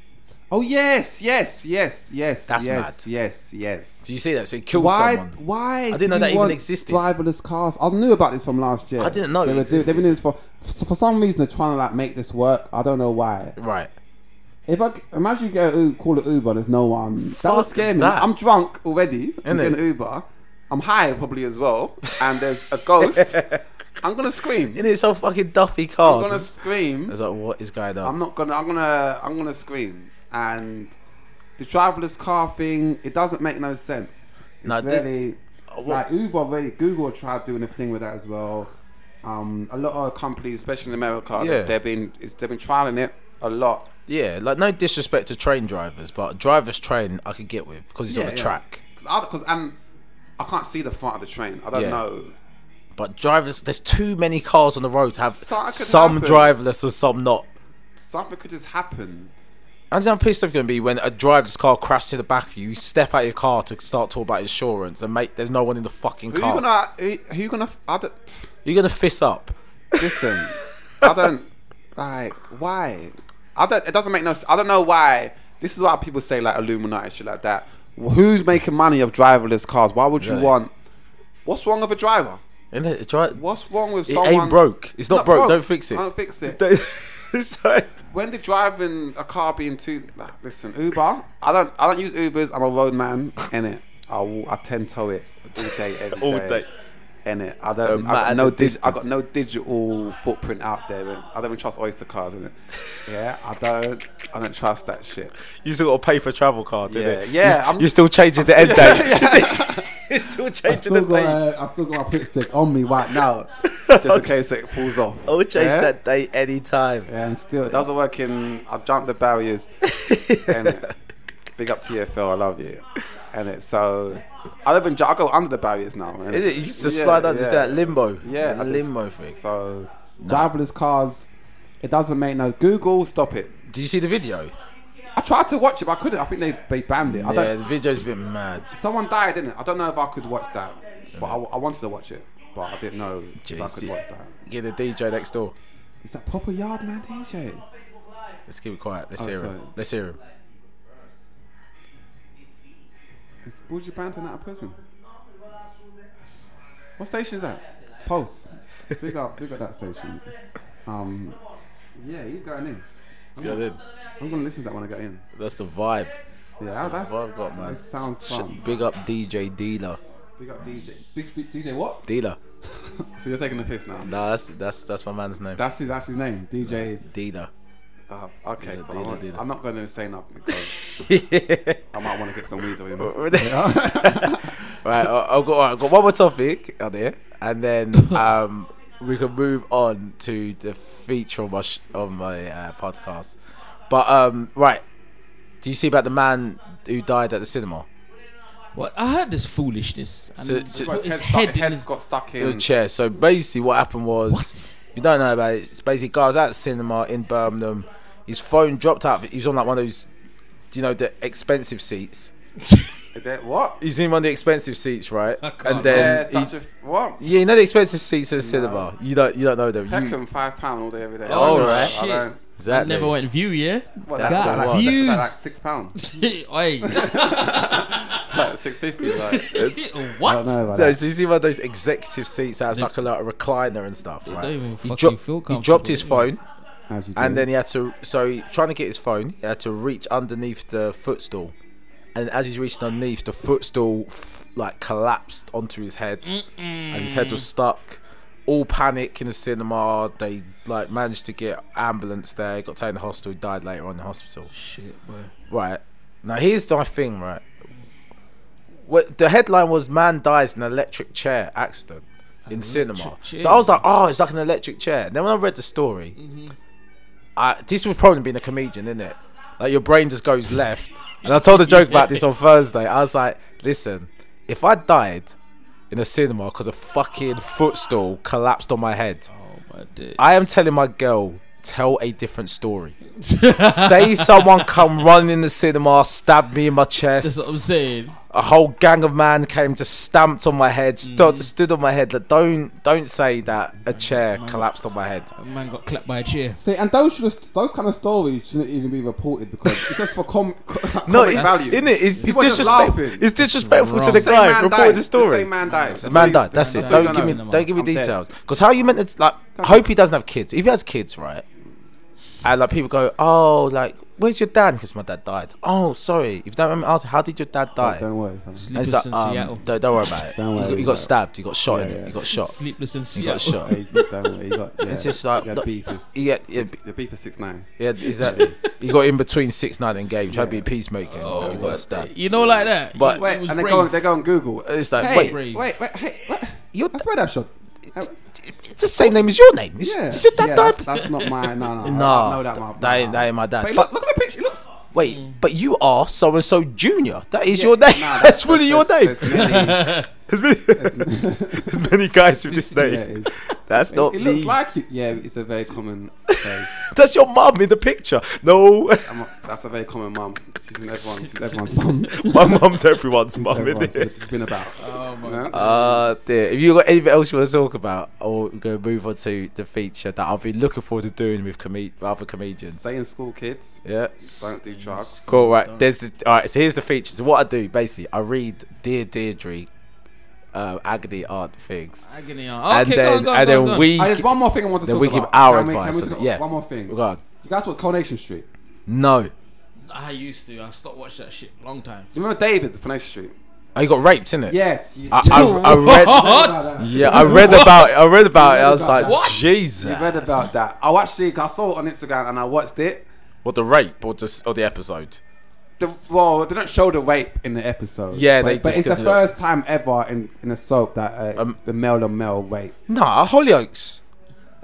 E: Oh yes, yes, yes, yes.
A: That's
E: yes,
A: mad.
E: Yes, yes.
A: Do you see that? So it killed
E: Why?
A: someone.
E: Why?
A: didn't
E: do
A: know that
E: we
A: even
E: want
A: existed.
E: Driverless cars. I knew about this from last year.
A: I didn't know
E: they
A: it
E: were doing, they've
A: existed.
E: been doing this for s- for some reason. They're trying to like make this work. I don't know why.
A: Right.
E: If I c- imagine you get a U- call it Uber, and there's no one. that would
A: Fuck
E: scare me.
A: that.
E: I'm drunk already. I'm
A: Innit?
E: getting an Uber. I'm high probably as well, and there's a
A: (laughs)
E: ghost.
C: I'm gonna scream.
A: And it's a fucking duffy car.
C: I'm gonna
A: Just- I
C: scream.
A: was like, what is going on?
C: I'm not gonna. I'm gonna. I'm gonna scream. And the driverless car thing, it doesn't make no sense.
A: No,
C: It
A: thi-
C: really.
A: uh, what-
C: Like Uber, really, Google tried doing a thing with that as well. Um, a lot of companies, especially in America,
A: Yeah.
C: they've been it's, they've been trialing it a lot.
A: yeah, like no disrespect to train drivers, but driver's train I could get with because it's on a track.
C: Because I'm, I can't see the front of the train. I don't
A: Yeah.
C: know.
A: But drivers, there's too many cars on the road to have
C: So- it could
A: some
C: happen.
A: driverless and some not.
C: Something could just happen.
A: That's how pissed off going to be when a driver's car crashes to the back of you. You step out of your car to start talking about insurance, and mate, there's no one in the fucking
C: Who
A: car.
C: you gonna? Who, who you gonna? I don't,
A: You're gonna fist up.
C: listen, I don't like why. I don't. It doesn't make no. s- I don't know why. This is why people say like Illuminati and shit like that. Who's making money of driverless cars? Why would you
A: Really?
C: want? What's wrong with a driver?
A: Isn't it? Try, it
C: What's wrong with someone?
A: ain't broke. It's not,
C: Not
A: broke.
C: broke.
A: Don't fix it.
C: Don't fix
A: (laughs)
C: it.
A: Don't- it's like,
C: When they're driving a car being too. Nah, listen, Uber. I don't. I don't use Ubers. I'm a road man. In it. I will- I tend to it all day
A: (laughs)
C: every
A: All day.
C: In it. I
A: No
C: don't. I
A: matter
C: got no.
A: the
C: Dig- I got
A: distance.
C: no digital footprint out there. innit? I don't even trust Oyster cars. In it. Yeah. I don't. I don't trust that shit.
A: you still got a paper travel card, didn't
C: Yeah,
A: it?
C: yeah,
A: You're,
C: I'm-
A: you're still changing the
C: (laughs)
A: end date. You're still changing
E: still
A: the date.
E: got, uh, I still got my pit stick on me right now.
C: Just
A: (laughs)
C: in case it pulls off.
A: I would change
C: Yeah?
A: that date anytime.
E: Yeah, and still
C: It doesn't work in. I've jumped the (laughs) barriers. and big up TFL, I love you. And it so I live in. I go under the barriers now. innit?
A: Is it? You used to
C: Yeah,
A: slide under
C: yeah.
A: that limbo.
C: Yeah,
A: That
C: I just-
A: limbo thing.
C: So
E: driverless cars. It doesn't make no Google.
C: stop it.
A: Did you see the video?
C: I tried to watch it, but I couldn't. I think they, they banned it. I
A: Yeah,
C: don't,
A: the video's a bit mad.
C: someone died, didn't it? I don't know if I could watch that, but I, I wanted to watch it, but I didn't know if I
A: Jeez,
C: could
A: yeah.
C: watch that.
A: Get the DJ next door.
E: Is that proper yard man DJ?
A: Let's keep it quiet. Let's
C: Oh,
A: hear
C: sorry.
A: him. Let's hear him.
C: Is Buju Banton out of prison? What station is that?
E: Pulse. Big up, big up that station. Um, yeah, he's going in.
A: Yeah, then.
E: I'm gonna listen to that when I get in.
A: That's the vibe.
E: Yeah, that's,
A: What I've got, man.
E: that sounds
A: Sh-
E: fun.
A: Big up DJ Dealer.
E: Big up DJ. Big, big DJ what?
A: Dealer.
C: So you're taking the piss now?
A: Nah, that's that's that's my man's name.
E: That's his actual name, DJ.
A: Dealer.
C: Uh, okay,
A: Dealer,
C: cool. I
A: dealer,
C: won't-
A: dealer.
C: I'm not going to say nothing because I might want to get some weed or him.
A: right, (laughs) I- I've got I've got one more topic out there,
E: (laughs)
A: and then um, we can move on to the feature on my sh- on my uh, podcast. But um, right, do you see about the man who died at the cinema?
B: What I heard this foolishness. And
A: So-
B: it's
A: so-
B: put his,
C: His
B: head,
C: head,
B: in
C: head
B: his.
C: got stuck
A: The
C: in.
A: chair. So basically, what happened was
B: What?
A: you don't know about it. It's basically guys at the cinema in Birmingham. His phone dropped out. He was on like one of those, do you know, the expensive seats.
C: That, what?
A: He's in one of the expensive seats, right?
B: I can't.
A: And
C: Yeah,
A: then he- yeah,
C: such a f- what?
A: you know the expensive seats in the cinema. You don't you don't know them. You,
C: Peckham five pound all day every day.
A: Oh,
C: I don't-
A: right.
C: I don't-
B: I
A: exactly.
B: never went view, yeah?
C: What,
A: That's
C: that's
A: the one.
C: like, Like, like
B: Views.
A: (laughs)
C: six pounds,
B: (laughs) Oi.
C: like six fifty.
A: (laughs)
C: Like,
B: what?
A: So, so you see one of those executive seats that has like a, lot of recliner and stuff, right?
B: don't even
A: he,
B: fucking
A: dropped-
B: feel
A: he dropped his
B: comfortable, do
A: phone, and then he had to. So he, trying to get his phone, he had to reach underneath the footstool, and as he's reaching underneath, the footstool f- like collapsed onto his head, and his head was stuck. All panic in the cinema. They like managed to get ambulance there. Got taken to hospital. Died later on in the hospital.
B: Shit, boy.
A: Right. Now here's my thing, right? What the headline was man dies in electric chair accident in cinema.
B: Electric
A: So I was like, oh, it's like an electric chair. And then when I read the story, I, this would probably been a comedian, isn't it? Like your brain just goes left. And I told a joke about this on Thursday. I was like, listen, if I died in a cinema because a fucking footstool collapsed on my head,
B: Oh, my dick.
A: I am telling my girl, tell a different (laughs) story. Say someone come running in the cinema, stabbed me in my
B: That's what
A: chest.
B: I'm saying.
A: A whole gang of man came, just stamped on my head, stood, stood on my head. Like, don't don't say that a chair collapsed on my head.
B: A man got clapped by a chair.
F: See, and those should have, those kind of stories shouldn't even be reported because it's just for com. com-
A: (laughs) No,
F: comic
A: it's,
F: value.
A: isn't it? It's, it's
C: People are just
A: disrespectful.
C: laughing.
A: It's disrespectful to the
C: Same
A: guy.
C: man
A: Report
C: died.
A: the story.
C: same man died. That's
A: The man
C: all you-
A: died. That's it.
C: all you
A: Don't
C: gotta
A: give me
C: know.
B: know.
A: don't give me
C: I'm dead.
A: details. Because how are you meant to like? Hope he doesn't have kids. If he has kids, right? And like people go, oh, like where's your dad? Because my dad died. Oh, sorry. If you don't remember, ask how did your dad die?
F: Oh, Don't worry.
C: (laughs)
F: fam.
A: And
B: Sleepless
A: it's like,
B: in Seattle.
A: um, don't, don't worry about it.
F: Don't
A: he got,
F: worry
A: he
F: about
A: got
F: it.
A: stabbed. He got shot in
F: Yeah,
A: it.
F: yeah.
A: He got shot.
B: Sleepless in
A: He
B: Seattle.
A: got shot.
F: (laughs) Hey, don't worry, you got- yeah.
A: It's just like
F: You had
A: look,
F: beef with-
A: he got, yeah,
C: The beeper six nine.
A: yeah,
F: (laughs)
A: exactly. he got in between six nine and game. Tried to be a peacemaker.
B: Oh,
A: but he
B: my
A: got stabbed.
B: You know, like that.
A: But-
B: He- he
C: Wait,
B: was
C: and they
B: brave.
C: go, on- they go on Google.
A: It's like,
C: Hey,
A: wait,
B: brave.
C: wait, wait, hey, what?
A: your
F: That's where that shot.
A: it's the same name as your name. It's,
F: Yeah,
A: it's your dad
F: yeah
A: died.
F: that's, that's not my. No,
C: (laughs)
F: no, I-
A: Nah,
F: I know that. My,
A: that ain't, that ain't my dad.
C: Wait,
A: But-
C: look, look at the picture. It looks.
A: Wait, but you are so and so junior. That is your name. (laughs) that's really your name. (laughs)
C: There's many-
A: There's many, (laughs) there's many guys with this
F: Yeah,
A: name.
F: it's-
A: That's not
C: it looks
A: me.
C: like it. Yeah, it's a very common. Face.
A: that's your mum in the picture. No, (laughs)
C: I'm a, that's a very common mum. She's in everyone's. She's everyone's mum.
F: everyone's-
A: my mum's everyone's mum in
F: everyone's-
A: it.
F: it's been about.
B: Oh, my
C: Yeah.
A: Uh, dear. If you got anything else you want to talk about, or we're going to move on to the feature that I've been looking forward to doing with comed- other comedians.
C: Stay in school, kids.
A: Yeah.
C: Don't do drugs.
A: Cool, right. There's the, all right. So here's the feature. So what I do basically, I read Dear Deirdre, uh, agony art things,
B: Agony. aunt. Okay,
A: and then
B: go, go,
A: and
B: go,
A: then
B: go.
A: we
C: Ah,
F: I, there's one more thing I want to
A: Then
F: talk
A: we
F: about.
A: give our
F: Can we- can
A: advice
F: we
A: on
F: talk
A: it, yeah. Oh,
F: One more thing.
A: God,
F: You guys were Coronation Street.
A: no.
B: I used to. I stopped watching that shit long time.
C: You remember David, Fernation Street?
A: Oh, you got raped, innit?
F: Yes. You
A: I,
C: (laughs)
A: I, I read.
B: What?
A: Yeah, I read about it. I read about it. I was
F: What?
A: like,
B: What?
C: You
A: Jesus.
C: read about that. I actually I saw it on Instagram and I watched it.
A: What the rape or just or the episode?
C: The, well, they don't show the rape in the episode.
A: Yeah,
C: but,
A: they
C: but
A: just
C: it's the
A: couldn't-
C: first time ever in, in a soap that uh,
A: Um,
C: the male on male rape.
A: Nah, Hollyoaks.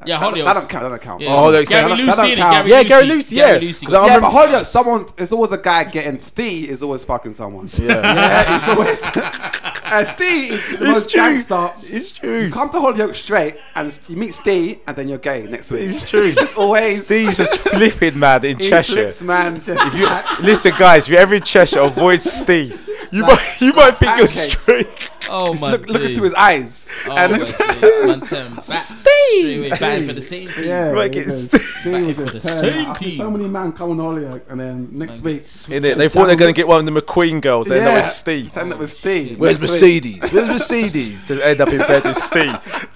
B: Yeah,
C: That,
B: Hollyoaks.
C: that don't count. That don't count.
B: Yeah.
A: Oh, Hollyoaks, yeah, that-
B: Gary
A: that
B: Lucy.
C: don't
B: innit?
C: count.
B: Gary
A: Yeah,
B: Lucy.
A: Gary Lucy, yeah.
B: Gary Lucy.
A: 'Cause I
C: Yeah,
A: remember-
C: but Hollyoaks, someone it's always a guy getting Steve is always fucking someone.
F: (laughs)
A: Yeah,
C: Yeah, it's always. and Steve is the
A: it's
C: most
A: true.
C: gangster.
A: It's
C: You
A: true.
C: come to Hollyoaks straight and s- you meet Steve and then you're gay next week.
A: It's true.
C: It's just always
A: Steve's just flipping mad
F: (laughs)
A: in
C: He
A: Cheshire.
C: flips, man. Just
A: You- listen, guys, if you're ever in Cheshire, avoid Steve. You might you might think you're
C: pancakes.
A: straight.
B: Oh my
C: look, look
B: days.
C: into his eyes.
B: (laughs) Oh,
C: and
B: my
C: (laughs) it's-
B: days. Man turned back straight away, back for the same thing.
F: Yeah,
A: Like it's-
F: Team
B: Back for
F: just
B: the
F: turn.
B: same
F: I've seen
B: team.
F: so many men come on Holyoke, and then next week,
A: In it, they thought they were gonna get one of the McQueen girls. They end up
C: Yeah.
A: with Steve.
C: Send it with Steve.
A: Where's
C: next week.
A: Mercedes? Where's Mercedes? Just end up in bed with Steve.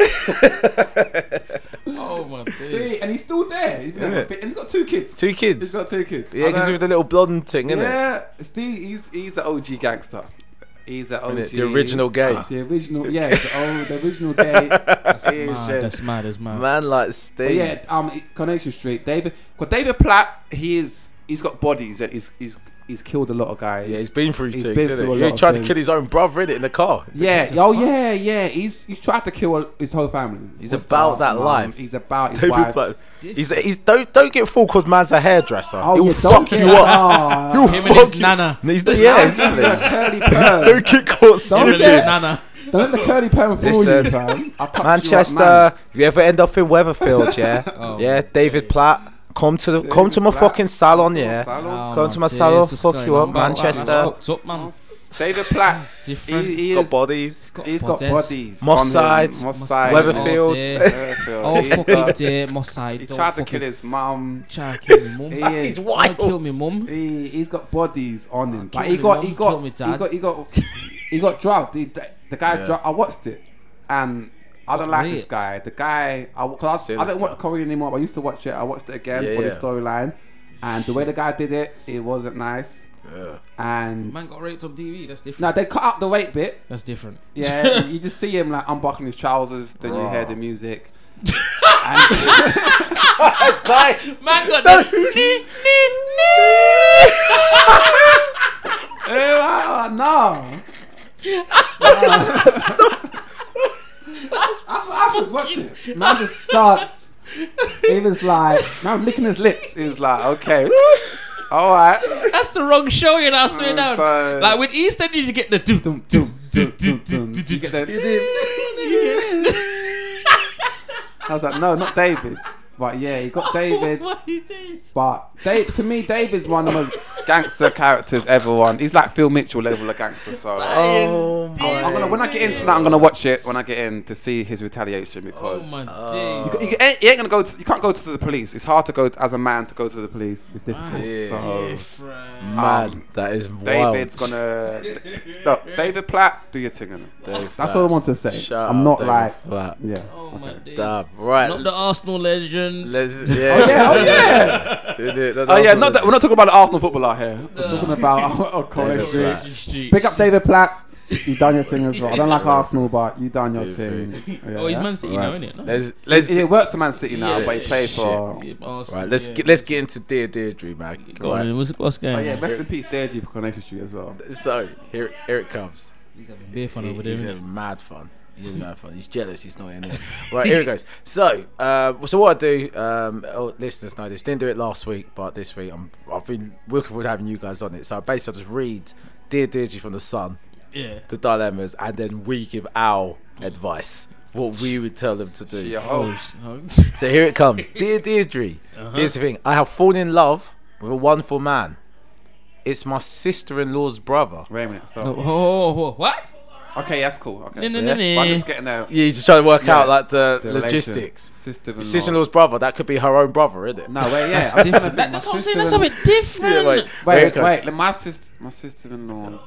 B: Oh my days.
F: Hey, and he's still there. He's been
A: Yeah.
F: a bit- and he's got two kids.
A: Two
F: He's
A: kids.
F: got two kids.
A: Yeah, because with the little blonde thing, innit?
C: Yeah, Steve, he's he's the OG gangster. He's the OG.
A: Innit? The original gay.
F: Ah, The original, yeah, the, old, the
A: (laughs)
F: original day.
C: That's
B: Mad, Ah, that's mad. That's mad.
A: Man like
F: But
A: Steve.
F: yeah, um, Coronation Street.
C: David. Well, David Platt, he is. He's got bodies. And he's he's he's killed a lot of guys.
A: Yeah, he's been through
F: He's
A: things,
F: been
A: isn't
F: through a
A: it?
F: lot
A: He
F: of
A: tried to
F: things.
A: kill his own brother, innit, in the car. (laughs)
C: yeah.
F: Oh yeah, yeah. He's he's tried to kill his whole family.
A: He's
F: What's
A: about that
F: Um,
A: life.
F: He's about his
A: David
F: wife. (laughs)
A: Blatt- He's, he's don't don't get fooled because man's a hairdresser. He'll
F: Oh, yeah, don't
A: fuck
F: get-
A: you up. (laughs)
F: Ah,
A: He'll
B: Him and
A: fuck
B: his
A: you.
B: nana.
A: He's the, yeah, exactly.
F: (laughs)
A: (laughs)
F: curly perm.
A: don't get caught
F: Don't
B: Him and
A: slipping.
B: his
F: get-
B: nana.
F: Don't let the curly perm fool
A: Listen.
F: you, fam. I'll cut you up,
A: Manchester,
F: man.
A: if you ever end up in Weatherfield, yeah, yeah, David Platt, come to the, come to my
C: Platt.
A: fucking salon, yeah.
C: Salon.
A: Come to my salon, fuck you up, Manchester.
B: What's up, man?
G: Oh, David Platt.
B: Different.
G: He, he
A: Got
G: is-
A: bodies.
G: he's got
B: Montez.
G: bodies.
A: Moss
G: on him.
A: sides,
G: Moss
B: Moss
G: sides,
A: Weatherfield.
B: sides,
G: Moss-
B: yeah.
G: Weatherfield.
B: Oh
G: He's
B: fucking
G: got-
B: dear, Mossai.
G: He
B: don't
G: tried to
B: fucking-
G: kill his mum.
B: Try to kill me, mum.
G: He
B: Don't
G: is.
A: wild.
B: kill me, mum.
G: He,
C: He's got bodies on him.
B: kill
C: Like he
B: me,
C: got,
B: Mum.
C: he
B: Kill
C: got,
B: me,
C: he
B: Dad.
C: got, he got, he got drugged. He, the, the guy,
A: Yeah.
C: drugged, I watched it, and I don't like this
B: weird.
C: guy. The guy, I, cause I, I
A: Sinister.
C: don't watch Korean anymore. But I used to watch it. I watched it again
A: Yeah,
C: for
A: yeah.
C: the storyline, and the way the guy did it, it wasn't nice. And
B: Man got raped on TV. That's different.
C: now they cut out the weight bit.
B: That's different. (laughs)
C: Yeah, you just see him like unbuckling his trousers. Then you hear the music.
B: Man got the.
C: Ah, no.
H: That's what happens. Watch it.
C: Man just starts. It was like, man licking his lips. It was like, okay, all right.
B: (laughs) That's the wrong show, you know. I swear down.
C: so-
B: Like with EastEnders, you get the do do do do do do do.
C: You get the- I was like, no, not David. But yeah, he got David.
B: (laughs) What is this?
C: But Dave, to me, David's one of the most gangster characters ever. One, he's like Phil Mitchell level of gangster. So
A: Oh
C: I'm gonna,
A: my.
C: when I get into that, I'm gonna watch it when I get in to see his retaliation
B: Oh
C: because
B: my
C: you,
B: days.
C: you ain't, you ain't gonna go. To, you can't go to the police. It's hard to go as a man to go to the police. It's difficult.
A: Yeah.
C: So
B: Different.
A: Man, that is wild.
C: David's (laughs) gonna. No, David Platt, do your thing. innit?
A: Dave
C: That's
A: Platt.
C: all I want to say.
A: Shout
C: I'm
A: out
C: not
A: Dave
C: like
A: Platt.
C: yeah.
B: Oh my days.
A: Damn, right.
B: Not the Arsenal legend.
A: Let's, yeah, oh (laughs) yeah, oh yeah.
C: Oh yeah, not that, we're not talking about the Arsenal footballer here. We're talking about oh,
A: David
C: Coronation.
A: Platt.
C: Pick up David Platt. You done your thing as well. I don't like Arsenal, but you done your
A: David
C: thing. Yeah,
B: Oh, he's
C: yeah.
B: Man City now, isn't it? No?
A: Let's let's
C: It works for Man City now,
B: Yeah,
C: but he played for.
B: Yeah, Arsenal,
A: right. Let's
B: yeah.
A: get let's get into dear Deirdre, man.
B: Go on.
A: Right.
B: then, What's, what's going
C: Oh
B: on?
C: yeah, rest in peace, Deji for Coronation Street as well.
A: So here here it comes.
B: He's having beer fun over there.
A: He's
B: innit?
A: having mad fun.
B: (laughs)
A: He's mad fun. He's jealous. He's not in it. Right here it goes. So, uh, so what I do, um, oh, listeners know this. Didn't do it last week, but this week I'm, I've been looking forward to having you guys on it. So basically, I just read Dear Deirdre from the Sun,
B: Yeah.
A: the dilemmas, and then we give our advice, what we would tell them to do.
B: Oh, Uh-huh.
A: So here it
B: (laughs)
A: comes. Dear Deirdre, here's the thing. I have fallen in love with a wonderful man. It's my sister in law's brother.
C: Wait a minute. Stop.
B: oh, oh, oh, what?
C: Okay, that's cool. Okay.
B: No, no,
A: Yeah.
B: no,
C: But I'm
B: no.
C: just getting there.
A: Yeah, he's just trying to work
C: Yeah.
A: out like the,
C: relation.
A: logistics.
C: Sister-in-law.
A: Sister in law's brother, that could be her own brother, isn't it?
C: No, wait, yeah.
B: That's
C: I'm trying to
B: different.
C: think.
B: That's
C: My
B: what I'm saying. That's
C: sister-in-law-
B: something different.
A: Yeah, wait, here it
C: Wait,
A: goes.
C: wait, wait. My sister, my sister-in-law's.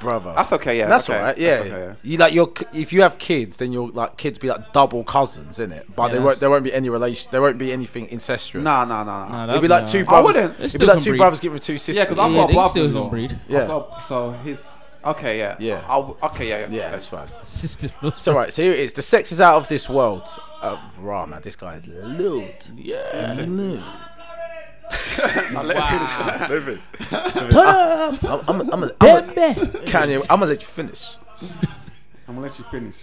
A: brother.
C: That's okay. Yeah,
A: That's
C: okay.
A: all right. Yeah.
C: That's okay, yeah.
A: You like your c- if you have kids, then your like kids be like double cousins, isn't it? But they won't.
B: that's-
A: There won't be any relation. There won't be anything incestuous.
C: No, no, no, no.
B: Nah,
A: It'd
B: that'd
A: be like two
B: alright.
C: I
A: brothers.
C: wouldn't.
A: It'd
B: They
A: be
B: still
A: like
B: can
A: two
B: breed.
A: brothers getting two sisters.
C: Yeah, 'cause I've
B: Yeah,
C: got a
B: they still
C: brother-in-law.
B: can breed.
A: Yeah.
C: Well, So his. Okay, yeah.
A: Yeah.
C: I'll, okay, yeah, yeah.
A: yeah,
C: okay.
A: that's fine.
B: Sister.
A: So right, so here it is. The sex is out of this world. Uh, raw man, this guy is lewd.
B: Yeah.
A: Lewd.
C: Now let me finish. (laughs)
A: I'm, I'm, I'm, a- I'm a- Kanye, I'm gonna let you finish.
C: I'm gonna let you finish.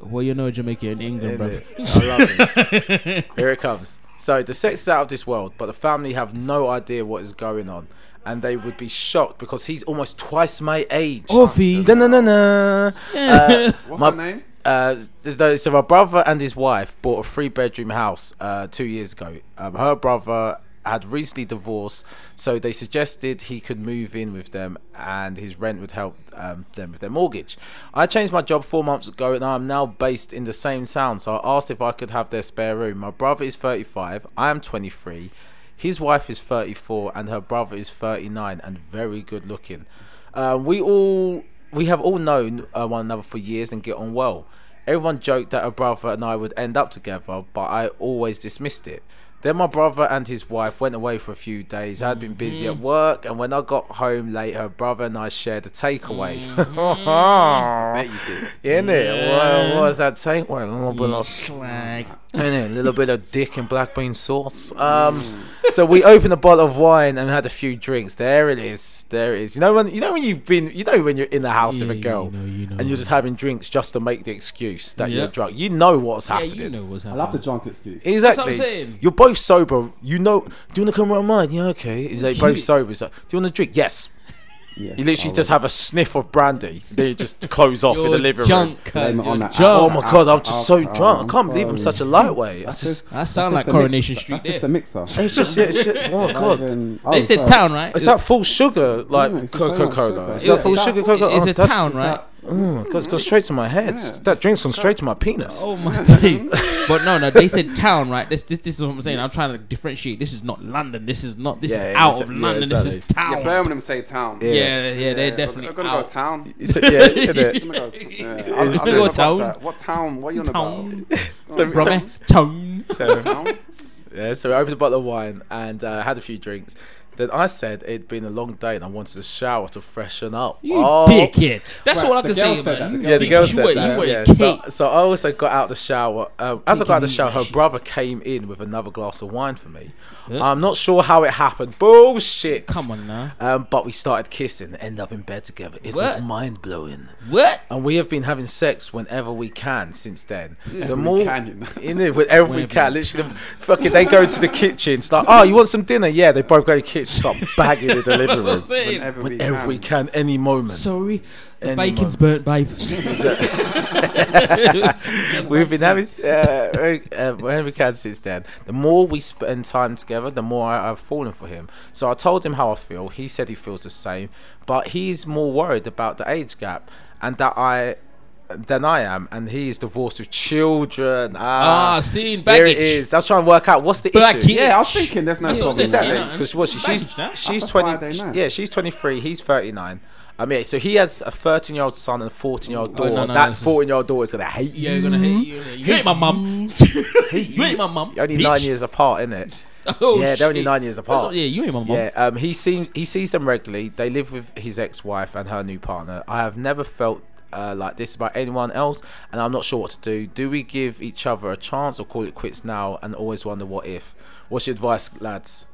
B: Well, you know Jamaica in England, bro.
A: Innit? (laughs) I love this. Here it comes. So the sex is out of this world, but the family have no idea what is going on, and they would be shocked because he's almost twice my age.
B: Offie.
A: Da na na na. Uh,
C: What's
A: my-
C: her name?
A: Uh, there's no, so my brother and his wife bought a three bedroom house uh, two years ago. Um, her brother had recently divorced, so they suggested he could move in with them and his rent would help um, them with their mortgage. I changed my job four months ago and I'm now based in the same town, so I asked if I could have their spare room. My brother is 35, I am 23. His wife is 34 and her brother is 39 and very good looking. Um, we all we have all known uh, one another for years and get on well. Everyone joked that her brother and I would end up together, but I always dismissed it. Then my brother and his wife went away for a few days. I'd been busy at work, and when I got home late, her brother and I shared a takeaway. (laughs)
C: Bet you did.
A: Isn't it? What was that takeaway? A little bit
B: Mm,
A: of
B: Slag.
A: innit? A little bit of dick and black bean sauce.
B: Mm.
A: Um, so we opened a bottle of wine and had a few drinks. There it is. There it is. You know when you know when you've been you know when you're in the house
B: Yeah,
A: with a
B: you
A: girl
B: know, you know.
A: and you're just having drinks just to make the excuse that you're
B: Yeah.
A: drunk. You know what's
B: Yeah,
A: happening.
B: you know what's
H: I
B: happening.
H: love the drunk excuse.
A: Exactly.
B: That's what I'm saying.
A: You're both sober. You know. Do you want to come round mine? Yeah, okay. They both sober. So, do you want to drink? Yes.
F: Yes,
A: You
C: Oh,
A: literally
F: I
A: just have a sniff of brandy, then you just close off in the
B: Oh, You're
A: living room.
B: junk,
F: Blame
B: cuz.
F: it on
B: You're
F: that.
A: Oh
B: junk.
A: my god, I'm just so
F: I'm-
A: drunk.
F: I'm
A: I can't believe I'm
F: sorry.
A: such a lightweight. I
F: That's
A: just,
F: just-
B: That
F: that's
B: sound
F: just
B: like
F: the mix-
B: Coronation Street
F: That's just
B: there.
F: the mixer.
A: it's just, yeah, it's just- oh my
F: Not
A: god.
F: even- oh,
B: They said
F: sorry.
B: town, right?
A: Is that full sugar like
F: Yeah, it's the same
A: Coca
F: as
A: Cola?
F: sugar.
A: Is that full
F: Yeah.
A: sugar Coca?
B: It's
A: oh,
B: a
A: that's-
B: town, right?
A: Mm, 'cause it's gone straight to my head. That drink's gone straight to my penis. (laughs)
B: Oh my days! but no, no, they said town, right? This, this, this is what I'm saying. I'm trying to differentiate. This is not London. This is not. This
A: Yeah,
B: is
A: yeah,
B: out of
A: exactly. Yeah,
B: London. This is
A: exactly.
B: town.
E: Yeah, Birmingham say town.
B: yeah, yeah, they're definitely
E: I'm gonna
B: out.
E: go town.
A: It's- yeah, isn't it?
C: (laughs)
E: I'm gonna go to-
B: (laughs)
E: yeah, I've-
A: It's-
E: I've
B: Gonna
E: never
B: go
E: bust
B: town.
E: that. What town? What are you on
B: Town.
E: about?
B: (laughs) Bruh, man. Town. (laughs)
E: Town.
A: Yeah, so I opened a bottle of wine and uh, had a few drinks. Then I said it'd been a long day and I wanted a shower to freshen up.
B: You
A: Oh.
B: dickhead. That's
F: Right,
B: all I
F: the
B: can
F: girl
B: say,
F: said
B: man.
F: that, the
B: You
A: Yeah, the
B: dick-
A: girl
B: you
A: said
B: were-
A: that.
B: You were
A: yeah.
B: a
A: So,
B: cake.
A: so I also got out the shower. Um, as I got out the
B: Taking
A: shower, her
B: it easy.
A: brother came in with another glass of wine for me. I'm not sure how it happened. Bullshit.
B: Come on now.
A: Um, but we started kissing and ended up in bed together. It was
B: What?
A: mind blowing.
B: What?
A: And we have been having sex whenever we can since then. The
E: we
A: more
E: can, you know.
A: in it, whenever we can, literally, the, fucking, they go into the kitchen. It's like, oh, you want some dinner? Yeah, they both go to the kitchen, start bagging in the living room.
B: Saying.
E: Whenever we
A: Whenever
E: can.
A: we can, any moment.
B: Sorry, the
A: Anyone.
B: bacon's
A: (laughs)
B: burnt, babe.
A: We've been
E: (laughs)
A: having uh, very- uh, whenever we can since then. The more we spend time together, the more I, I've fallen for him. So I told him how I feel. He said he feels the same, but he's more worried about the age gap and that I than I am, and he is divorced with children. Ah,
B: Ah, seeing
A: there it
B: baggage.
A: is. I was trying to work out what's the
B: Baggage.
A: issue.
E: Yeah, I was thinking there's no
B: That's what I'm
E: problem.
B: saying.
A: Exactly,
B: You know,
A: because what she, she's
B: imagine that.
A: she's
E: That's a
A: twenty.
E: Friday night.
A: Yeah, she's twenty three. He's thirty nine. I mean, so he has a thirteen year old son and a fourteen year old
B: Oh, no,
A: daughter.
B: no, no,
A: that
B: this is-
A: fourteen year old daughter is gonna hate
B: Yeah,
A: you.
B: you're gonna hate you. You ain't my mum. You ain't my mum.
A: You're only
B: bitch.
A: nine years apart, isn't it?
B: (laughs) Oh,
A: yeah, they're only
B: shit.
A: nine years
B: That's
A: apart.
B: what- Yeah, you ain't my mum.
A: Yeah, um, he seems he sees them regularly. They live with his ex-wife and her new partner. I have never felt uh, like this about anyone else, and I'm not sure what to do. Do we give each other a chance or call it quits now and always wonder what if? What's your advice, lads?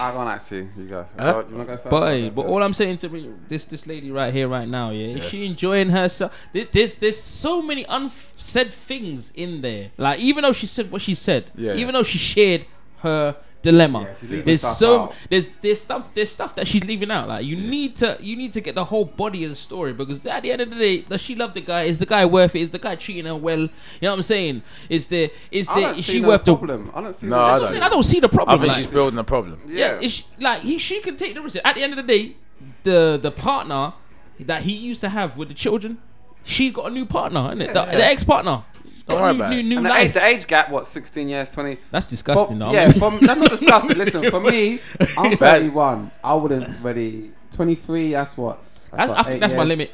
E: I don't actually. You go.
A: Huh?
E: You wanna go first?
B: But hey, but all I'm saying to me, this this lady right here, right now, yeah, is she enjoying herself? There- There's there's so many unsaid things in there. Like even though she said what she said,
A: Yeah.
B: even though she shared her dilemma,
E: she's leaving
B: there's
E: stuff
B: so
E: out.
B: there's there's stuff there's stuff that she's leaving out. Like you need to you need to get the whole body of the story because at the end of the day, does she love the guy? Is the guy worth it? Is the guy treating her well? You know what I'm saying? Is the is
E: I
B: the
E: don't
B: is
E: see
B: she
E: no
B: worth the?
E: problem. I don't see.
A: No,
E: no-
A: I
B: That's what I'm saying. I don't see the
A: I
B: problem.
A: think
B: like-
A: she's building a problem.
B: yeah,
E: Yeah.
B: it's like he she can take the risk. At the end of the day, the the partner that he used to have with the children, she got a new partner, isn't it? The,
A: yeah.
B: ex partner.
A: Don't worry about
B: new,
A: it.
B: new
E: And the age,
B: life.
E: the age gap, what, 16 years, 20?
B: That's disgusting.
E: Well,
B: though.
E: yeah, from, no, not disgusting. Listen, for me,
F: I'm 31. I wouldn't really. 23. That's what.
B: (laughs) That's,
F: what,
B: I think
F: eight
B: that's my
F: years.
B: limit.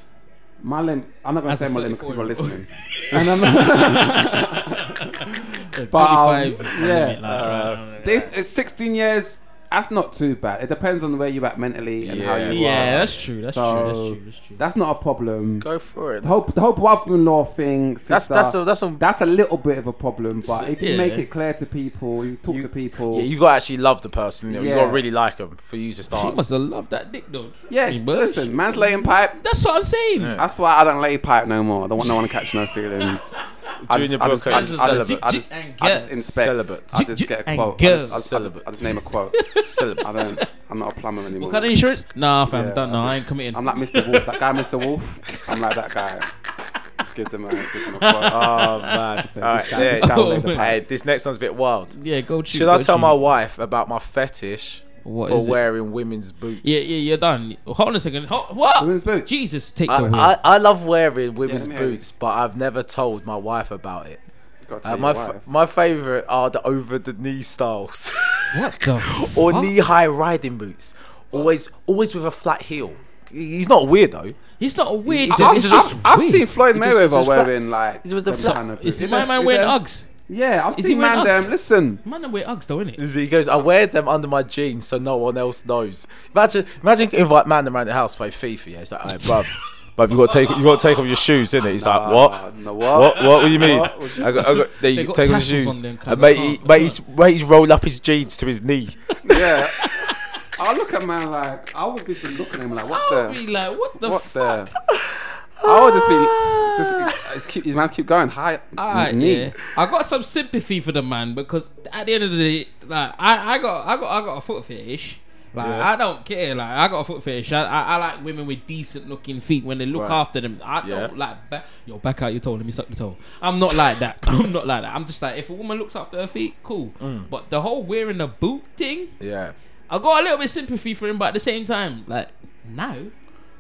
F: My limit. I'm not gonna
B: That's
F: say
B: a
F: my limit. 'cause
B: 34
F: people are
B: year old.
F: listening.
B: (laughs)
F: and I'm,
B: Twenty
F: but um,
B: five.
F: yeah,
E: This,
F: It's 16 years. That's not too bad. It depends on where you're at mentally and how
A: Yeah.
F: you.
B: yeah, that's true. That's true.
F: So-
B: That's true. That's true.
F: That's not a problem.
A: Go for it.
F: The whole the whole brother-in-law thing. Sister,
A: That's that's a, that's a
F: that's a little bit of a problem. But if you
B: yeah.
F: make it clear to people, you talk to people.
A: Yeah, you got to actually love the person. You
F: Yeah.
A: got to really like them for you to
B: She
A: start.
B: must have loved that dick though. Trust
E: yeah,
B: me, bud.
E: listen, man's laying pipe.
B: That's what I'm saying.
E: That's why I don't lay pipe no more. I don't want no one to catch no
A: (laughs)
E: feelings. I
A: Junior
E: just- I just-
A: Brooker
E: I
A: is
E: just- I
B: Zip,
A: celibate.
E: just- I
B: zip
E: just-
B: and
E: I just
B: girls.
E: inspect.
A: Celibate.
E: I just get a
B: And
E: quote. I just, I, just, I, just,
A: Celibate.
E: I just name a quote.
A: Celibate.
E: I don't, I'm not a plumber anymore.
B: What kind of insurance? Nah, fam,
E: Yeah,
B: don't know. I
E: I
B: ain't committing.
E: I'm like Mr. Wolf. That guy, Mr. Wolf. I'm like that guy. Just give them a, give them a Ah, quote.
A: Oh man! All right,
F: this guy-
A: yeah.
F: this
A: (laughs)
F: guy
B: will lay the
A: Hey,
F: pipe.
A: this next one's a bit wild.
B: yeah, go cheap.
A: Should I
B: go
A: tell
B: cheap.
A: my wife about my fetish
B: What
A: for
B: is it?
A: wearing women's boots?
B: Yeah, yeah, you're done. Hold on a second. Hold, what?
F: Women's boots.
B: Jesus, take the wheel.
A: I, I, I love wearing women's
E: me hear
A: boots, but I've never told my wife about it.
E: Gotta tell
A: Uh,
E: your
A: my
E: wife.
A: f- my favorite are the over the knee styles
B: what the? f-
A: (laughs) or knee high riding boots. Always always with a flat heel. He's not weird though.
B: He's not a weird.
A: He
B: guy.
E: I've,
A: just- it's
B: Is,
A: he just
E: I've- I've
A: weird.
E: seen Floyd
A: It just-
E: Mayweather
A: it's just
E: wearing
A: facts.
E: like.
A: It was the
E: them (laughs)
A: flat-
E: kind of
B: is
E: boots.
B: my
E: Is
B: man
E: it-
B: wearing
E: is it-
B: Uggs?
F: yeah, I've
B: Is he
F: seen
B: wearing
F: man.
E: Man,
B: Uggs?
E: them,
B: (laughs)
E: listen.
B: Man, them wear Uggs though, innit?
A: He goes, I wear them under my jeans so no one else knows. Imagine, imagine invite man around the house play FIFA. Yeah, he's like, "Hey, (laughs) bruv, bruv, you got to take, you got to take off your shoes, innit?" He's like, "What?
E: No,
A: What? What? What do you mean? I got, I got, there
B: They
A: you
B: got
A: take off your
B: tassels
A: shoes."
B: on them, cuz
A: and
B: I
A: mate, he,
B: can't-
A: mate, he's, mate, he's rolled up his jeans to his (laughs) knee.
E: Yeah.
F: I look at man like I would be just looking at him like what.
B: I would
E: the-
B: be like, what the?
E: what
B: f-
E: the? I would just be. Just, it's keep, these man keep going high.
B: Alright,
E: knee.
B: Ah, yeah. I got some sympathy for the man because at the end of the day, like I, I got, I got, I got a foot fetish, Like I don't care. Like I got a foot fetish. I, I, I like women with decent looking feet when they look
A: Right.
B: after them. I
A: Yeah.
B: don't like back. Yo, back out your toe. Let me suck the toe. I'm not like that. (laughs) I'm not like that. I'm just like if a woman looks after her feet, cool. But the whole wearing a boot thing,
A: Yeah.
B: I got a little bit sympathy for him, but at the same time, like no,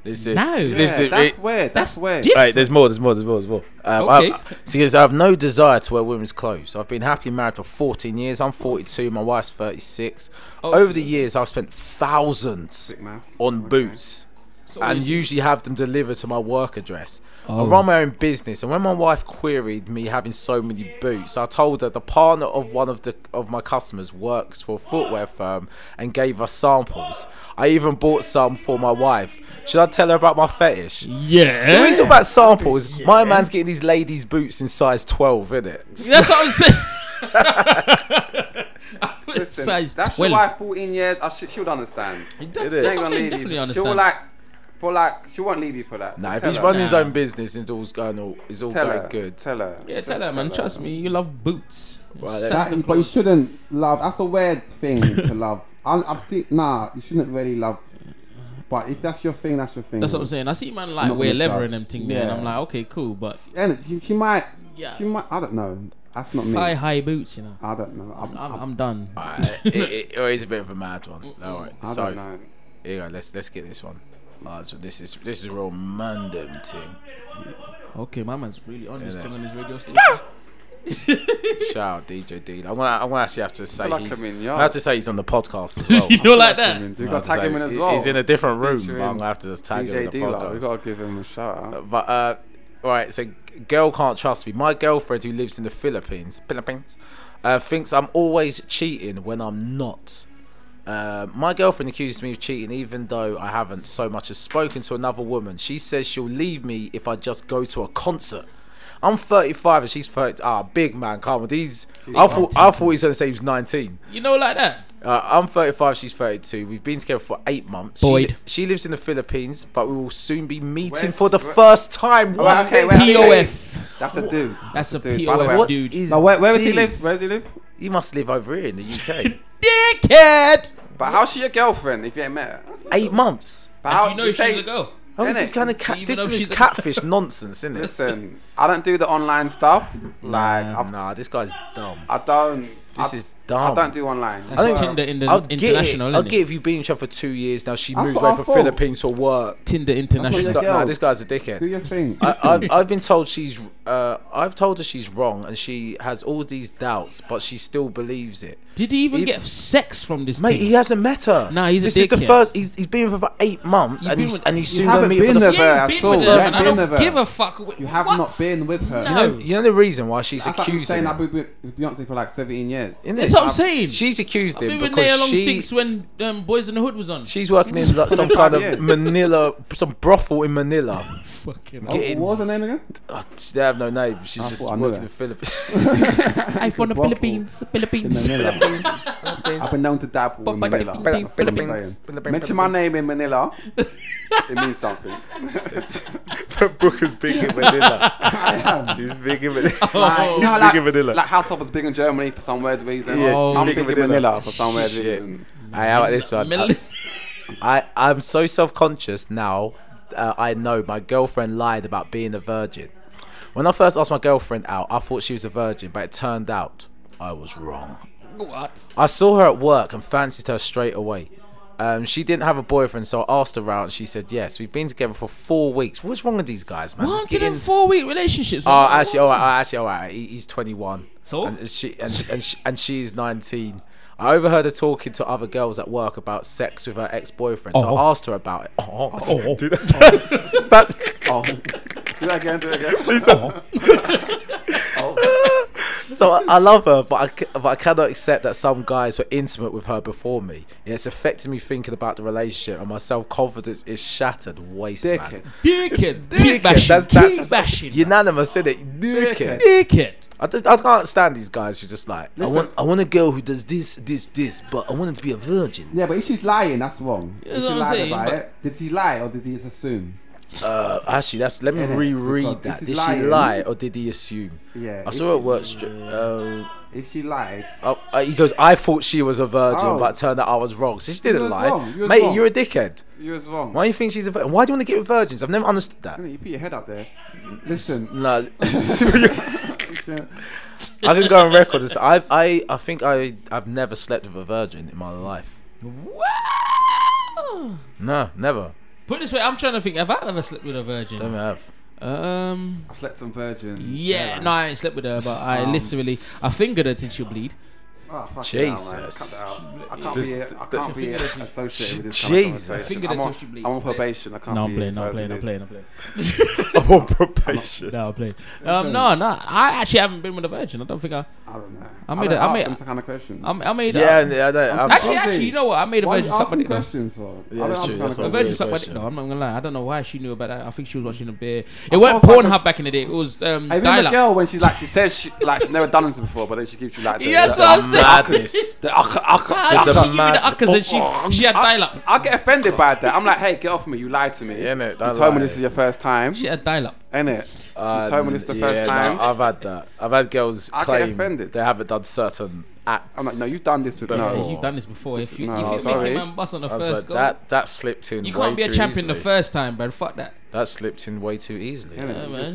A: This is
B: No.
A: this
E: Yeah,
A: is
E: that's weird. That's,
B: that's
E: weird.
B: diff-
A: Right, there's more, there's more, there's more, there's more. Um,
B: Okay.
A: I, see, 'cause I have no desire to wear women's clothes. I've been happily married for 14 years. I'm 42. My wife's 36.
B: Oh.
A: Over the years, I've spent thousands
C: maths.
A: on boots and usually have them delivered to my work address. I run my own business, and when my wife queried me having so many boots, I told her the partner of one of the of my customers works for a footwear firm and gave us samples. I even bought some for my wife. Should I tell her about my fetish? So when
B: yeah.
A: you talk about samples, my man's getting these ladies' boots in size 12, innit?
B: That's what I'm saying. (laughs) I was
C: Listen,
B: size
C: that's
B: twelve.
C: your wife, 14 years. I sh- she'll understand. She ain't
B: That's,
A: is.
B: that's
A: She
B: what
C: gonna
B: I'm saying.
C: leave you
B: Definitely
C: for-
B: understand.
C: She'll like, for like, she won't leave you for that.
A: Nah, if
C: Just
A: he's
C: tell her.
A: running his
B: Nah.
A: own business and it's all going all, it's all
C: tell
A: going
C: her.
A: good.
C: Tell her.
B: yeah,
C: Just
B: tell that man. Trust me, you love boots.
A: Right,
B: Sack
F: That,
B: of
F: but you
B: clothes.
F: shouldn't love. That's a weird thing
A: (laughs)
F: to love. I, I've seen. Nah, you shouldn't really love. But if that's your thing, that's your thing.
B: That's what I'm saying. I see man like
F: Not
B: wear
F: gonna
B: leather
F: judge.
B: and them thing there, and
F: Yeah.
B: I'm like, okay, cool, but
F: And she, she might.
B: Yeah.
F: She might. I don't know. That's not me.
B: thigh high boots, you know.
F: I don't know. I'm,
B: I'm,
F: I'm,
B: I'm done.
A: Alright, it, it, it is a bit of a mad one. All right,
F: I
A: so
F: don't know.
A: Here you go. Let's let's get this one. Alright, so this is this is a real random thing.
B: Okay, my man's really honest on his radio station.
A: Shout out DJ D. I'm gonna I'm gonna actually have to say
C: like
A: he's,
C: him in,
A: I'm
C: yeah.
A: gonna have to say he's on the podcast as
C: (laughs)
A: well.
B: you know, like that.
C: You
A: I have
C: got
A: to
C: to tag
A: say,
C: him in as
A: he-
C: well.
A: He's in a different room, but
C: Featuring
A: I'm gonna have to just tag him in
C: DJ
A: the
C: D, like, we
A: podcast.
C: gotta give him a shout out.
A: But uh, all right, so girl can't trust me. My girlfriend who lives in the Philippines, Philippines, uh, thinks I'm always cheating when I'm not. Uh, my girlfriend accuses me of cheating even though I haven't so much as spoken to another woman. She says she'll leave me if I just go to a concert. I'm 35 and she's 30. Ah, big man, come on. These, I thought, I thought he was going to say he was 19.
B: You know, like that.
A: Uh, I'm 35, she's 32. We've been together for eight months.
B: Boyd.
A: She, she lives in the Philippines, but we will soon be meeting
C: Where's-
A: for the
C: where- Oh,
A: first time. What?
C: okay, wait, okay.
B: POF.
C: That's a dude.
B: That's a
C: dude. By the
B: POF
C: way,
A: What
B: dude.
A: is
C: Now, where, where does he
A: this?
C: live? Where does he live?
A: He must live over here in the
B: (laughs)
A: UK.
B: Dickhead.
C: But how's she your girlfriend if you ain't met her?
A: eight months.
C: But
B: How do you know
C: say-
B: she's a girl? (laughs)
A: How is
C: Innit?
A: this kind of cat?
B: Even
A: This
B: though
A: is
B: she's a-
A: catfish nonsense, isn't it?
C: Listen, I don't do the online stuff. Like, I've,
A: Nah, this guy's dumb.
C: I don't.
A: This
C: I,
A: is dumb.
C: I don't do online.
B: That's
C: So,
B: Tinder in the
A: I'll get it.
B: international.
A: I'll
B: innit?
A: get if you've been with each other for two years now. She
F: That's
A: moves
F: what
A: away
F: I
A: from
F: thought.
A: Philippines for work.
B: Tinder
A: This
B: international.
F: That's
A: guy,
F: what
A: nah,
F: girl.
A: this guy's a dickhead.
F: Do your thing.
A: (laughs) I, I've, I've been told she's. Uh, I've told her she's wrong, and she has all these doubts, but she still believes it.
B: Did he even
A: He-
B: get sex from this
A: Mate,
B: thing?
A: he hasn't met her.
B: Nah, he's a
A: This is the
B: dickhead.
A: first. He's, he's been with her for eight months,
B: You've
A: and
B: been
A: he's
B: with-
A: and he's
F: you
A: soon gonna
F: haven't
A: meet her for
F: been
A: the
F: with
B: Yeah,
F: her
B: you've
F: at
B: been
F: all.
B: with
F: You
B: her,
F: haven't
B: and I
F: been
B: don't
F: with her.
B: give a fuck.
F: You have not been with her.
B: No.
A: You know, you know the reason why she's
F: That's like me
A: accusing
F: saying I've
A: him.
F: been with with Beyonce for like 17 years.
B: That's what I'm
A: I've-
B: saying.
A: She's accused
B: we
A: him
B: were there
A: because
B: along
A: she,
B: six when um, Boys in the Hood was on.
A: she's working in like, some kind
C: Yeah.
A: of Manila, some brothel in Manila.
B: Fucking
F: Oh,
A: Getting-
F: what was her
A: (laughs)
F: name again?
A: Oh, they have no name. She's
F: I
A: just
F: thought I knew
A: working in
F: that.
A: the Philippines. (laughs)
B: I from the
F: brothel.
B: Philippines.
F: In
B: Philippines.
F: Manila.
C: I've been known to dabble in
B: But- but-
C: Manila.
B: but-
C: That's what I'm
B: but-
C: saying. Mention my name
B: (laughs)
C: in Manila. it
A: (laughs)
C: means something.
A: Brooker's big in Manila. He's big in Manila.
C: Like,
A: He's big in Oh, Manila.
C: Like House of was big in Germany for some weird reason.
A: Yeah,
B: Oh.
C: I'm
A: big
C: big
A: in
C: in Manila,
A: Manila.
C: for some weird
A: Shit.
C: reason.
A: I how about this one?
B: Manila.
A: I, I'm so self conscious now. Uh, I know my girlfriend lied about being a virgin. When I first asked my girlfriend out, I thought she was a virgin, but it turned out I was wrong.
B: What?
A: I saw her at work and fancied her straight away. Um, she didn't have a boyfriend, so I asked her out, and she said yes. We've been together for four weeks. What's wrong with these guys, man?
B: One
A: Just
B: to them
A: getting-
B: four week relationships.
A: Oh, actually, all right, all right, actually, all right. He, he's 21.
B: So?
A: And she and and, she, and she's 19. I overheard her talking to other girls at work about sex with her ex-boyfriend. So I asked her about it. Oh, I said, do that. (laughs) That-
C: Oh. Do it again, do it again.
A: so I, I love her, but I, ca- but I cannot accept that some guys were intimate with her before me. It's affecting me thinking about the relationship, and my self-confidence is shattered. Waste man.
C: Dickhead.
B: Dickhead. Dick bashing.
A: That's
B: That's,
A: that's
B: bashing.
A: unanimous, isn't it? Dickhead.
B: Dickhead.
A: I, just, I can't stand these guys who just like I want I want a girl who does this this this, but I want her to be a virgin.
F: Yeah, but if she's lying, that's wrong. If she
B: That's what I'm
F: lied
B: saying,
F: about
B: but-
F: it, did she lie or did he just assume?
A: Uh, actually, that's let me reread that.
F: because this
A: Did
F: is
A: she
F: lying.
A: lie or did he assume?
F: Yeah,
A: I
F: if
A: saw it work. Stri- uh,
F: If she lied,
A: Oh, uh, he goes, I thought she was a virgin,
F: Oh.
A: but turned out I was wrong. So she didn't
F: was
A: lie.
F: wrong. You was
A: Mate,
F: wrong.
A: you're a dickhead.
F: you was wrong.
A: Why do you think she's a virgin? Why do you want to get with virgins? I've never understood that.
F: You put your head up there.
A: (laughs)
F: Listen,
A: No. I can go on record. and say I, I, I think I, I've never slept with a virgin in my life.
B: Wow.
A: No, never.
B: Put it this way, I'm trying to think. Have I ever slept with a
A: Don't
B: virgin?
A: even have.
B: Um.
F: I've slept on virgin.
B: Yeah. No, I ain't slept with her, but I literally I fingered her till she bleed.
F: Oh, fuck
A: Jesus.
F: It out, man. Cut that out. I can't
A: This-
F: be. I can't be associated with this
A: Jesus.
F: kind of conversation.
B: Finger that
F: I'm on,
B: touch you bleed.
F: I'm on probation. I can't
B: No,
F: be
B: I'm playing. No, I'm
F: involved in
B: playing. I'm
F: this.
B: playing. I'm playing.
A: I'm on probation.
B: No, I'm playing. Um. No, no. I actually haven't been with a virgin. I don't think I.
F: I don't know.
B: I
F: don't
B: made. a- I
F: ask
B: made.
F: them some kind of questions.
B: I I made.
A: Yeah,
B: Yeah.
A: and I don't, I'm,
B: Actually,
F: I'm
B: actually,
F: saying-
B: you know what? I made a
F: Why are you
B: virgin suck my
F: asking
B: dick. though.
F: questions for?
A: Yeah,
F: I
A: it's
F: don't
A: true,
F: ask
A: that's
F: kind of
B: A
A: all.
F: questions.
B: virgin
A: Weird
B: sucked my dick.
A: question.
B: No, I'm not gonna lie. I don't know why she knew about that. I think she was watching a beer. It
C: saw
B: weren't
C: something-
B: Pornhub back in the day. It was um,
C: Have you been a
B: dial-up.
C: girl when she's like she says she like she's never done this before, but then she gives you
B: (laughs)
C: like the,
B: Yeah, that's
C: the,
B: what I'm saying. (laughs)
A: madness.
C: the, uck, uck,
B: Ah,
C: uck.
B: she
A: the
B: give me the
A: mad-
B: uckers and she she had dial-up.
C: I get offended by that. I'm like, hey, get off me. You lied to me.
A: Yeah, innit?
C: You
A: Don't
C: told me
A: lie.
C: this is your first time.
B: She had dial-up.
C: Innit?
A: Uh,
C: you told me this the
A: yeah,
C: first
A: no,
C: time.
A: I've had that. I've had girls
C: I get
A: claim
C: offended.
A: they haven't done certain acts.
C: I'm like, no, you've done this with
B: Yeah,
A: Before.
C: no.
B: You've done this before. If you
C: no,
B: if you
C: sorry.
B: make a man bust on the
A: I was
B: first
A: like,
B: go,
A: that that slipped in.
B: you
A: way
B: can't be a
A: too
B: champion the
A: easily.
B: first time, bro. Fuck that.
A: That slipped in way too easily.
B: Yeah, man. (laughs)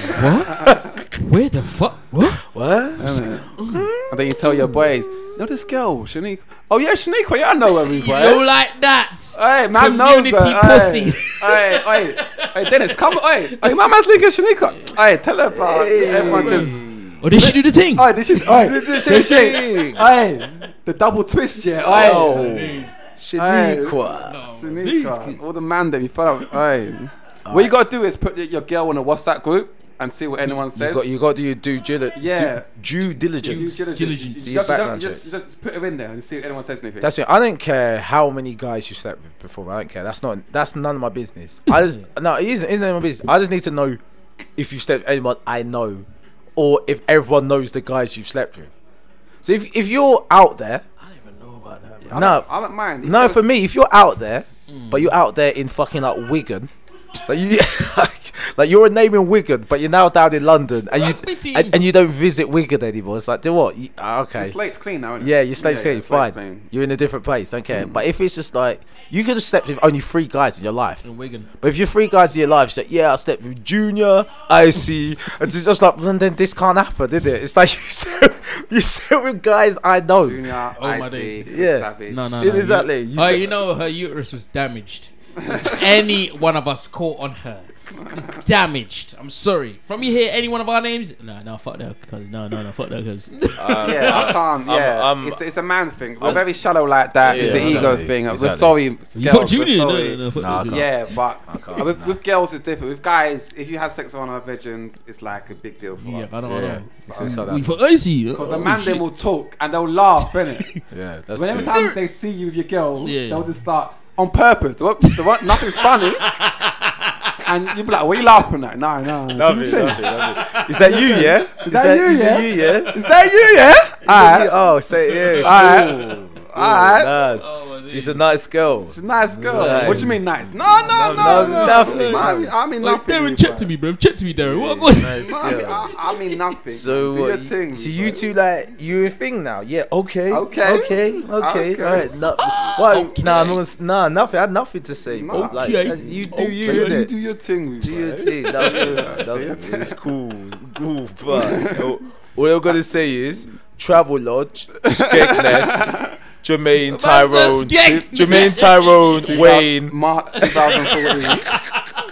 B: what? Where the fuck? What?
A: What?
C: And then you tell your boys, no, this girl, Shaniqua. Oh, yeah, Shaniqua. Yeah, I
B: (laughs)
C: know her, we
B: You
C: boy.
B: like that?
C: Hey, man
B: Community
C: knows her.
B: pussy.
C: Hey, hey, hey, hey, Dennis, come. Hey, hey, my man's linking Shaniqua. Hey, tell her, bro. Everyone just. (laughs)
B: Or did she do the thing?
C: Hey, this is. Hey,
A: the same thing.
C: hey, the double twist, yeah. Hey,
A: Oh, Shaniqua.
C: Shaniqua. All the man that you found. Hey, what you gotta do is put your girl on a WhatsApp group and see what anyone
A: You
C: says.
A: got you got to do your due, dili-
C: Yeah.
A: due, due diligence.
C: Due diligence.
B: Diligence.
C: You
A: Do your
C: just- you
A: background
C: just,
A: checks.
C: you just put her in there and see what anyone says anything.
A: That's it. I don't care how many guys you slept with before. I don't care. That's not. That's none of my business. I just no. It isn't. Isn't my business. I just need to know if you slept with anyone I know, or if everyone knows the guys you've slept with. So if if you're out there,
C: I
A: no.
C: don't, I don't mind. You
A: no,
C: gotta
A: for me, if you're out there, but you're out there in fucking like Wigan, like you, (laughs) like, like you're a name in Wigan, but you're now down in London, and
B: Rugby
A: you
B: team.
A: and, and you don't visit Wigan anymore. It's like, do what? You, ah, okay,
C: Your slate's clean now. Isn't
A: yeah, your slate's clean,
C: your
A: fine.
C: slate's clean.
A: You're in a different place, don't care. But if it's just like you could have slept with only three guys in your life,
B: In Wigan.
A: but if you're three guys in your life, it's like, yeah, I slept with Junior, Icy, and it's just like, well, then this can't happen, did it? It's like (laughs) you slept, you slept with guys I know.
C: Junior,
B: Oh, my
C: Icy,
A: Yeah.
C: Savage.
B: No,
C: (laughs)
B: no,
A: Yeah,
B: no.
A: exactly.
B: You,
A: You
B: oh,
A: said
B: you
A: that.
B: know her uterus was damaged. If Any one of us caught on her. It's damaged. I'm sorry. From you hear any one of our names? No, no, fuck that. Cause no, no, no, fuck
A: (laughs)
B: that. Cause
C: Yeah, I can't. Yeah,
A: I'm-
C: it's, it's a man thing. We're very shallow like that. it's
A: Yeah,
C: an ego
A: exactly,
C: thing.
A: exactly.
C: We're sorry, girls.
B: you got
C: we're
B: Junior. No,
C: sorry.
B: no, no, fuck
A: Nah,
B: that.
A: I can't.
C: Yeah, but
A: can't,
C: with,
A: nah.
C: with girls it's different. With guys, if you had sex with one of our virgins, it's like a big deal for
B: Yeah,
C: us.
B: I don't
A: Yeah,
B: know.
A: so it's not
B: We
A: that-
B: for icy.
E: Because
B: Oh,
E: the man
B: shit.
E: them will talk and they'll laugh,
A: (laughs)
E: innit?
A: yeah, that's
E: Whenever
A: it.
E: time they see you with your girl,
B: Yeah.
E: they'll just start.
C: On purpose. There won't- there won't- nothing's funny. and you'd be like, what are you laughing at? No, no.
A: Love it, love it, love it. Is that you, yeah? Is,
E: that you,
A: is
E: yeah?
A: that you, yeah?
C: Is that you, yeah?
A: Ah,
C: Alright.
A: oh, say it.
C: Alright. Alright.
A: Nice.
B: Oh, my
A: She's a nice girl.
C: She's a nice girl.
A: Nice.
C: What do you mean nice? No, no, no,
A: no,
C: no.
A: nothing.
C: No, I mean, I mean
B: Like,
C: nothing.
B: Darren,
C: with
B: check
C: that.
B: to me, bro. Check to me, Darren. What? what?
A: Nice
C: No, I mean,
A: girl.
C: I, I mean nothing.
A: So,
C: do your
A: what,
C: thing.
A: so
C: bro.
A: you two like you a thing now? Yeah. Okay.
C: Okay.
A: Okay. Okay.
C: Okay.
A: All right. No,
B: (gasps)
A: why- Nah, I'm not, gonna s- nah, nothing. I had nothing to say. bro.
C: No.
A: Like,
B: Okay.
A: that's- you do
B: Okay.
A: you.
C: But you
A: innit?
C: do your thing. with
A: Do
C: bro.
A: your thing.
B: (laughs)
A: Nothing. nothing. It's cool. Cool.
C: (laughs)
A: Fuck. Yo, All I'm gonna say is travel lodge,
C: (laughs)
A: Skegness, Jermaine, Tyrone,
B: Skeg-
A: Jermaine,
B: (laughs)
A: Tyrone, Wayne.
C: March 2014. That's all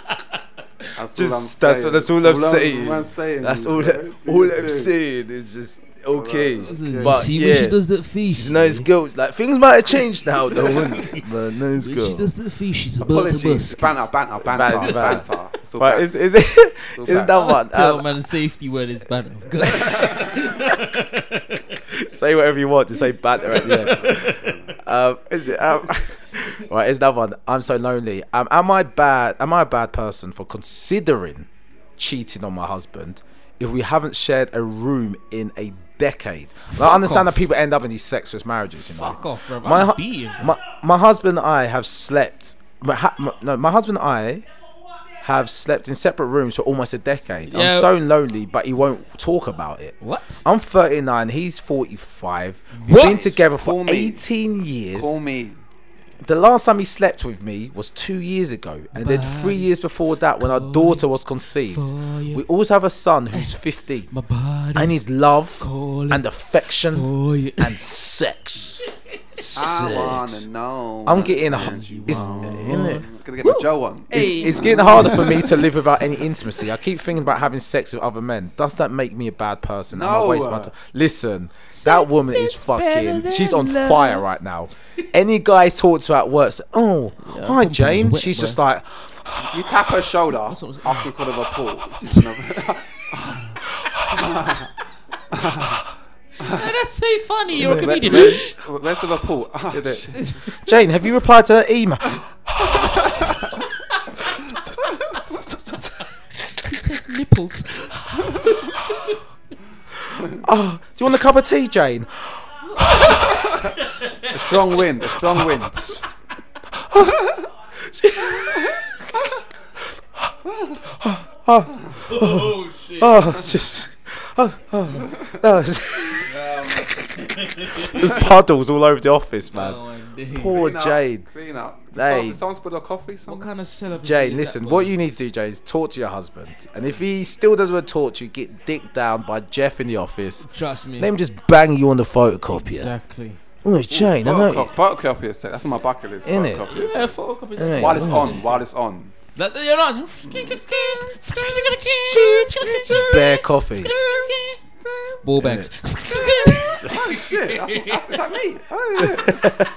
C: I'm
A: Just that's
C: saying.
A: that's all I'm
C: I'm
A: saying.
C: saying.
A: That's all.
C: bro. Do
A: All
C: your
A: I'm
C: thing.
A: saying is just okay.
B: You
A: But
B: See
A: yeah.
B: when she does that face.
A: She's a nice girl. Like things might have changed now, (laughs) though. wouldn't it? but nice
B: When she
A: girl.
B: does that face, she's about to
C: Apologies.
B: bust.
C: Banter, banter,
A: Bad,
C: banter,
A: it's bad.
C: banter. It's all
A: Right,
C: bad.
A: is (laughs) is it? Is that one?
B: Tell
A: Um,
B: man the safety word
A: (laughs)
B: is banter.
A: say whatever you want. Just say bad at the (laughs) end. Um, is it? Um, (laughs) right, is that one? I'm so lonely. Um, am I bad? Am I a bad person for considering cheating on my husband if we haven't shared a room in a decade? Now, I understand
B: off.
A: that people end up in these sexless marriages. You know?
B: Fuck off, bro.
A: my,
B: I'm
A: hu-
B: beating.
A: my my husband and I have slept. My, ha- my, no, my husband and I have slept in separate rooms for almost a decade.
B: Yeah.
A: I'm so lonely, but he won't talk about it.
B: What?
A: I'm 39, he's 45. We've
B: What?
A: been together for
C: Call me.
A: 18 years.
C: Call me.
A: The last time he slept with me was two years ago, and then three years before that, when our daughter was conceived.
B: for you.
A: We always have a son who's 50.
B: My body.
A: I need love
B: calling
A: and affection
B: for you.
A: and sex.
C: I
A: Sex.
C: wanna know.
A: I'm getting it's, innit?
C: I'm gonna get my Joe on.
B: Hey.
A: it's getting harder for me to live without any intimacy. I keep thinking about having sex with other men. Does that make me a bad person? Am I
C: No.
A: wasting my time? Listen, that woman is
B: is better
A: fucking.
B: than
A: She's on
B: love.
A: fire right now. Any guy I talk to at work, say, oh, hi
B: pumping
A: Jane.
B: wet,
A: She's
B: bruh.
A: just like,
C: You tap her shoulder, ask
B: what
C: her call her a pull. She's gonna-
B: No, that's so funny. You're a comedian.
C: where-
B: right?
C: Where's the report? Ah, shit.
A: Jane, have you replied to that email?
B: He said nipples.
A: Oh, do you want a cup of tea, Jane?
C: (laughs) A strong wind, a strong wind.
B: Oh shit.
A: Oh, it's just. Oh, oh. No, it's- There's puddles all over the office, man.
B: (laughs) Oh, indeed.
A: Poor
C: Clean up,
A: Jane.
C: Clean up. Did
A: Hey.
C: someone- did someone spill a coffee?
B: What
C: Someone?
B: kind of celebration?
A: Jay,
B: is
A: listen,
B: that,
A: what
B: boy?
A: you need to do, Jay, is talk to your husband. And if he still doesn't want to talk to you, get dicked down by Jeff in the office.
B: Trust me.
A: Let him just bang you on the photocopier.
B: Exactly.
A: Oh, Jane, I know.
C: Photocop- Photocopy is set. That's on my bucket list.
A: Innit?
C: photocopy is
B: Yeah,
C: set.
B: photocopy.
A: Yeah.
C: While
B: (laughs)
C: it's on, while it's on.
B: That, you're not.
A: Bare coffees.
B: Ball bags.
C: Holy shit, that's, that's, is that me?
A: (laughs)
C: Oh, yeah.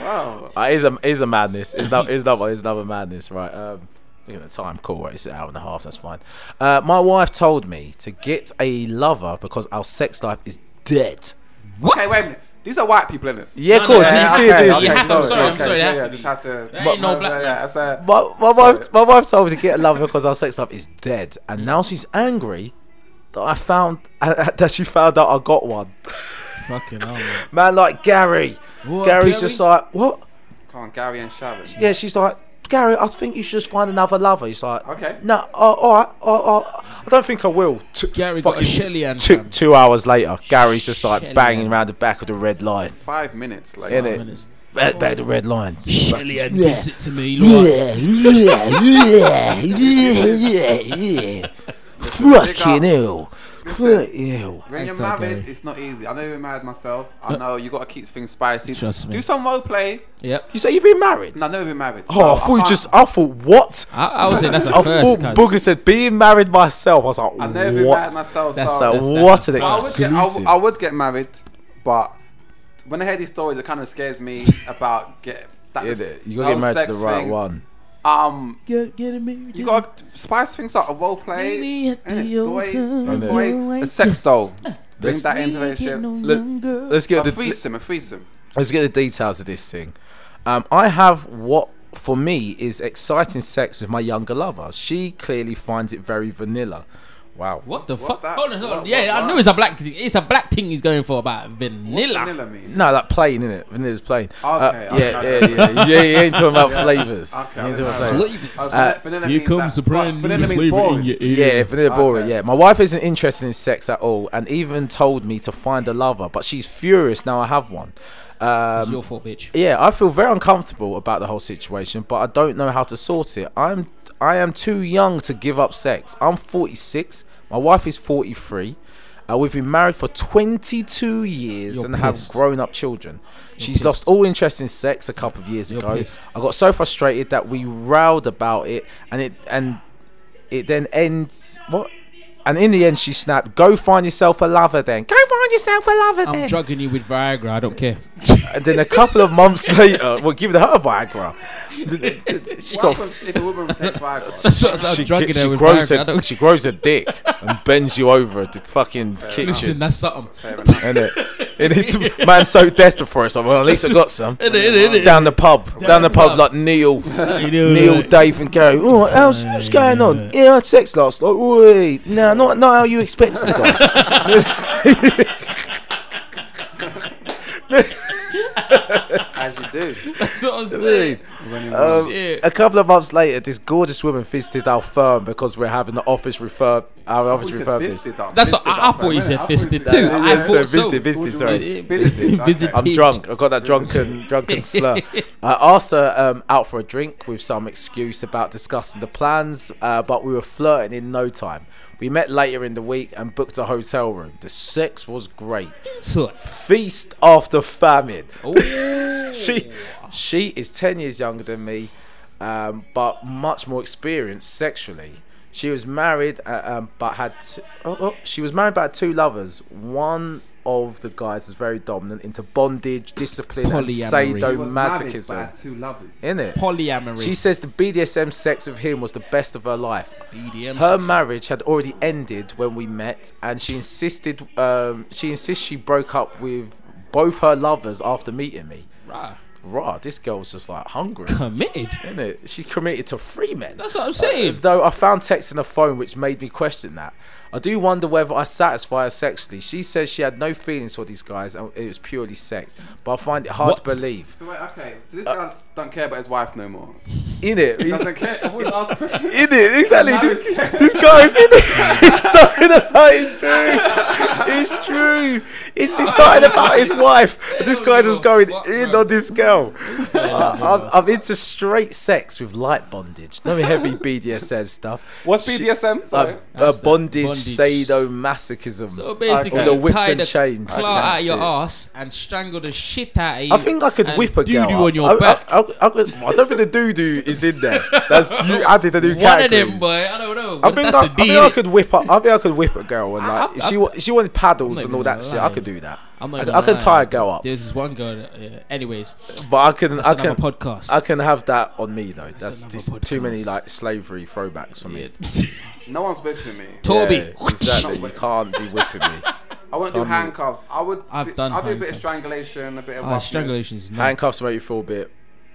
C: Wow.
A: Uh, it is a it is a madness. It's not it's not it's another madness, right? Um Look at the time, cool. Right, it's an hour and a half. That's fine. Uh, my wife told me to get a lover because our sex life is dead.
B: What?
C: Okay, wait a minute. These are white people, innit?
A: Yeah,
B: No,
A: of course.
B: no,
A: this
B: yeah,
A: is
B: okay,
A: this-
B: okay.
A: this-
B: I'm sorry, I'm sorry,
C: Yeah,
B: that-
C: yeah, just had to.
B: That ain't no black
C: yeah, yeah, that's a-
A: My, my wife,
C: Sorry.
A: my wife told me to get a lover because our sex life is dead, and now she's angry that I found (laughs) that she found out I got one.
B: Fucking hell, man.
A: Man, like Gary.
B: What,
A: Gary's
B: Gary?
A: just like what?
C: Come on, Gary and Shavish.
A: Yeah, she's like, Gary, I think you should just find another lover. He's like,
C: Okay.
A: No, uh, all right, uh, uh, I don't think I will. T-
B: Gary got a
A: fucking
B: Shelly and
A: two,
B: fam.
A: two hours later, Gary's just like
B: Shelly
A: banging
B: and-
A: around the back of the red line,
C: Five minutes later.
A: in it? Back, back of the red line.
B: Shelly and
A: Yeah.
B: gives it to me. Look.
A: yeah, yeah, yeah, yeah. Fucking hell. Fuck you.
C: When you're
B: Thanks, okay.
C: married, it's not easy. I know you're married myself. I know you gotta keep things spicy.
B: Trust me.
C: Do some role play.
B: Yep.
A: You say you've been married?
C: No, I've never been married.
A: Oh, I thought you
C: can't-
A: just. I thought what?
B: I, I was saying that's a
A: I
B: first.
A: thought
B: cuz.
A: Booger said being married myself. I was like,
C: I've never been
A: what?
C: married myself.
B: That's
C: so
A: So
B: That's-
A: what an
B: that's
C: I, would get, I,
A: exclusive.
C: would, I would get married, but when I hear these stories, it kind of scares me
A: (laughs)
C: about get. That
A: Yeah,
C: was-
A: the- you gotta get
C: that was
A: married to
C: sex
A: the right
C: thing.
A: one.
C: Um,
B: Get, get married.
C: you gotta spice things up. A role play,
B: Maybe at
C: innit?
B: the
C: The
B: old
C: way-
B: time
C: the way-
B: you
C: a
B: like
C: sex
B: this.
C: doll. Bring
A: Let's-
C: that into the relationship.
B: Look,
A: Let's get
C: A
A: the
C: threesome, a threesome.
A: let's get the details of this thing. Um, I have what for me is exciting sex with my younger lover. She clearly finds it very vanilla. Wow.
B: what the fuck?
C: that?
B: Hold on, hold on.
C: What-
B: yeah,
C: what-
B: I
C: what?
B: knew it's a black. thing. It's a black thing he's going for about vanilla.
C: Vanilla mean.
A: No, like plain, innit? it? Vanilla's plain. Uh,
C: Okay,
A: yeah,
C: okay,
A: yeah,
C: (laughs)
A: yeah, yeah, yeah. You ain't talking about flavors.
C: Okay,
A: you ain't talking about
C: okay.
A: flavors.
B: Flavors.
C: Uh, vanilla
I: Here
C: means
I: comes
C: that-
I: a brand
C: but
I: new
C: vanilla means
I: flavor in
C: boring.
I: your ear.
A: Yeah, vanilla boring.
C: Okay.
A: Yeah, my wife isn't interested in sex at all, and even told me to find a lover, but she's furious now I have one.
B: it's
A: Um,
B: your fault, bitch.
A: yeah, I feel very uncomfortable about the whole situation, but I don't know how to sort it. I'm I am too young to give up sex. I'm 46. My wife is 43. Uh, we've been married for 22 years
B: You're
A: and
B: pissed.
A: have grown up children. She's
B: pissed.
A: lost all interest in sex a couple of years
B: You're
A: ago.
B: pissed.
A: I got so frustrated that we rowed about it, and it and it then ends what. And in the end, she snapped, "Go find yourself a lover, then. Go find yourself a lover,
B: I'm
A: then."
B: drugging you with Viagra. I don't care.
A: And then a couple of
B: (laughs)
A: months later, well, give her a Viagra. She
C: What
A: got.
B: (laughs)
C: happens if a woman
A: (laughs)
C: takes Viagra?
B: I'm
A: She,
B: drugging
A: get-
B: her
A: she
B: with
A: grows
B: Viagra. I
A: her,
B: don't
A: she grows her dick and bends you over to fucking
B: Listen,
A: kitchen,
B: that's something.
A: and
B: (laughs)
A: it, and it's man so desperate for it. So well, at least I got
B: (laughs)
A: some down the pub, down, the
B: the
A: pub,
B: pub.
A: like Neil,
B: (laughs) You know,
A: Neil,
B: like-
A: Dave, and Gary. Oh, how's, what's going on? Yeah, I had sex last night. Wait, no, not not how you expected, guys.
B: (laughs)
C: As you do.
A: (laughs)
B: That's what I'm saying.
A: Um,
B: Shit.
A: a couple of months later, this gorgeous woman visited our firm because we're having the office refurb. Our office refurbished.
B: That's what I, I thought you said fisted too.
A: Yeah,
B: I
A: yeah, so
B: thought so.
A: visited, visited, sorry.
B: Yeah,
C: Visited, okay.
B: visited.
A: I'm drunk. I got that drunken, drunken slur. I asked her um, out for a drink with some excuse about discussing the plans, uh, but we were flirting in no time. We met later in the week and booked a hotel room. The sex was great.
B: So-
A: Feast after famine.
B: Ooh.
A: she she is 10 years younger than me um, but much more experienced sexually she was married uh, um, but had t- oh, oh, she was married but had two lovers one of the guys was very dominant into bondage discipline and
B: Polyamory.
F: He was married by
A: sadomasochism
F: two lovers.
A: in it
B: Polyamory.
A: she says the BDSM sex with him was the best of her life.
B: BDM
A: Her
B: sex.
A: marriage had already ended when we met, and she insisted um, she insists she broke up with both her lovers after meeting me.
B: Rah.
A: Right, this girl's just like
B: (laughs)
A: hungry,
B: committed.
A: isn't it? She committed to three men.
B: That's what I'm saying.
A: Though I found text in her phone which made me question that. I do wonder whether I satisfy her sexually. She says she had no feelings for these guys and it was purely sex, but I find it hard
B: What?
A: to believe.
C: So wait, okay. So this guy don't care about his wife
A: (laughs)
C: no more.
A: In it, in
C: Doesn't care. I've
A: (laughs)
C: always asked the question.
A: it, exactly. This, this guy is in
B: (laughs)
A: it. He's starting about his true. It's true. It's just starting about his wife. This guy's just going in on this girl. I, I'm, I'm into straight sex with light bondage, no heavy BDSM stuff.
C: What's
A: She-
C: BDSM? Sorry.
A: Uh, uh,
B: the
A: bondage,
B: bondage.
A: sadomasochism.
B: So basically,
A: Or the whips
B: tie
A: and
B: the
A: chains.
B: claw out of your ass and strangle the shit out of you.
A: I think I could
B: and
A: whip a
B: doo-doo
A: girl.
B: on
A: up.
B: your
A: I,
B: back.
A: I, I- I could- I don't think the doo doo is in there. That's you added a new
B: One
A: category.
B: of them, boy. I don't
A: I
B: know. But
A: think
B: that's
A: I, I
B: the D,
A: think I
B: innit?
A: could whip up. I think I could whip a girl and like
B: I-
A: if
B: I-
A: she wa- if she wanted paddles
B: I'm
A: and
B: not
A: all
B: even
A: that shit. I
B: lying.
A: could do that.
B: I'm not
A: I,
B: even
A: I can
B: lying.
A: tie a girl up,
B: There's this one girl. That, yeah. Anyways, that's
A: but I can I can
B: another podcast.
A: I can have that on me though. That's,
B: another
A: just too
B: podcast.
A: many like slavery throwbacks for me.
C: No one's whipping me.
B: Toby.
A: Yeah, exactly. You can't be whipping
B: (laughs)
A: me.
C: I won't do handcuffs. I would.
B: I've
C: I've
B: done
C: done. I do a bit of
B: handcuffs.
C: strangulation, a bit of.
B: Ah,
C: roughness.
B: strangulation is nuts.
A: Handcuffs make you feel a bit.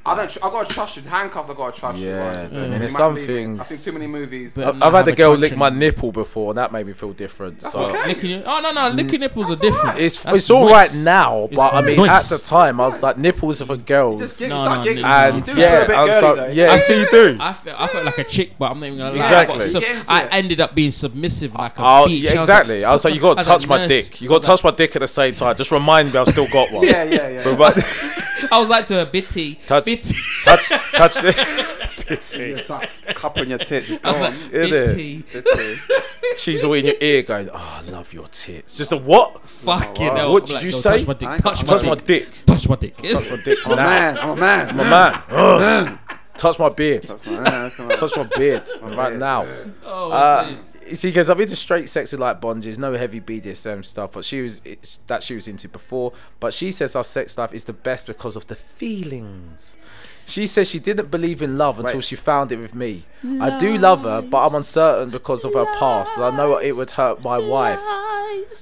C: I don't. tr- I gotta trust you. Handcuffs. I gotta trust you.
A: Yeah,
C: right?
A: I mean,
C: You
A: there's
C: might
A: some
C: leave it.
A: things-
C: I've seen too many movies.
B: But
A: I've,
B: not
A: I've had a
B: have
A: girl lick my
B: attraction.
A: nipple before, and that made me feel different. So
C: okay.
B: Lick your- Oh no no, licking nipples are different.
A: it's
B: That's
A: it's all right
B: nice.
A: now,
B: It's
A: but I mean
B: nice.
A: at the time I was like nipples are for girls,
C: Just get-
B: No,
C: start
B: no,
C: getting-
B: no, no.
C: you
A: and
C: do feel a
A: yeah,
C: bit
A: I was
C: girly
A: like,
C: though.
A: yeah, I see you do.
B: I felt I felt like a chick, but I'm not even gonna lie.
A: Exactly.
B: I, got sub-
C: You get into
B: I
C: it.
B: ended up being submissive like a
A: Oh,
B: bitch. I
A: yeah,
B: was
A: exactly. I was like, you gotta
B: (laughs) I was
A: touch my
B: nurse.
A: dick. You gotta touch my dick at the same time. Just remind me, I've still got one.
C: Yeah, yeah,
A: (laughs)
C: yeah.
A: But right-
B: I was like to her, bitty,
A: Touch-
B: bitty,
A: touch, touch the.
F: Just that-
C: Cup on your
B: (laughs)
C: tits. It's gone.
A: Innit?
B: bitty.
C: Bitty.
A: (laughs) She's all in your ear, going, "Oh, I love your tits." Just a what?
B: Fucking hell.
A: What
B: I'm
A: did
B: like,
A: you
B: yo,
A: say?
B: Touch my
C: I
B: dick.
C: ain't got-
B: Touch
C: I'm
A: Touch
B: my
A: my
B: dick.
A: dick.
B: Touch my dick.
A: Touch my dick.
C: I'm a man. I'm a man.
A: my man. Ugh. Touch my beard.
C: Yeah, come on.
A: Touch my beard right now.
B: Oh,
A: Uh,
B: please.
A: see, because I've into straight sexy like bondages, no heavy BDSM stuff, but she was it's, that she was into before. But she says our sex life is the best because of the feelings. She says she didn't believe in love until she found it with me. I do love her, but I'm uncertain because of her past, and I know it would hurt my wife. Um,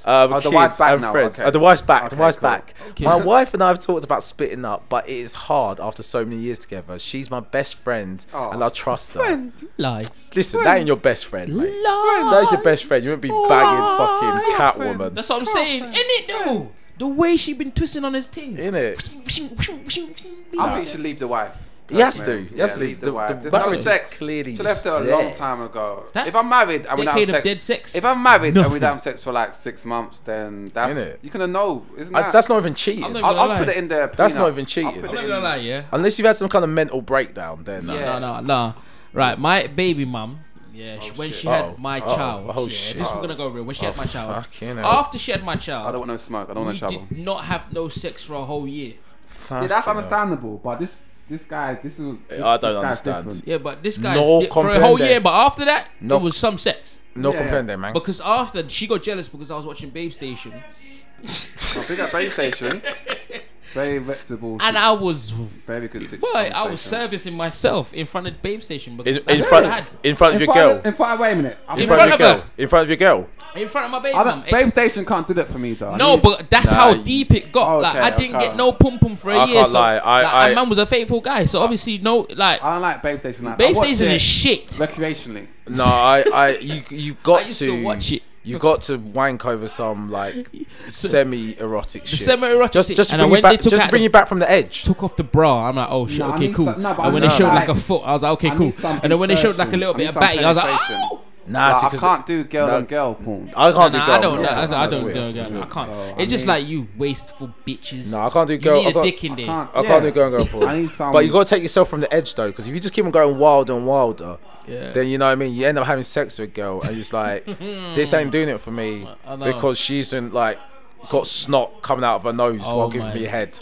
C: Oh, the
A: kids
C: wife's back
A: and
C: now,
A: friends.
C: okay.
A: Oh, the wife's back. the
C: Okay,
A: wife's
C: cool.
A: back.
C: (laughs)
A: My wife and I have talked about splitting up, but it is hard after so many years together. She's my best friend,
C: Oh.
A: and I trust her.
B: Lies.
A: Listen, that ain't your best friend, mate.
B: Lies.
A: That is your best friend. You wouldn't be bagging fucking Catwoman.
B: Oh, That's what I'm saying. Ain't it though? The way she been twisting on his things.
A: In it,
C: I think you should leave the wife.
A: he has to. He
C: Yeah,
A: has to
C: leave
A: leave.
C: the wife. There's no
A: marriage is
C: sex.
A: Clearly,
C: She left her a long time ago.
B: That's
C: if I'm married and we don't have
B: Decade of
C: sex,
B: dead sex.
C: if I'm married and we don't have sex for like six months, then that's
A: Innit?
C: you can know, isn't
A: I-
C: that?
A: that's not even cheating.
B: I'm not even-
C: I'll, I'll
B: Lie.
C: put it in there.
A: That's
C: prenup.
A: not even
C: I'll
A: cheating.
C: put
B: I'm
C: it
B: not
C: in-
B: gonna lie, yeah.
A: Unless you've had some kind of mental breakdown, then. uh,
C: Yeah.
B: No, no, no. Right, my baby mum.
F: Oh,
B: Yeah, she, when she
A: Uh-oh.
B: had my
A: Uh-oh.
B: child.
A: Oh,
B: yeah,
A: shit. Oh,
B: This we're gonna go real. When she had my child,
A: fucking hell.
B: after she had my
C: I don't
B: child,
C: want no smoke. I don't want
B: we
C: no trouble.
B: did not have no sex for a whole year.
F: Yeah,
A: fucking
F: that's
A: hell.
F: understandable, but this this guy, this is. This,
A: I don't
F: this guy's
A: understand.
F: different.
B: Yeah, but this guy
A: No
B: did for a whole
A: comprende.
B: year. But after that,
A: No.
B: it was some sex.
A: No
F: Yeah.
A: comprende, man.
B: Because after she got jealous because I was watching Babe Station
C: So big up base
B: (laughs)
C: station.
F: Very reputable.
B: and I was,
C: Very good situation.
B: boy, I was servicing myself in front of Babe Station because
A: In,
B: that's
A: in
B: all I
A: front,
B: had.
A: in front of
F: in
A: your
F: front,
A: girl.
F: of- in front, wait a minute. I'm
B: In
A: In front of your
B: front of
A: girl. In front of your girl.
B: in front of my baby
F: I
B: mum.
F: don't,
B: Ex-
F: Babe Station can't do that for me, though. I
B: No,
F: need-
B: but that's
A: Nah,
B: how
A: you-
B: deep it got. like
C: Okay,
B: I didn't
C: okay.
B: get no pum pum for a
A: I
B: year.
A: can't
B: so
A: lie, I-
B: like,
A: I-
B: my man was a faithful guy. So obviously, no, like
F: I don't like Babe Station. Like,
B: Babe
F: I watch
B: Station
F: it
B: is shit.
F: Recreationally.
A: No, I, I, you, you got
B: I used to watch it.
A: You got to wank over some
B: (laughs)
A: like semi-erotic shit.
B: semi-erotic
A: Just,
B: shit.
A: just
B: And I
A: bring you
B: went- they
A: back.
B: took
A: Just
B: out
A: bring
B: the-
A: you back from the edge.
B: took off the bra. I'm like, oh shit,
F: Nah, I
B: okay,
F: need
B: cool.
F: some- no, but
B: and when
F: I
B: they
F: need
B: showed like,
F: like-
B: a foot, I was like, okay,
F: I
B: cool.
F: need some
B: And then when they showed like a
F: insertion.
B: little
C: I
B: bit
C: need
B: of
C: some
B: batty, I was like,
C: penetration.
B: oh.
A: Nah, Ah, see,
C: I
A: 'cause
C: can't do girl
A: no. Ah.
C: and girl porn.
A: I can't do
B: Nah,
A: girl.
B: I don't,
A: porn.
B: nah, I, I
A: That's
B: don't,
A: weird.
B: do
A: That's
B: girl. I
A: weird.
B: can't.
F: So,
B: it's
F: I
B: just
F: mean-
B: like you wasteful bitches.
A: No, I can't do
B: You
A: girl.
B: need
A: I
B: a
A: can't,
B: dick in there.
C: can't-
A: I
C: Yeah.
A: can't do girl and
B: (laughs)
A: girl porn.
C: I need some-
A: But you got to take yourself from the edge though, because if you just keep on going wild and wilder,
B: Yeah.
A: then you know what I mean. You end up having sex with a girl, and it's
B: (laughs)
A: like this ain't doing it for me
B: I know.
A: because she's in like got snot coming out of her nose
B: Oh
A: while giving
B: my-
A: me
B: (laughs)
A: head.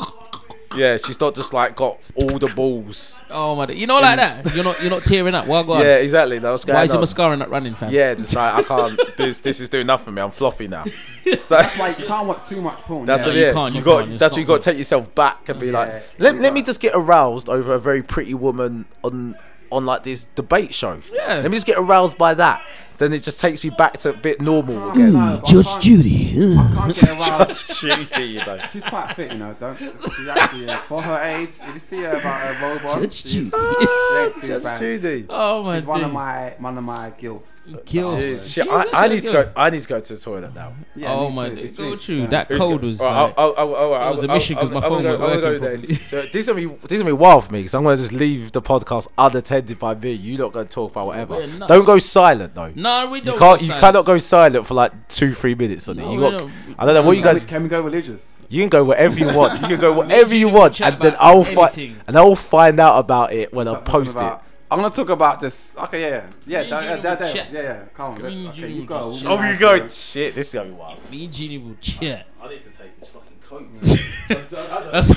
A: Yeah, she's not just like got all the balls.
B: Oh my, day. you know like that. You're not, you're not tearing up. Why go on?
A: Yeah, exactly. That was going
B: Why is your
A: on.
B: mascara not running, fam?
A: Yeah, it's like I can't. This this is doing nothing for me. I'm floppy
B: (laughs)
A: now. So
F: That's why you can't watch too much porn.
A: that's
B: Yeah,
A: what
B: you
A: it.
B: can't,
A: You
B: you
A: got.
B: can't, it's
A: That's what you
B: not
A: got. to Take yourself back and be like, let, let me just get aroused over a very pretty woman on on like this debate show.
B: Yeah.
A: Let me just get aroused by that. Then it just takes me back to a bit normal
F: yeah.
A: again.
F: No, but I
B: Judge
F: can't-
B: Judy.
F: I can't get around.
C: (laughs)
B: (laughs)
A: Shitty, you know.
F: She's quite fit, you know. Don't.
C: She actually is. For her age, if you see her about a robot,
B: Judge
C: she's, she
B: Judy.
C: ain't
A: (laughs)
C: too
A: Just
C: bad.
A: Judy.
B: Oh my.
C: She's one of
B: days.
C: my one of my
A: Oh
C: gilfs.
B: Gills.
A: Jeez, shit, I, I need to go. I need to go to the toilet now.
C: Yeah,
B: Oh
C: me
B: my.
C: too,
B: days.
C: did
B: Go
C: you?
B: true. That
A: Who's
B: cold
A: go- Oh,
B: was
A: All right,
B: like.
A: I'll- I'll- I'll- I'll-
B: was a
A: I'll-
B: mission 'cause
A: I'll-
B: my
A: I'll
B: phone
A: oh, go-
B: wasn't
A: I'll go
B: working
A: then.
B: properly.
A: So this gonna be this gonna be wild for me because I'm gonna just leave the podcast unattended by me. You not gonna talk about whatever.
B: We're nuts.
A: Don't go silent though.
B: No, we
A: you can't.
B: don't. go
A: You
B: silent.
A: cannot go silent for like two, three minutes on
B: No,
A: it. You
B: we
A: got.
B: don't.
A: I don't know what you
C: Can we-
A: guys.
C: Can we go religious?
A: You can go wherever you want. You can
B: (laughs)
A: go wherever you want,
B: chat
A: and then
B: about
A: I'll find
B: anything.
A: and I'll find out about it when I
C: Talking
A: post it.
C: about- I'm gonna talk about this. Okay, yeah, yeah, yeah,
B: Me
C: that,
B: and
C: that,
B: you
C: that,
B: chat.
C: yeah, yeah. Come on,
B: Me and
C: okay,
B: you
C: you go.
B: chat.
A: Oh,
C: We'll
A: you
C: be
A: go.
C: nice,
A: Shit, this is gonna be wild.
B: Me and Genie will chat.
A: I need to take this fucking coat.
B: That's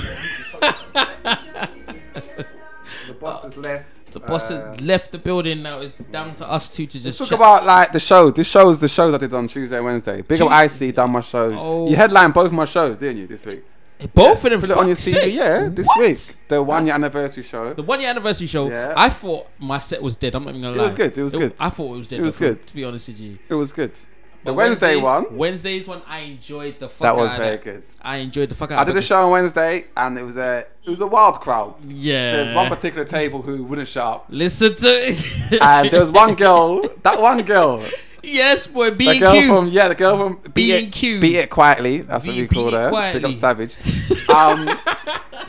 C: yeah. The boss is left.
B: the boss has left the building now. It's down to us two to just
C: Let's talk
B: chat.
C: about like the shows. This shows the shows I did on Tuesday and Wednesday. Big up IC done my shows.
B: Oh.
C: You headlined both my shows, didn't you, this week?
B: both of them.
C: Put it on your
B: fuck's
C: CV,
B: sake.
C: yeah, this
B: What?
C: week. The one year anniversary show.
B: The one year anniversary show,
C: Yeah.
B: I thought my set was dead. I'm not even gonna
C: It
B: lie.
C: was good, it was good.
B: I thought it was dead.
C: It was
B: before,
C: good.
B: To be honest with you,
C: It was good. The
B: But
C: Wednesday
B: Wednesdays-
C: one,
B: Wednesday's one, I enjoyed the fuck.
C: that was
B: out of
C: very
B: that.
C: good.
B: I enjoyed the fuck out.
C: I
B: of
C: did a
B: it.
C: show on Wednesday and it was a it was a wild crowd.
B: Yeah.
C: There's one particular table who wouldn't shut
B: (laughs)
C: up.
B: Listen to it. (laughs)
C: And there was one girl, that one girl,
B: yes, boy. B
C: the
B: and
C: girl
B: Q.
C: from yeah, the girl from
B: B&Q.
C: It, Beat It Quietly. That's what
B: Beat-
C: we called
B: Beat It
C: her. Big
B: Quietly. (laughs)
C: up Savage. Um,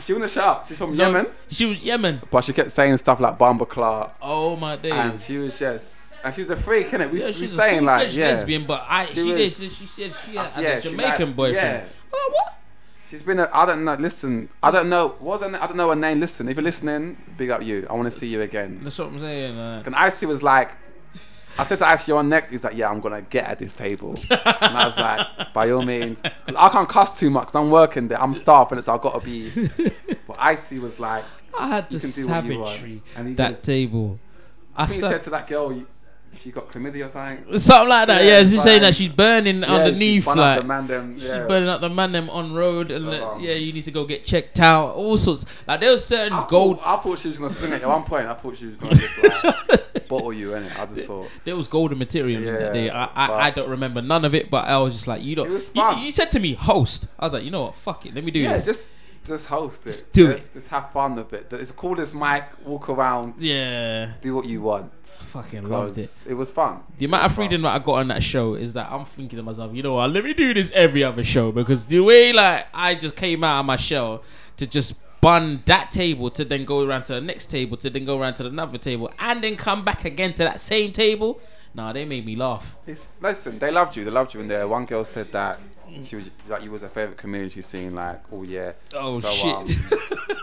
C: she wouldn't shut up. She's from Yemen,
B: She was Yemen.
C: but she kept saying stuff like Bamba Clark,
B: Oh my days.
C: and she was just and she was a freak, innit? We,
B: yeah,
C: we
B: she's
C: saying
B: a
C: like
B: full-fledged
C: yeah,
B: lesbian, but I she,
C: She
B: did,
C: was- Uh,
B: she, she said she had
C: yeah,
B: a
C: she
B: Jamaican
C: like-
B: boyfriend.
C: yeah.
B: Oh what?
C: she's been. A, I don't know. Listen, I don't know. What was her, na- I don't know her name. Listen, if you're listening, big up you. I want to see you again.
B: That's what I'm saying. uh,
C: And Icy was like, I said to Icy, you're next. He's like, yeah, I'm going to get at
B: (laughs)
C: this table. and I was like, by all means. 'Cause I can't cuss too much 'cause I'm working there. I'm staff and it's, I've got
B: (laughs)
C: to be. But Icy was like,
B: I had the
C: You can do what you want.
B: savagery
C: And he
B: that
C: just-
B: table. I
C: he
B: saw,
C: said to that girl, "You- she got chlamydia or something.
B: something like that. Yeah,
C: Yeah,
B: she's saying that
C: fine.
B: she's burning underneath,
C: she spun up
B: like
C: the man them,
B: she's
C: yeah.
B: burning up the man them on road, and
C: So
B: that-
C: wrong.
B: yeah, you need to go get checked out. All sorts. Like there was certain
C: I
B: gold.
C: Thought, I thought she was gonna swing at you. At one point, I thought she was gonna just (laughs) like bottle you in it. I just thought
B: There was golden material in that
C: Yeah,
B: day. I,
C: but-
B: I, I don't remember none of it, but I was just like, you don't.
C: It was
B: you,
C: fun.
B: you said to me, host. I was like, you know what? Fuck it. Let me do
C: Yeah,
B: this.
C: just just host it. Just
B: do
C: just, it. Just have fun with it. It's cool as mic. Walk around.
B: yeah.
C: Do what you want.
B: Fucking loved it.
C: 'Cause It was fun.
B: The amount of freedom that I got on that show is that I'm thinking to myself, you know what, let me do this every other show because the way like I just came out of my shell to just bun that table to then go around to the next table to then go around to another table and then come back again to that same table. Nah, they made me laugh.
C: It's listen. They loved you. They loved you in there. One girl said that she was like you was her favorite community scene. Like oh yeah.
B: Oh
C: um,
B: shit. (laughs)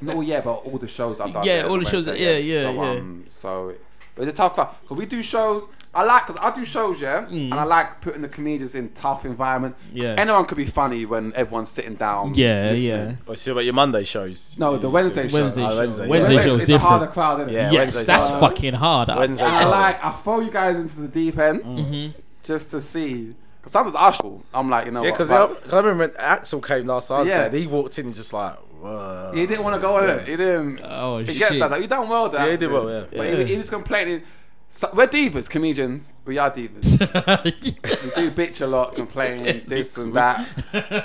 C: no, yeah, but all the shows I've done.
B: Yeah,
C: there
B: all the
C: on
B: shows-
C: Wednesday,
B: yeah, yeah,
C: so,
B: yeah.
C: Um, so, but it's a tough fight. Cause we do shows. I like because I do shows, yeah, and I like putting the comedians in tough environments. 'Cause
B: Mm. Yeah.
C: anyone could be funny when everyone's sitting
B: (laughs)
C: down.
B: yeah,
C: listening.
B: yeah.
A: Well, Oh, see about your Monday shows.
F: No, the Wednesday show.
B: Wednesday
C: Uh,
A: Oh,
B: show.
A: Wednesday,
B: Wednesday,
A: yeah.
B: show is
F: It's a harder
B: different.
F: crowd, isn't it?
A: Yeah,
B: Yes,
A: Wednesday's
B: that's
A: hard.
B: fucking hard. I- (laughs)
A: Wednesday's
C: And I
A: hard.
C: like I throw you guys into the deep end
B: Mm-hmm.
C: just to see. Cause sometimes I struggle. I'm like, you know,
A: Yeah,
C: what,
A: because
C: like,
A: I, remember when Axel came last time.
C: Yeah.
A: he walked in. He's just like, Whoa.
C: he didn't want to go in. He didn't.
B: Oh
C: He
B: shit.
C: gets that. He done well. That
A: Yeah, he did well, yeah.
C: But He, he was complaining. So, we're divas, comedians. We are divas. we
B: (laughs)
C: do bitch a lot, complain, this and that.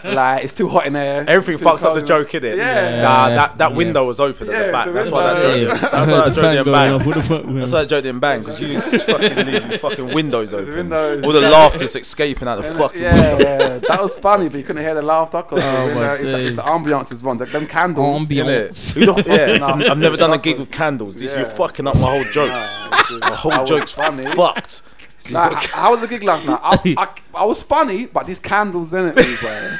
C: Like it's too hot in there.
A: Everything
C: Too
A: fucks up the
C: cold.
A: joke, innit?
C: Yeah.
A: Nah, that, that
B: Yeah.
A: window was open at the
C: Yeah,
A: back.
C: the
A: That's why that
C: window.
A: joke,
B: Yeah, I
A: that's
B: heard
A: why
B: the
A: that joke
B: fan
A: didn't
B: going (laughs)
A: bang.
B: off. What the fuck? man?
A: That's why that joke didn't bang, because you just fucking leaving fucking windows open.
C: windows.
A: All the laughter's escaping out the fucking
C: Yeah, yeah, that was funny, but you couldn't hear the laughter because
B: Oh my
C: it's, the, it's the
B: days.
C: ambiance is wrong. Them- Them candles.
A: Innit? Who the- yeah, I've never done a gig with candles. This-
C: Yeah.
A: You're fucking up my whole joke.
C: the
A: The whole joke's fucked.
C: Like, h- how was the gig last night? I, I, I was funny, but these candles in it, bro.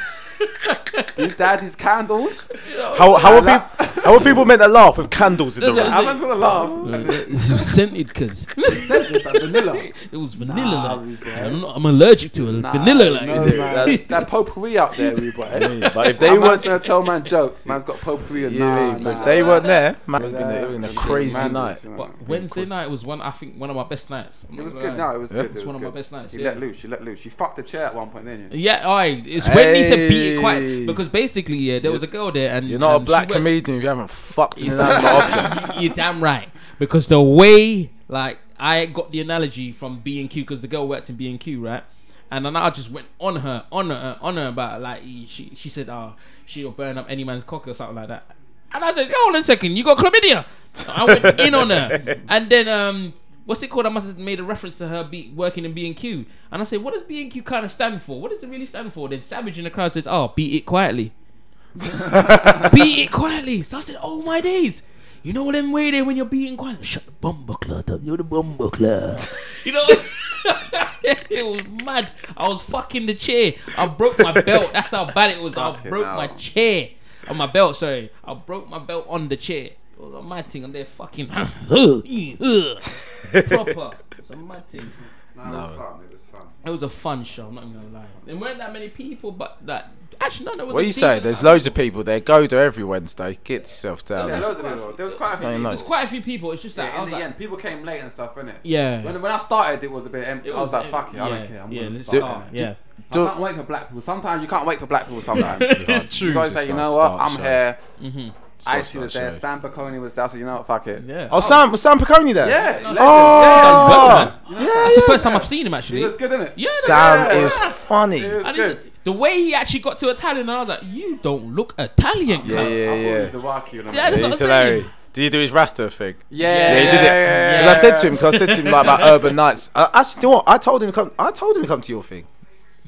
C: these daddy's candles.
A: How, how, are people, how are people meant to laugh with candles in the
B: That's
A: room?
B: it.
C: I'm not gonna
B: (laughs)
C: laugh.
B: It's scented, cause
F: Scented like
B: (laughs)
F: vanilla.
B: it was vanilla. like. I'm, not, I'm allergic to vanilla. Like.
C: No, man.
A: That's-
C: That potpourri out there, we boy.
A: But if
C: They
A: they
C: man's
A: weren't,
C: gonna tell man jokes. Man's got potpourri and nah,
A: but if
C: nah.
A: they weren't there, man, it would have been a- it would have been a
C: Yeah,
A: crazy
C: man,
A: night.
C: you know.
B: But Wednesday night was one. I think one of my best nights. I'm
C: It
B: not
C: was
B: gonna
C: good.
B: lie.
C: No, it was
A: Yeah.
C: good. It
B: It's
C: was
B: one of
C: good.
B: my best nights.
C: You
B: Yeah,
C: let loose. You let loose. You fucked the chair at one point, didn't you?
B: yeah all right. It's when they said beat it quiet
A: Hey.
B: because basically, yeah, there was a girl there, and
A: You're not
B: um,
A: a
B: she
A: black
B: went-
A: comedian if you haven't fucked in an object.
B: (laughs) You're damn right. Because the way, like, I got the analogy from B and Q, because the girl worked in B and Q, right? And then I just went on her, on her, on her about like she she said, "Oh, she'll burn up any man's cock or something like that." And I said, "Hold on a second, you got chlamydia." So I went in on her, and then um, what's it called? I must have made a reference to her be, working in B and Q, and I said, "What does B and Q kind of stand for? What does it really stand for?" Then Savage in the crowd says, "Oh, beat it quietly." beat it quietly. So I said, Oh my days. You know them way there when you're beating quietly. Shut the bumper clot up. You're the bumper clot. (laughs) you know It was mad. I was fucking the chair. I broke my belt. That's how bad it was. I broke my
C: hell.
B: chair. On my belt, sorry. I broke my belt on the chair. It was a mad thing. I'm there fucking (laughs) proper. It's a mad thing.
C: Nah, it was fun. It was fun.
B: It was a fun show, I'm not even gonna lie. There weren't that many people, but that actually no, there was
A: What
B: a
A: do you say?
B: decent-
A: There's loads of people there. Go there every Wednesday. Get yourself down.
C: Yeah, loads of people. There was quite a few.
A: Very
C: people.
A: nice.
B: quite a few people. It's just that
C: Yeah,
B: I
C: in
B: was
C: the
B: like,
C: end, people came late and stuff, innit?
B: Yeah.
C: When, when I started, it was a bit empty.
B: It
C: I was like,
B: it-
C: fuck it, I
B: yeah,
C: don't care. I'm
B: yeah,
C: gonna
B: let's
C: start.
B: start,
C: (laughs)
B: Yeah.
C: I can't wait for black people. Sometimes you can't wait for black people. Sometimes it's
B: true.
C: You guys
A: Just
C: say, you
A: gotta
C: know what?
A: start,
C: I'm
A: so.
C: here.
A: Start,
C: Icy was
A: start,
C: there.
A: start.
C: Sam Bacconi was there. So you know what? Fuck it.
B: Yeah.
A: Oh, Sam, was Sam Piccone there?
C: Yeah. legend.
A: Oh.
B: Well, man.
C: yeah.
B: That's the first time I've seen him actually.
C: It was good, innit?
B: yeah, that's
A: Sam
B: right.
A: is funny.
C: It was
B: And
C: good.
B: it's- the way he actually got to Italian, and I was like, "You don't look Italian,
A: Yeah,
B: cuz."
A: yeah, yeah.
C: He's a wacky, you know.
B: Yeah, that's
A: Yeah,
B: what I'm
A: he's
B: saying.
A: hilarious. Did you do his Rasta thing?
C: Yeah,
A: Yeah, he did it. Because I said to him, because I said to him like
C: (laughs)
A: about urban nights. I, actually, you know what? I told him to come. I told him to come to your thing.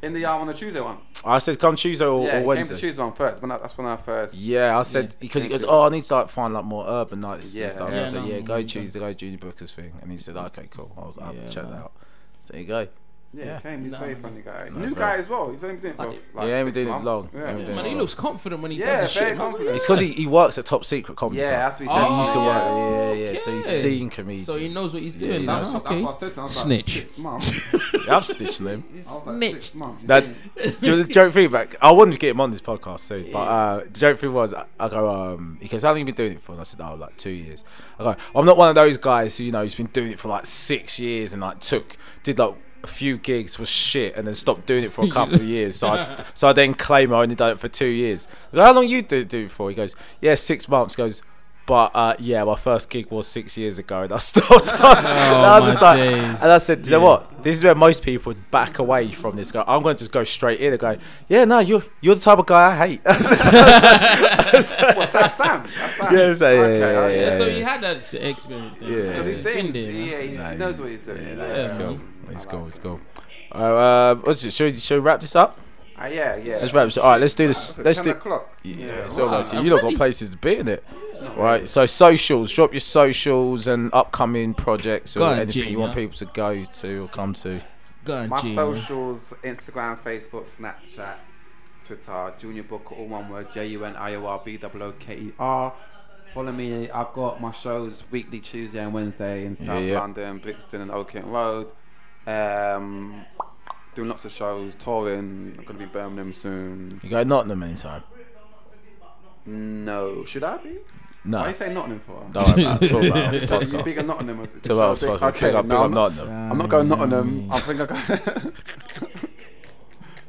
C: in the uh, on the Tuesday one.
A: I said come Tuesday or, or
C: Yeah, he came to
A: Wednesday.
C: Tuesday one first. When I, that's when I first.
A: Yeah, I said because he goes,
C: Thank you.
A: oh, I need to like find like more urban nights
C: Yeah,
A: and stuff.
C: yeah,
A: I said,
B: no,
A: yeah,
B: mm,
A: go Tuesday, go Junior Booker's thing, and he said, okay, cool. I was, I'll
B: Yeah,
A: check that
B: man.
A: out. So there you go.
C: Yeah,
A: Yeah.
C: he came. He's a
B: No,
C: very
B: no.
C: funny guy.
A: No,
C: New
A: bro.
C: guy as well. He's only been doing it for like.
A: Yeah, he ain't
C: six
A: been doing it
C: months.
A: long. He
C: Yeah,
A: ain't been
B: Man, he
A: doing it
B: looks confident when he
C: yeah,
B: does his
C: very
B: shit. man.
C: confident.
A: It's because he, he works at Top Secret Comedy.
C: Yeah,
A: Club.
C: that's what he
A: So
C: said.
A: he used to
B: Oh,
A: work. Yeah, yeah. yeah. So he's
B: okay.
A: seeing comedians.
B: So he knows what he's
A: Yeah,
B: doing.
A: he
B: That's
A: knows.
F: That's,
B: okay.
F: that's what I said to him. I was Like,
B: Snitch.
F: six months.
A: Yeah, I'm stitching him.
F: I was like,
B: Snitch.
F: six months. He's
A: That
F: saying,
A: jo- joke thing, like, I wanted to get him on this podcast soon, but uh, the joke thing was, I I go, um, he goes, how long you been doing it for? And I said, oh, like two years. I go, I'm not one of those guys who, you know, who's been doing it for like six years and like took, did like a few gigs was shit and then stopped doing it for a couple of years. So I, so I then claim I only done it for two years. I go, how long you do, do it for? He goes, yeah, six months. He goes, but uh, yeah, my first gig was six years ago, and I (laughs) stopped. and I was
B: my
A: just like,
B: days.
A: and I said, Do you know what? This is where most people would back away from this. Go, I'm going to just go straight in and go, yeah, no, you're you're the type of guy I hate. (laughs)
C: What's that, Sam? That's Sam.
A: Yeah, so, yeah,
C: Okay,
A: yeah,
C: okay.
A: yeah,
B: So
A: yeah.
B: he had that ex- experience. Then.
A: Yeah.
C: Because he
B: It's been
C: sings,
B: there, man.
C: yeah, he's, he knows what he's doing. Yeah,
A: It's
B: Yeah.
A: cool. It's cool. It's cool. Uh, what's it? Should, we- should we wrap this up?
C: Ah, yeah, yeah.
A: Let's wrap this up. All right, let's do this. Let's
C: 10
A: do.
C: o'clock.
A: Yeah, so like, so
B: I'm
A: you lot
B: ready.
A: got places to be in it, right? So socials, drop your socials and upcoming projects or
B: Go on,
A: anything you want
B: Junior.
A: people to go to or come to.
B: Go on,
C: My
B: Gene.
C: socials Instagram, Facebook, Snapchat, Twitter, Junior Booker, all one word, J U N I O R B O O K E R. Follow me. I've got my shows weekly Tuesday and Wednesday in South
A: yeah.
C: London, Brixton and Old Kent Road. Um, doing lots of shows, touring. I'm going to be Birmingham soon.
A: You go Nottingham anytime?
C: No. Should I be? Why are
A: No.
C: you saying Nottingham for?
A: No, I'm talking about it after the
C: (laughs) You
A: podcast.
C: big on Nottingham? or is it
A: Talk about
C: show
A: it after the podcast.
C: big?
A: Big up, big
C: no,
A: up
C: I'm not- (laughs)
A: Nottingham.
C: I'm not going Nottingham. I think I go. Um,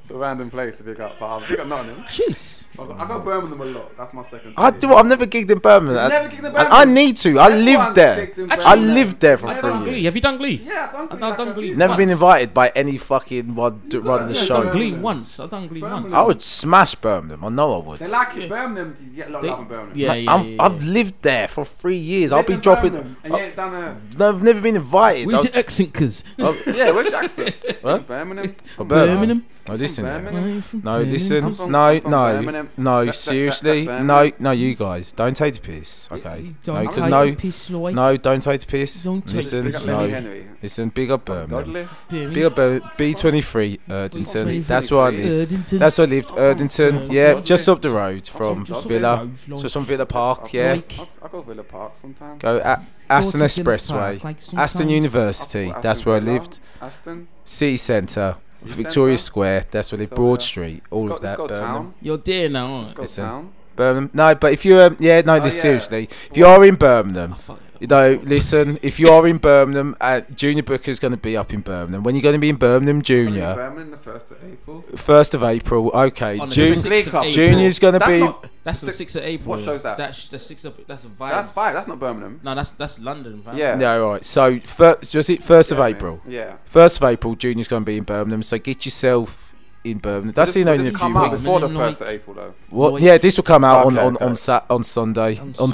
C: a random place to pick up, but I'll pick up Nottingham.
B: Jeez.
C: I go, I go Birmingham a lot. That's my second.
A: I do. I've never gigged in Birmingham.
C: You've
A: I-
C: never gigged in
A: and
C: Birmingham?
A: I need to. I
C: Everyone's
A: lived there.
C: gigged in
A: I
B: Actually,
C: Birmingham.
A: lived there for
B: I've done
A: three
B: Glee.
A: years.
B: Have you done Glee?
C: Yeah, I've done Glee.
B: I've done
C: like a
B: Glee.
C: few-
A: Never been
B: Once.
A: invited by any fucking one to run the
C: yeah,
B: I've done
A: show.
B: Glee once. I've done Glee once.
A: I would smash Birmingham. I know I would.
C: They like it. Birmingham, you get a lot of love in Birmingham.
B: Yeah, yeah, yeah,
A: I've,
B: yeah.
A: I've lived there for three years. I'll
C: Live
A: be
C: in
A: dropping.
C: Birmingham, And you ain't done
A: (laughs)
C: a.
A: No, I've never been invited.
B: Where's
A: I'll-
B: your accent, cuz?
C: Yeah, where's your (laughs) accent?
A: Huh?
C: Birmingham.
A: I'll bet.
B: Birmingham?
A: No, Oh, listen. yeah.
C: Birmingham.
A: No, listen.
C: from-
A: No,
C: I'm from
A: no,
C: Birmingham.
A: no.
C: That's- that-
A: Seriously,
C: that's
A: no, no. You guys, don't take the piss. Okay. No, 'cause no, no. Don't take the piss.
B: Don't take
A: Listen,
B: the
C: Big up Lenny
A: no.
C: Henry.
A: Listen, big up
C: Oh,
A: Birmingham.
C: Godly.
A: Big up Bir- B23 Erdington. That's where I lived.
B: Erdington.
A: That's where I lived. Erdington. Yeah,
B: Godly.
A: just up the road from
B: Just up the
A: Villa.
B: road, like-
A: So from Villa Park. Yeah.
B: Like-
C: I'll- I go Villa Park sometimes.
A: Go A- Aston
B: Go to Villa
A: Expressway.
B: Park, like sometimes.
A: Aston University.
C: Aston
A: That's where I
C: Villa,
A: lived.
C: Aston.
A: City Centre.
C: City
A: Victoria
C: Centre.
A: Square. That's where I lived.
C: So,
A: Broad
C: yeah.
A: Street.
C: It's
A: All
C: got-
A: of that.
C: It's got
A: Birmingham.
C: town.
B: You're there now,
C: It's
B: aren't
C: got
A: Listen.
C: town.
A: Birmingham. No, but if you um, yeah, no, this
C: Oh, yeah.
A: seriously. If you are in Birmingham,
B: fuck
A: you know, listen. If you are in Birmingham, uh, Junior Booker's going to be up in Birmingham. When you going to be in Birmingham, Junior?
C: Birmingham the first of April.
A: First of April. Okay,
B: On the
A: June.
B: sixth of April.
A: Junior's going to
C: That's
A: be.
C: not.
B: That's the 6th of April.
C: What show's that?
B: That's the 6th of That's a vibe.
C: That's five. That's not Birmingham.
B: No, that's that's London, fam.
C: Yeah.
A: yeah, all right. So first, just it. First
C: Yeah,
A: of
C: man.
A: April.
C: Yeah.
A: First of April, Junior's going to be in Birmingham. So get yourself in Birmingham. That's
C: Will
A: in
C: this- will
A: only a
C: this
A: few
C: come out
A: weeks.
C: before the
B: Like-
C: first of April though.
A: What?
B: Boy.
A: Yeah, this will come out
C: Okay,
A: on on
C: okay.
A: on, Sat- on Sunday
B: On
A: on,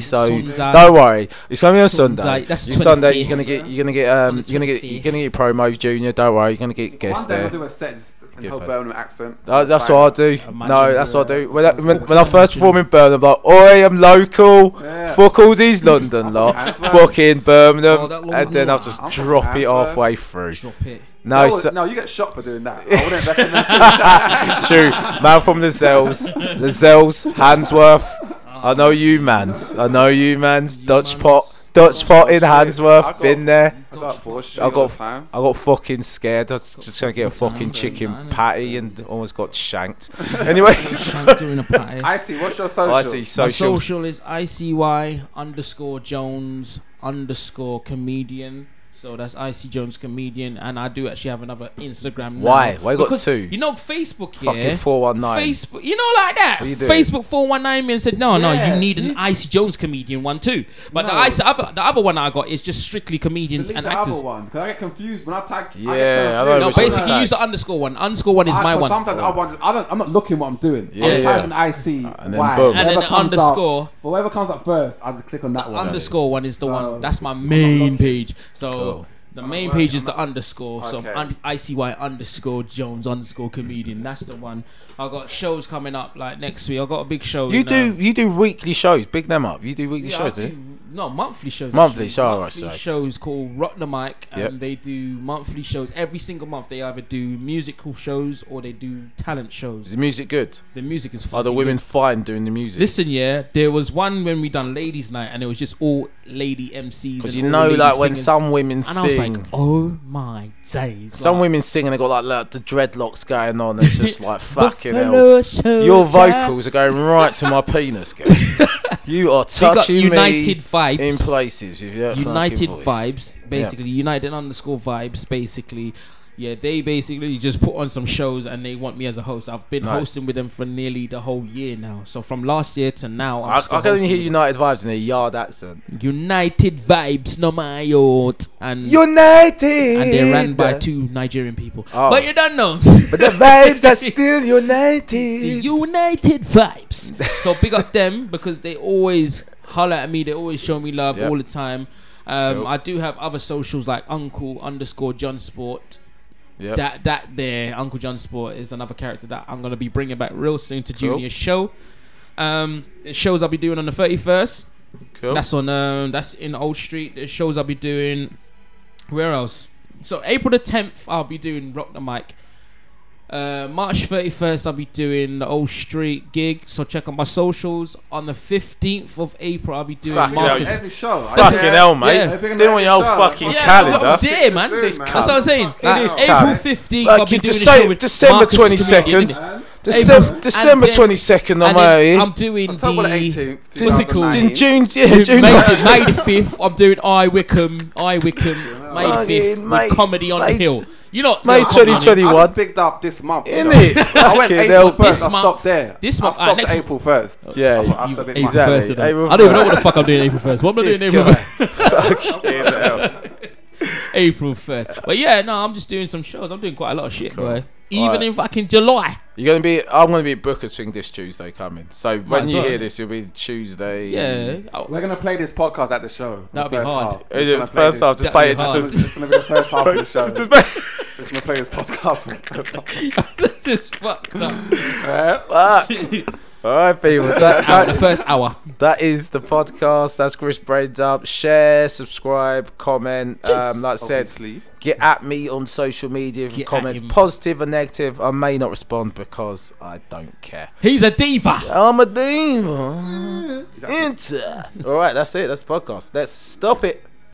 A: Sunday. So
B: Sunday.
A: don't worry, it's gonna be on Sunday.
B: Sunday. That's
A: It's Sunday. You're
B: 25th.
A: gonna get you're gonna get um
B: the
A: you're gonna get
B: 25th.
A: you're gonna get promo junior. Don't worry, you're gonna get guests
C: One day I'll
A: there.
C: do a set just in
A: Yeah,
C: whole
A: fine.
C: Birmingham accent.
A: That's, that's
C: Fine.
A: what I do.
B: Imagine
A: no, that's
B: you're,
A: what I
B: uh,
A: do. When I, when, when I
B: fucking
A: first perform in Birmingham, I'm like, oi, I'm local.
C: Yeah.
A: Fuck all these
C: (laughs)
A: London lot.
C: That's right.
A: Fucking Birmingham,
B: Oh, that
A: and then I'll
B: London
A: just
C: lot.
A: drop it
C: I'm from
A: halfway through.
B: Drop it.
A: No,
C: no,
A: so, (laughs)
C: no, you get shot for doing that. I wouldn't recommend it.
A: True. Man from the Zells.
B: (laughs)
A: The Zells. Handsworth. I know you, mans. I know you, mans. Dutch pot. Dutch pot in Handsworth. Been there.
C: I got four shoes
A: I got-
C: all the time.
A: I got fucking scared. I was just going to get a fucking
B: Time,
A: chicken
B: man.
A: patty and almost got shanked. (laughs)
C: (laughs)
A: Anyways,
B: I'm doing
A: (laughs)
B: a party.
C: I see. What's your social?
A: Oh, I see
B: My
A: social.
B: social is ICY underscore Jones underscore comedian. So that's IC Jones comedian, and I do actually have another Instagram. now.
A: Why? Why you got
B: Because,
A: two?
B: You know Facebook, yeah.
A: Fucking 419.
B: Facebook, you know, like that.
A: What you doing?
B: Facebook 419 man said, no, no,
C: Yeah,
B: you need an
C: you-
B: Icy Jones comedian one too. But the,
C: No.
B: Ice, other, the other one I got is just strictly comedians
C: Delete
B: and
C: the
B: actors.
C: other one because I get confused when I tag. I
A: Yeah,
C: get
A: I don't
B: No,
A: Which one is
B: basically
A: that?
B: use the underscore one. Underscore one is my one.
C: Sometimes I want. I don't.
F: I'm not looking what I'm doing.
A: Yeah,
F: I'm
A: yeah.
F: typing IC.
A: And then
F: why.
A: boom.
B: And then
F: Whatever
B: the
F: comes
B: underscore.
F: Up, but whatever comes up first, I'll just click on that one.
B: underscore one is the
F: So-
B: one. That's my main page. So
A: Cool.
B: the main page is the underscore. So
C: Okay.
B: un- ICY underscore Jones underscore comedian. That's the one. I got shows coming up like next week. I got a big show.
A: You
B: in,
A: do
B: um,
A: you do weekly shows. Big them up. You do weekly
B: yeah, I
A: shows, do you?
B: do- no monthly shows.
A: Monthly,
B: actually.
A: sorry, right,
B: monthly
A: sorry.
B: shows called Rock the Mic, and
A: Yep.
B: they do monthly shows every single month. They either do musical shows or they do talent shows.
A: Is the music good?
B: The music is fun.
A: Are the women fine doing the music?
B: Listen, yeah, there was one when we done ladies' night, and it was just all lady MCs.
A: Because
B: and
A: you
B: all
A: know,
B: lady
A: like when
B: singers.
A: some women
B: And I was like,
A: sing.
B: oh my days.
A: Some
B: like,
A: women sing and they got like, like the dreadlocks going on. It's
B: (laughs)
A: just like fucking hell.
B: "Buffalo Soldier."
A: Your vocals are going right to my penis,
B: (laughs)
A: girl. You are
B: Big up
A: touching
B: United
A: me
B: Vibes.
A: in places. With your fucking
B: United
A: voice.
B: Vibes, basically. United underscore Vibes, basically. Yeah, they basically just put on some shows and they want me as a host. I've been
A: Nice.
B: hosting with them for nearly the whole year now. So from last year to now,
A: I,
B: I'm
A: I
B: still
A: can only hear
B: hosting them.
A: United Vibes in a yard accent.
B: United Vibes, no my yacht. And,
A: United!
B: Mm. and they're ran by two Nigerian people.
A: Oh.
B: But you don't know.
A: But
B: (laughs)
A: the vibes that's still united.
B: United vibes.
A: (laughs)
B: so big up them because they always holler at me. They always show me love
A: Yep.
B: all the time. Um,
A: Cool.
B: I do have other socials like Uncle underscore John Sport.
A: Yep.
B: That that there, Uncle John Sport is another character that I'm gonna be bringing back real soon to
A: Cool.
B: Junior's show. Um, the shows I'll be doing on the 31st.
A: Cool.
B: That's on um, that's in Old Street. The shows I'll be doing. Where else? So April the 10th, I'll be doing Rock the Mic. Uh, March 31st, I'll be doing the Old Street gig. So check out my socials. On the 15th of April, I'll be doing
A: Fucking hell,
B: Marcus. Oh,
C: Every show. I
A: Fucking
C: see it.
A: hell, mate.
B: Yeah.
A: They Doing on your old
C: Yeah,
A: fucking
C: I'm
B: I'm
A: calendar.
B: there, man.
C: This
B: That's
C: cunt.
B: what I'm saying.
A: It
B: Like,
A: is
B: April
A: cunt.
B: 15th, I'll be
A: Like,
B: doing the show
A: December,
B: with
A: December
B: Marcus
A: 22nd.
B: Comedian.
A: December,
B: And
A: December
B: then-
A: 22nd, I'm
B: And
A: out
B: then
A: here.
B: I'm doing
C: October the
B: the
C: 18th,
B: what's it called?
C: 2019.
A: June, June, yeah,
B: May,
A: June.
B: May the 5th, I'm doing I Wickham, I Wickham, May
A: Fucking
B: 5th, with
A: mate,
B: Comedy on the
A: mate.
B: Hill. You know,
A: May
B: no, come on, you-
C: I
A: 2021.
C: just picked up this month. you
A: In
C: know.
A: it,
C: I went April first. I
B: This month-
C: stopped there.
B: this month-
C: I
B: ah,
C: stopped
B: next-
C: April first.
A: Yeah,
C: That's what I said.
B: April
A: Exactly.
B: first, you know.
A: April
B: I don't even know
A: first.
B: what the fuck I'm doing April first. What am I doing
A: This
B: April
A: guy.
B: first? (laughs) April first. But yeah, no, I'm just doing some shows. I'm doing quite a lot of shit, bro. Even
A: Alright.
B: in fucking July.
A: You're gonna be. I'm gonna be at Booker's thing this Tuesday coming. So when
B: as
A: you
B: well.
A: hear this, it'll be Tuesday.
B: Yeah. (laughs) I-
C: We're gonna play this podcast at the show.
B: That'd be
C: First
B: hard.
C: half.
A: Is
C: We're
A: it
C: gonna play
A: first
C: this-
A: half? Just play it.
B: That'd
C: (laughs) It's
A: Just,
C: just gonna be the first half of the show. Just
A: just-
C: gonna play this podcast.
B: this is fucked up.
A: Fuck.
B: (laughs)
A: All right, people. That,
B: Hour, the first hour.
A: that is the podcast. That's Chris Brains Up. Share, subscribe, comment. Um, like I said,
C: Obviously.
A: get at me on social media if
B: Get at
A: comments,
B: him.
A: positive or negative. I may not respond because I don't care.
B: He's a diva.
A: I'm a demon. Enter. All right, that's it. That's the podcast. Let's stop it.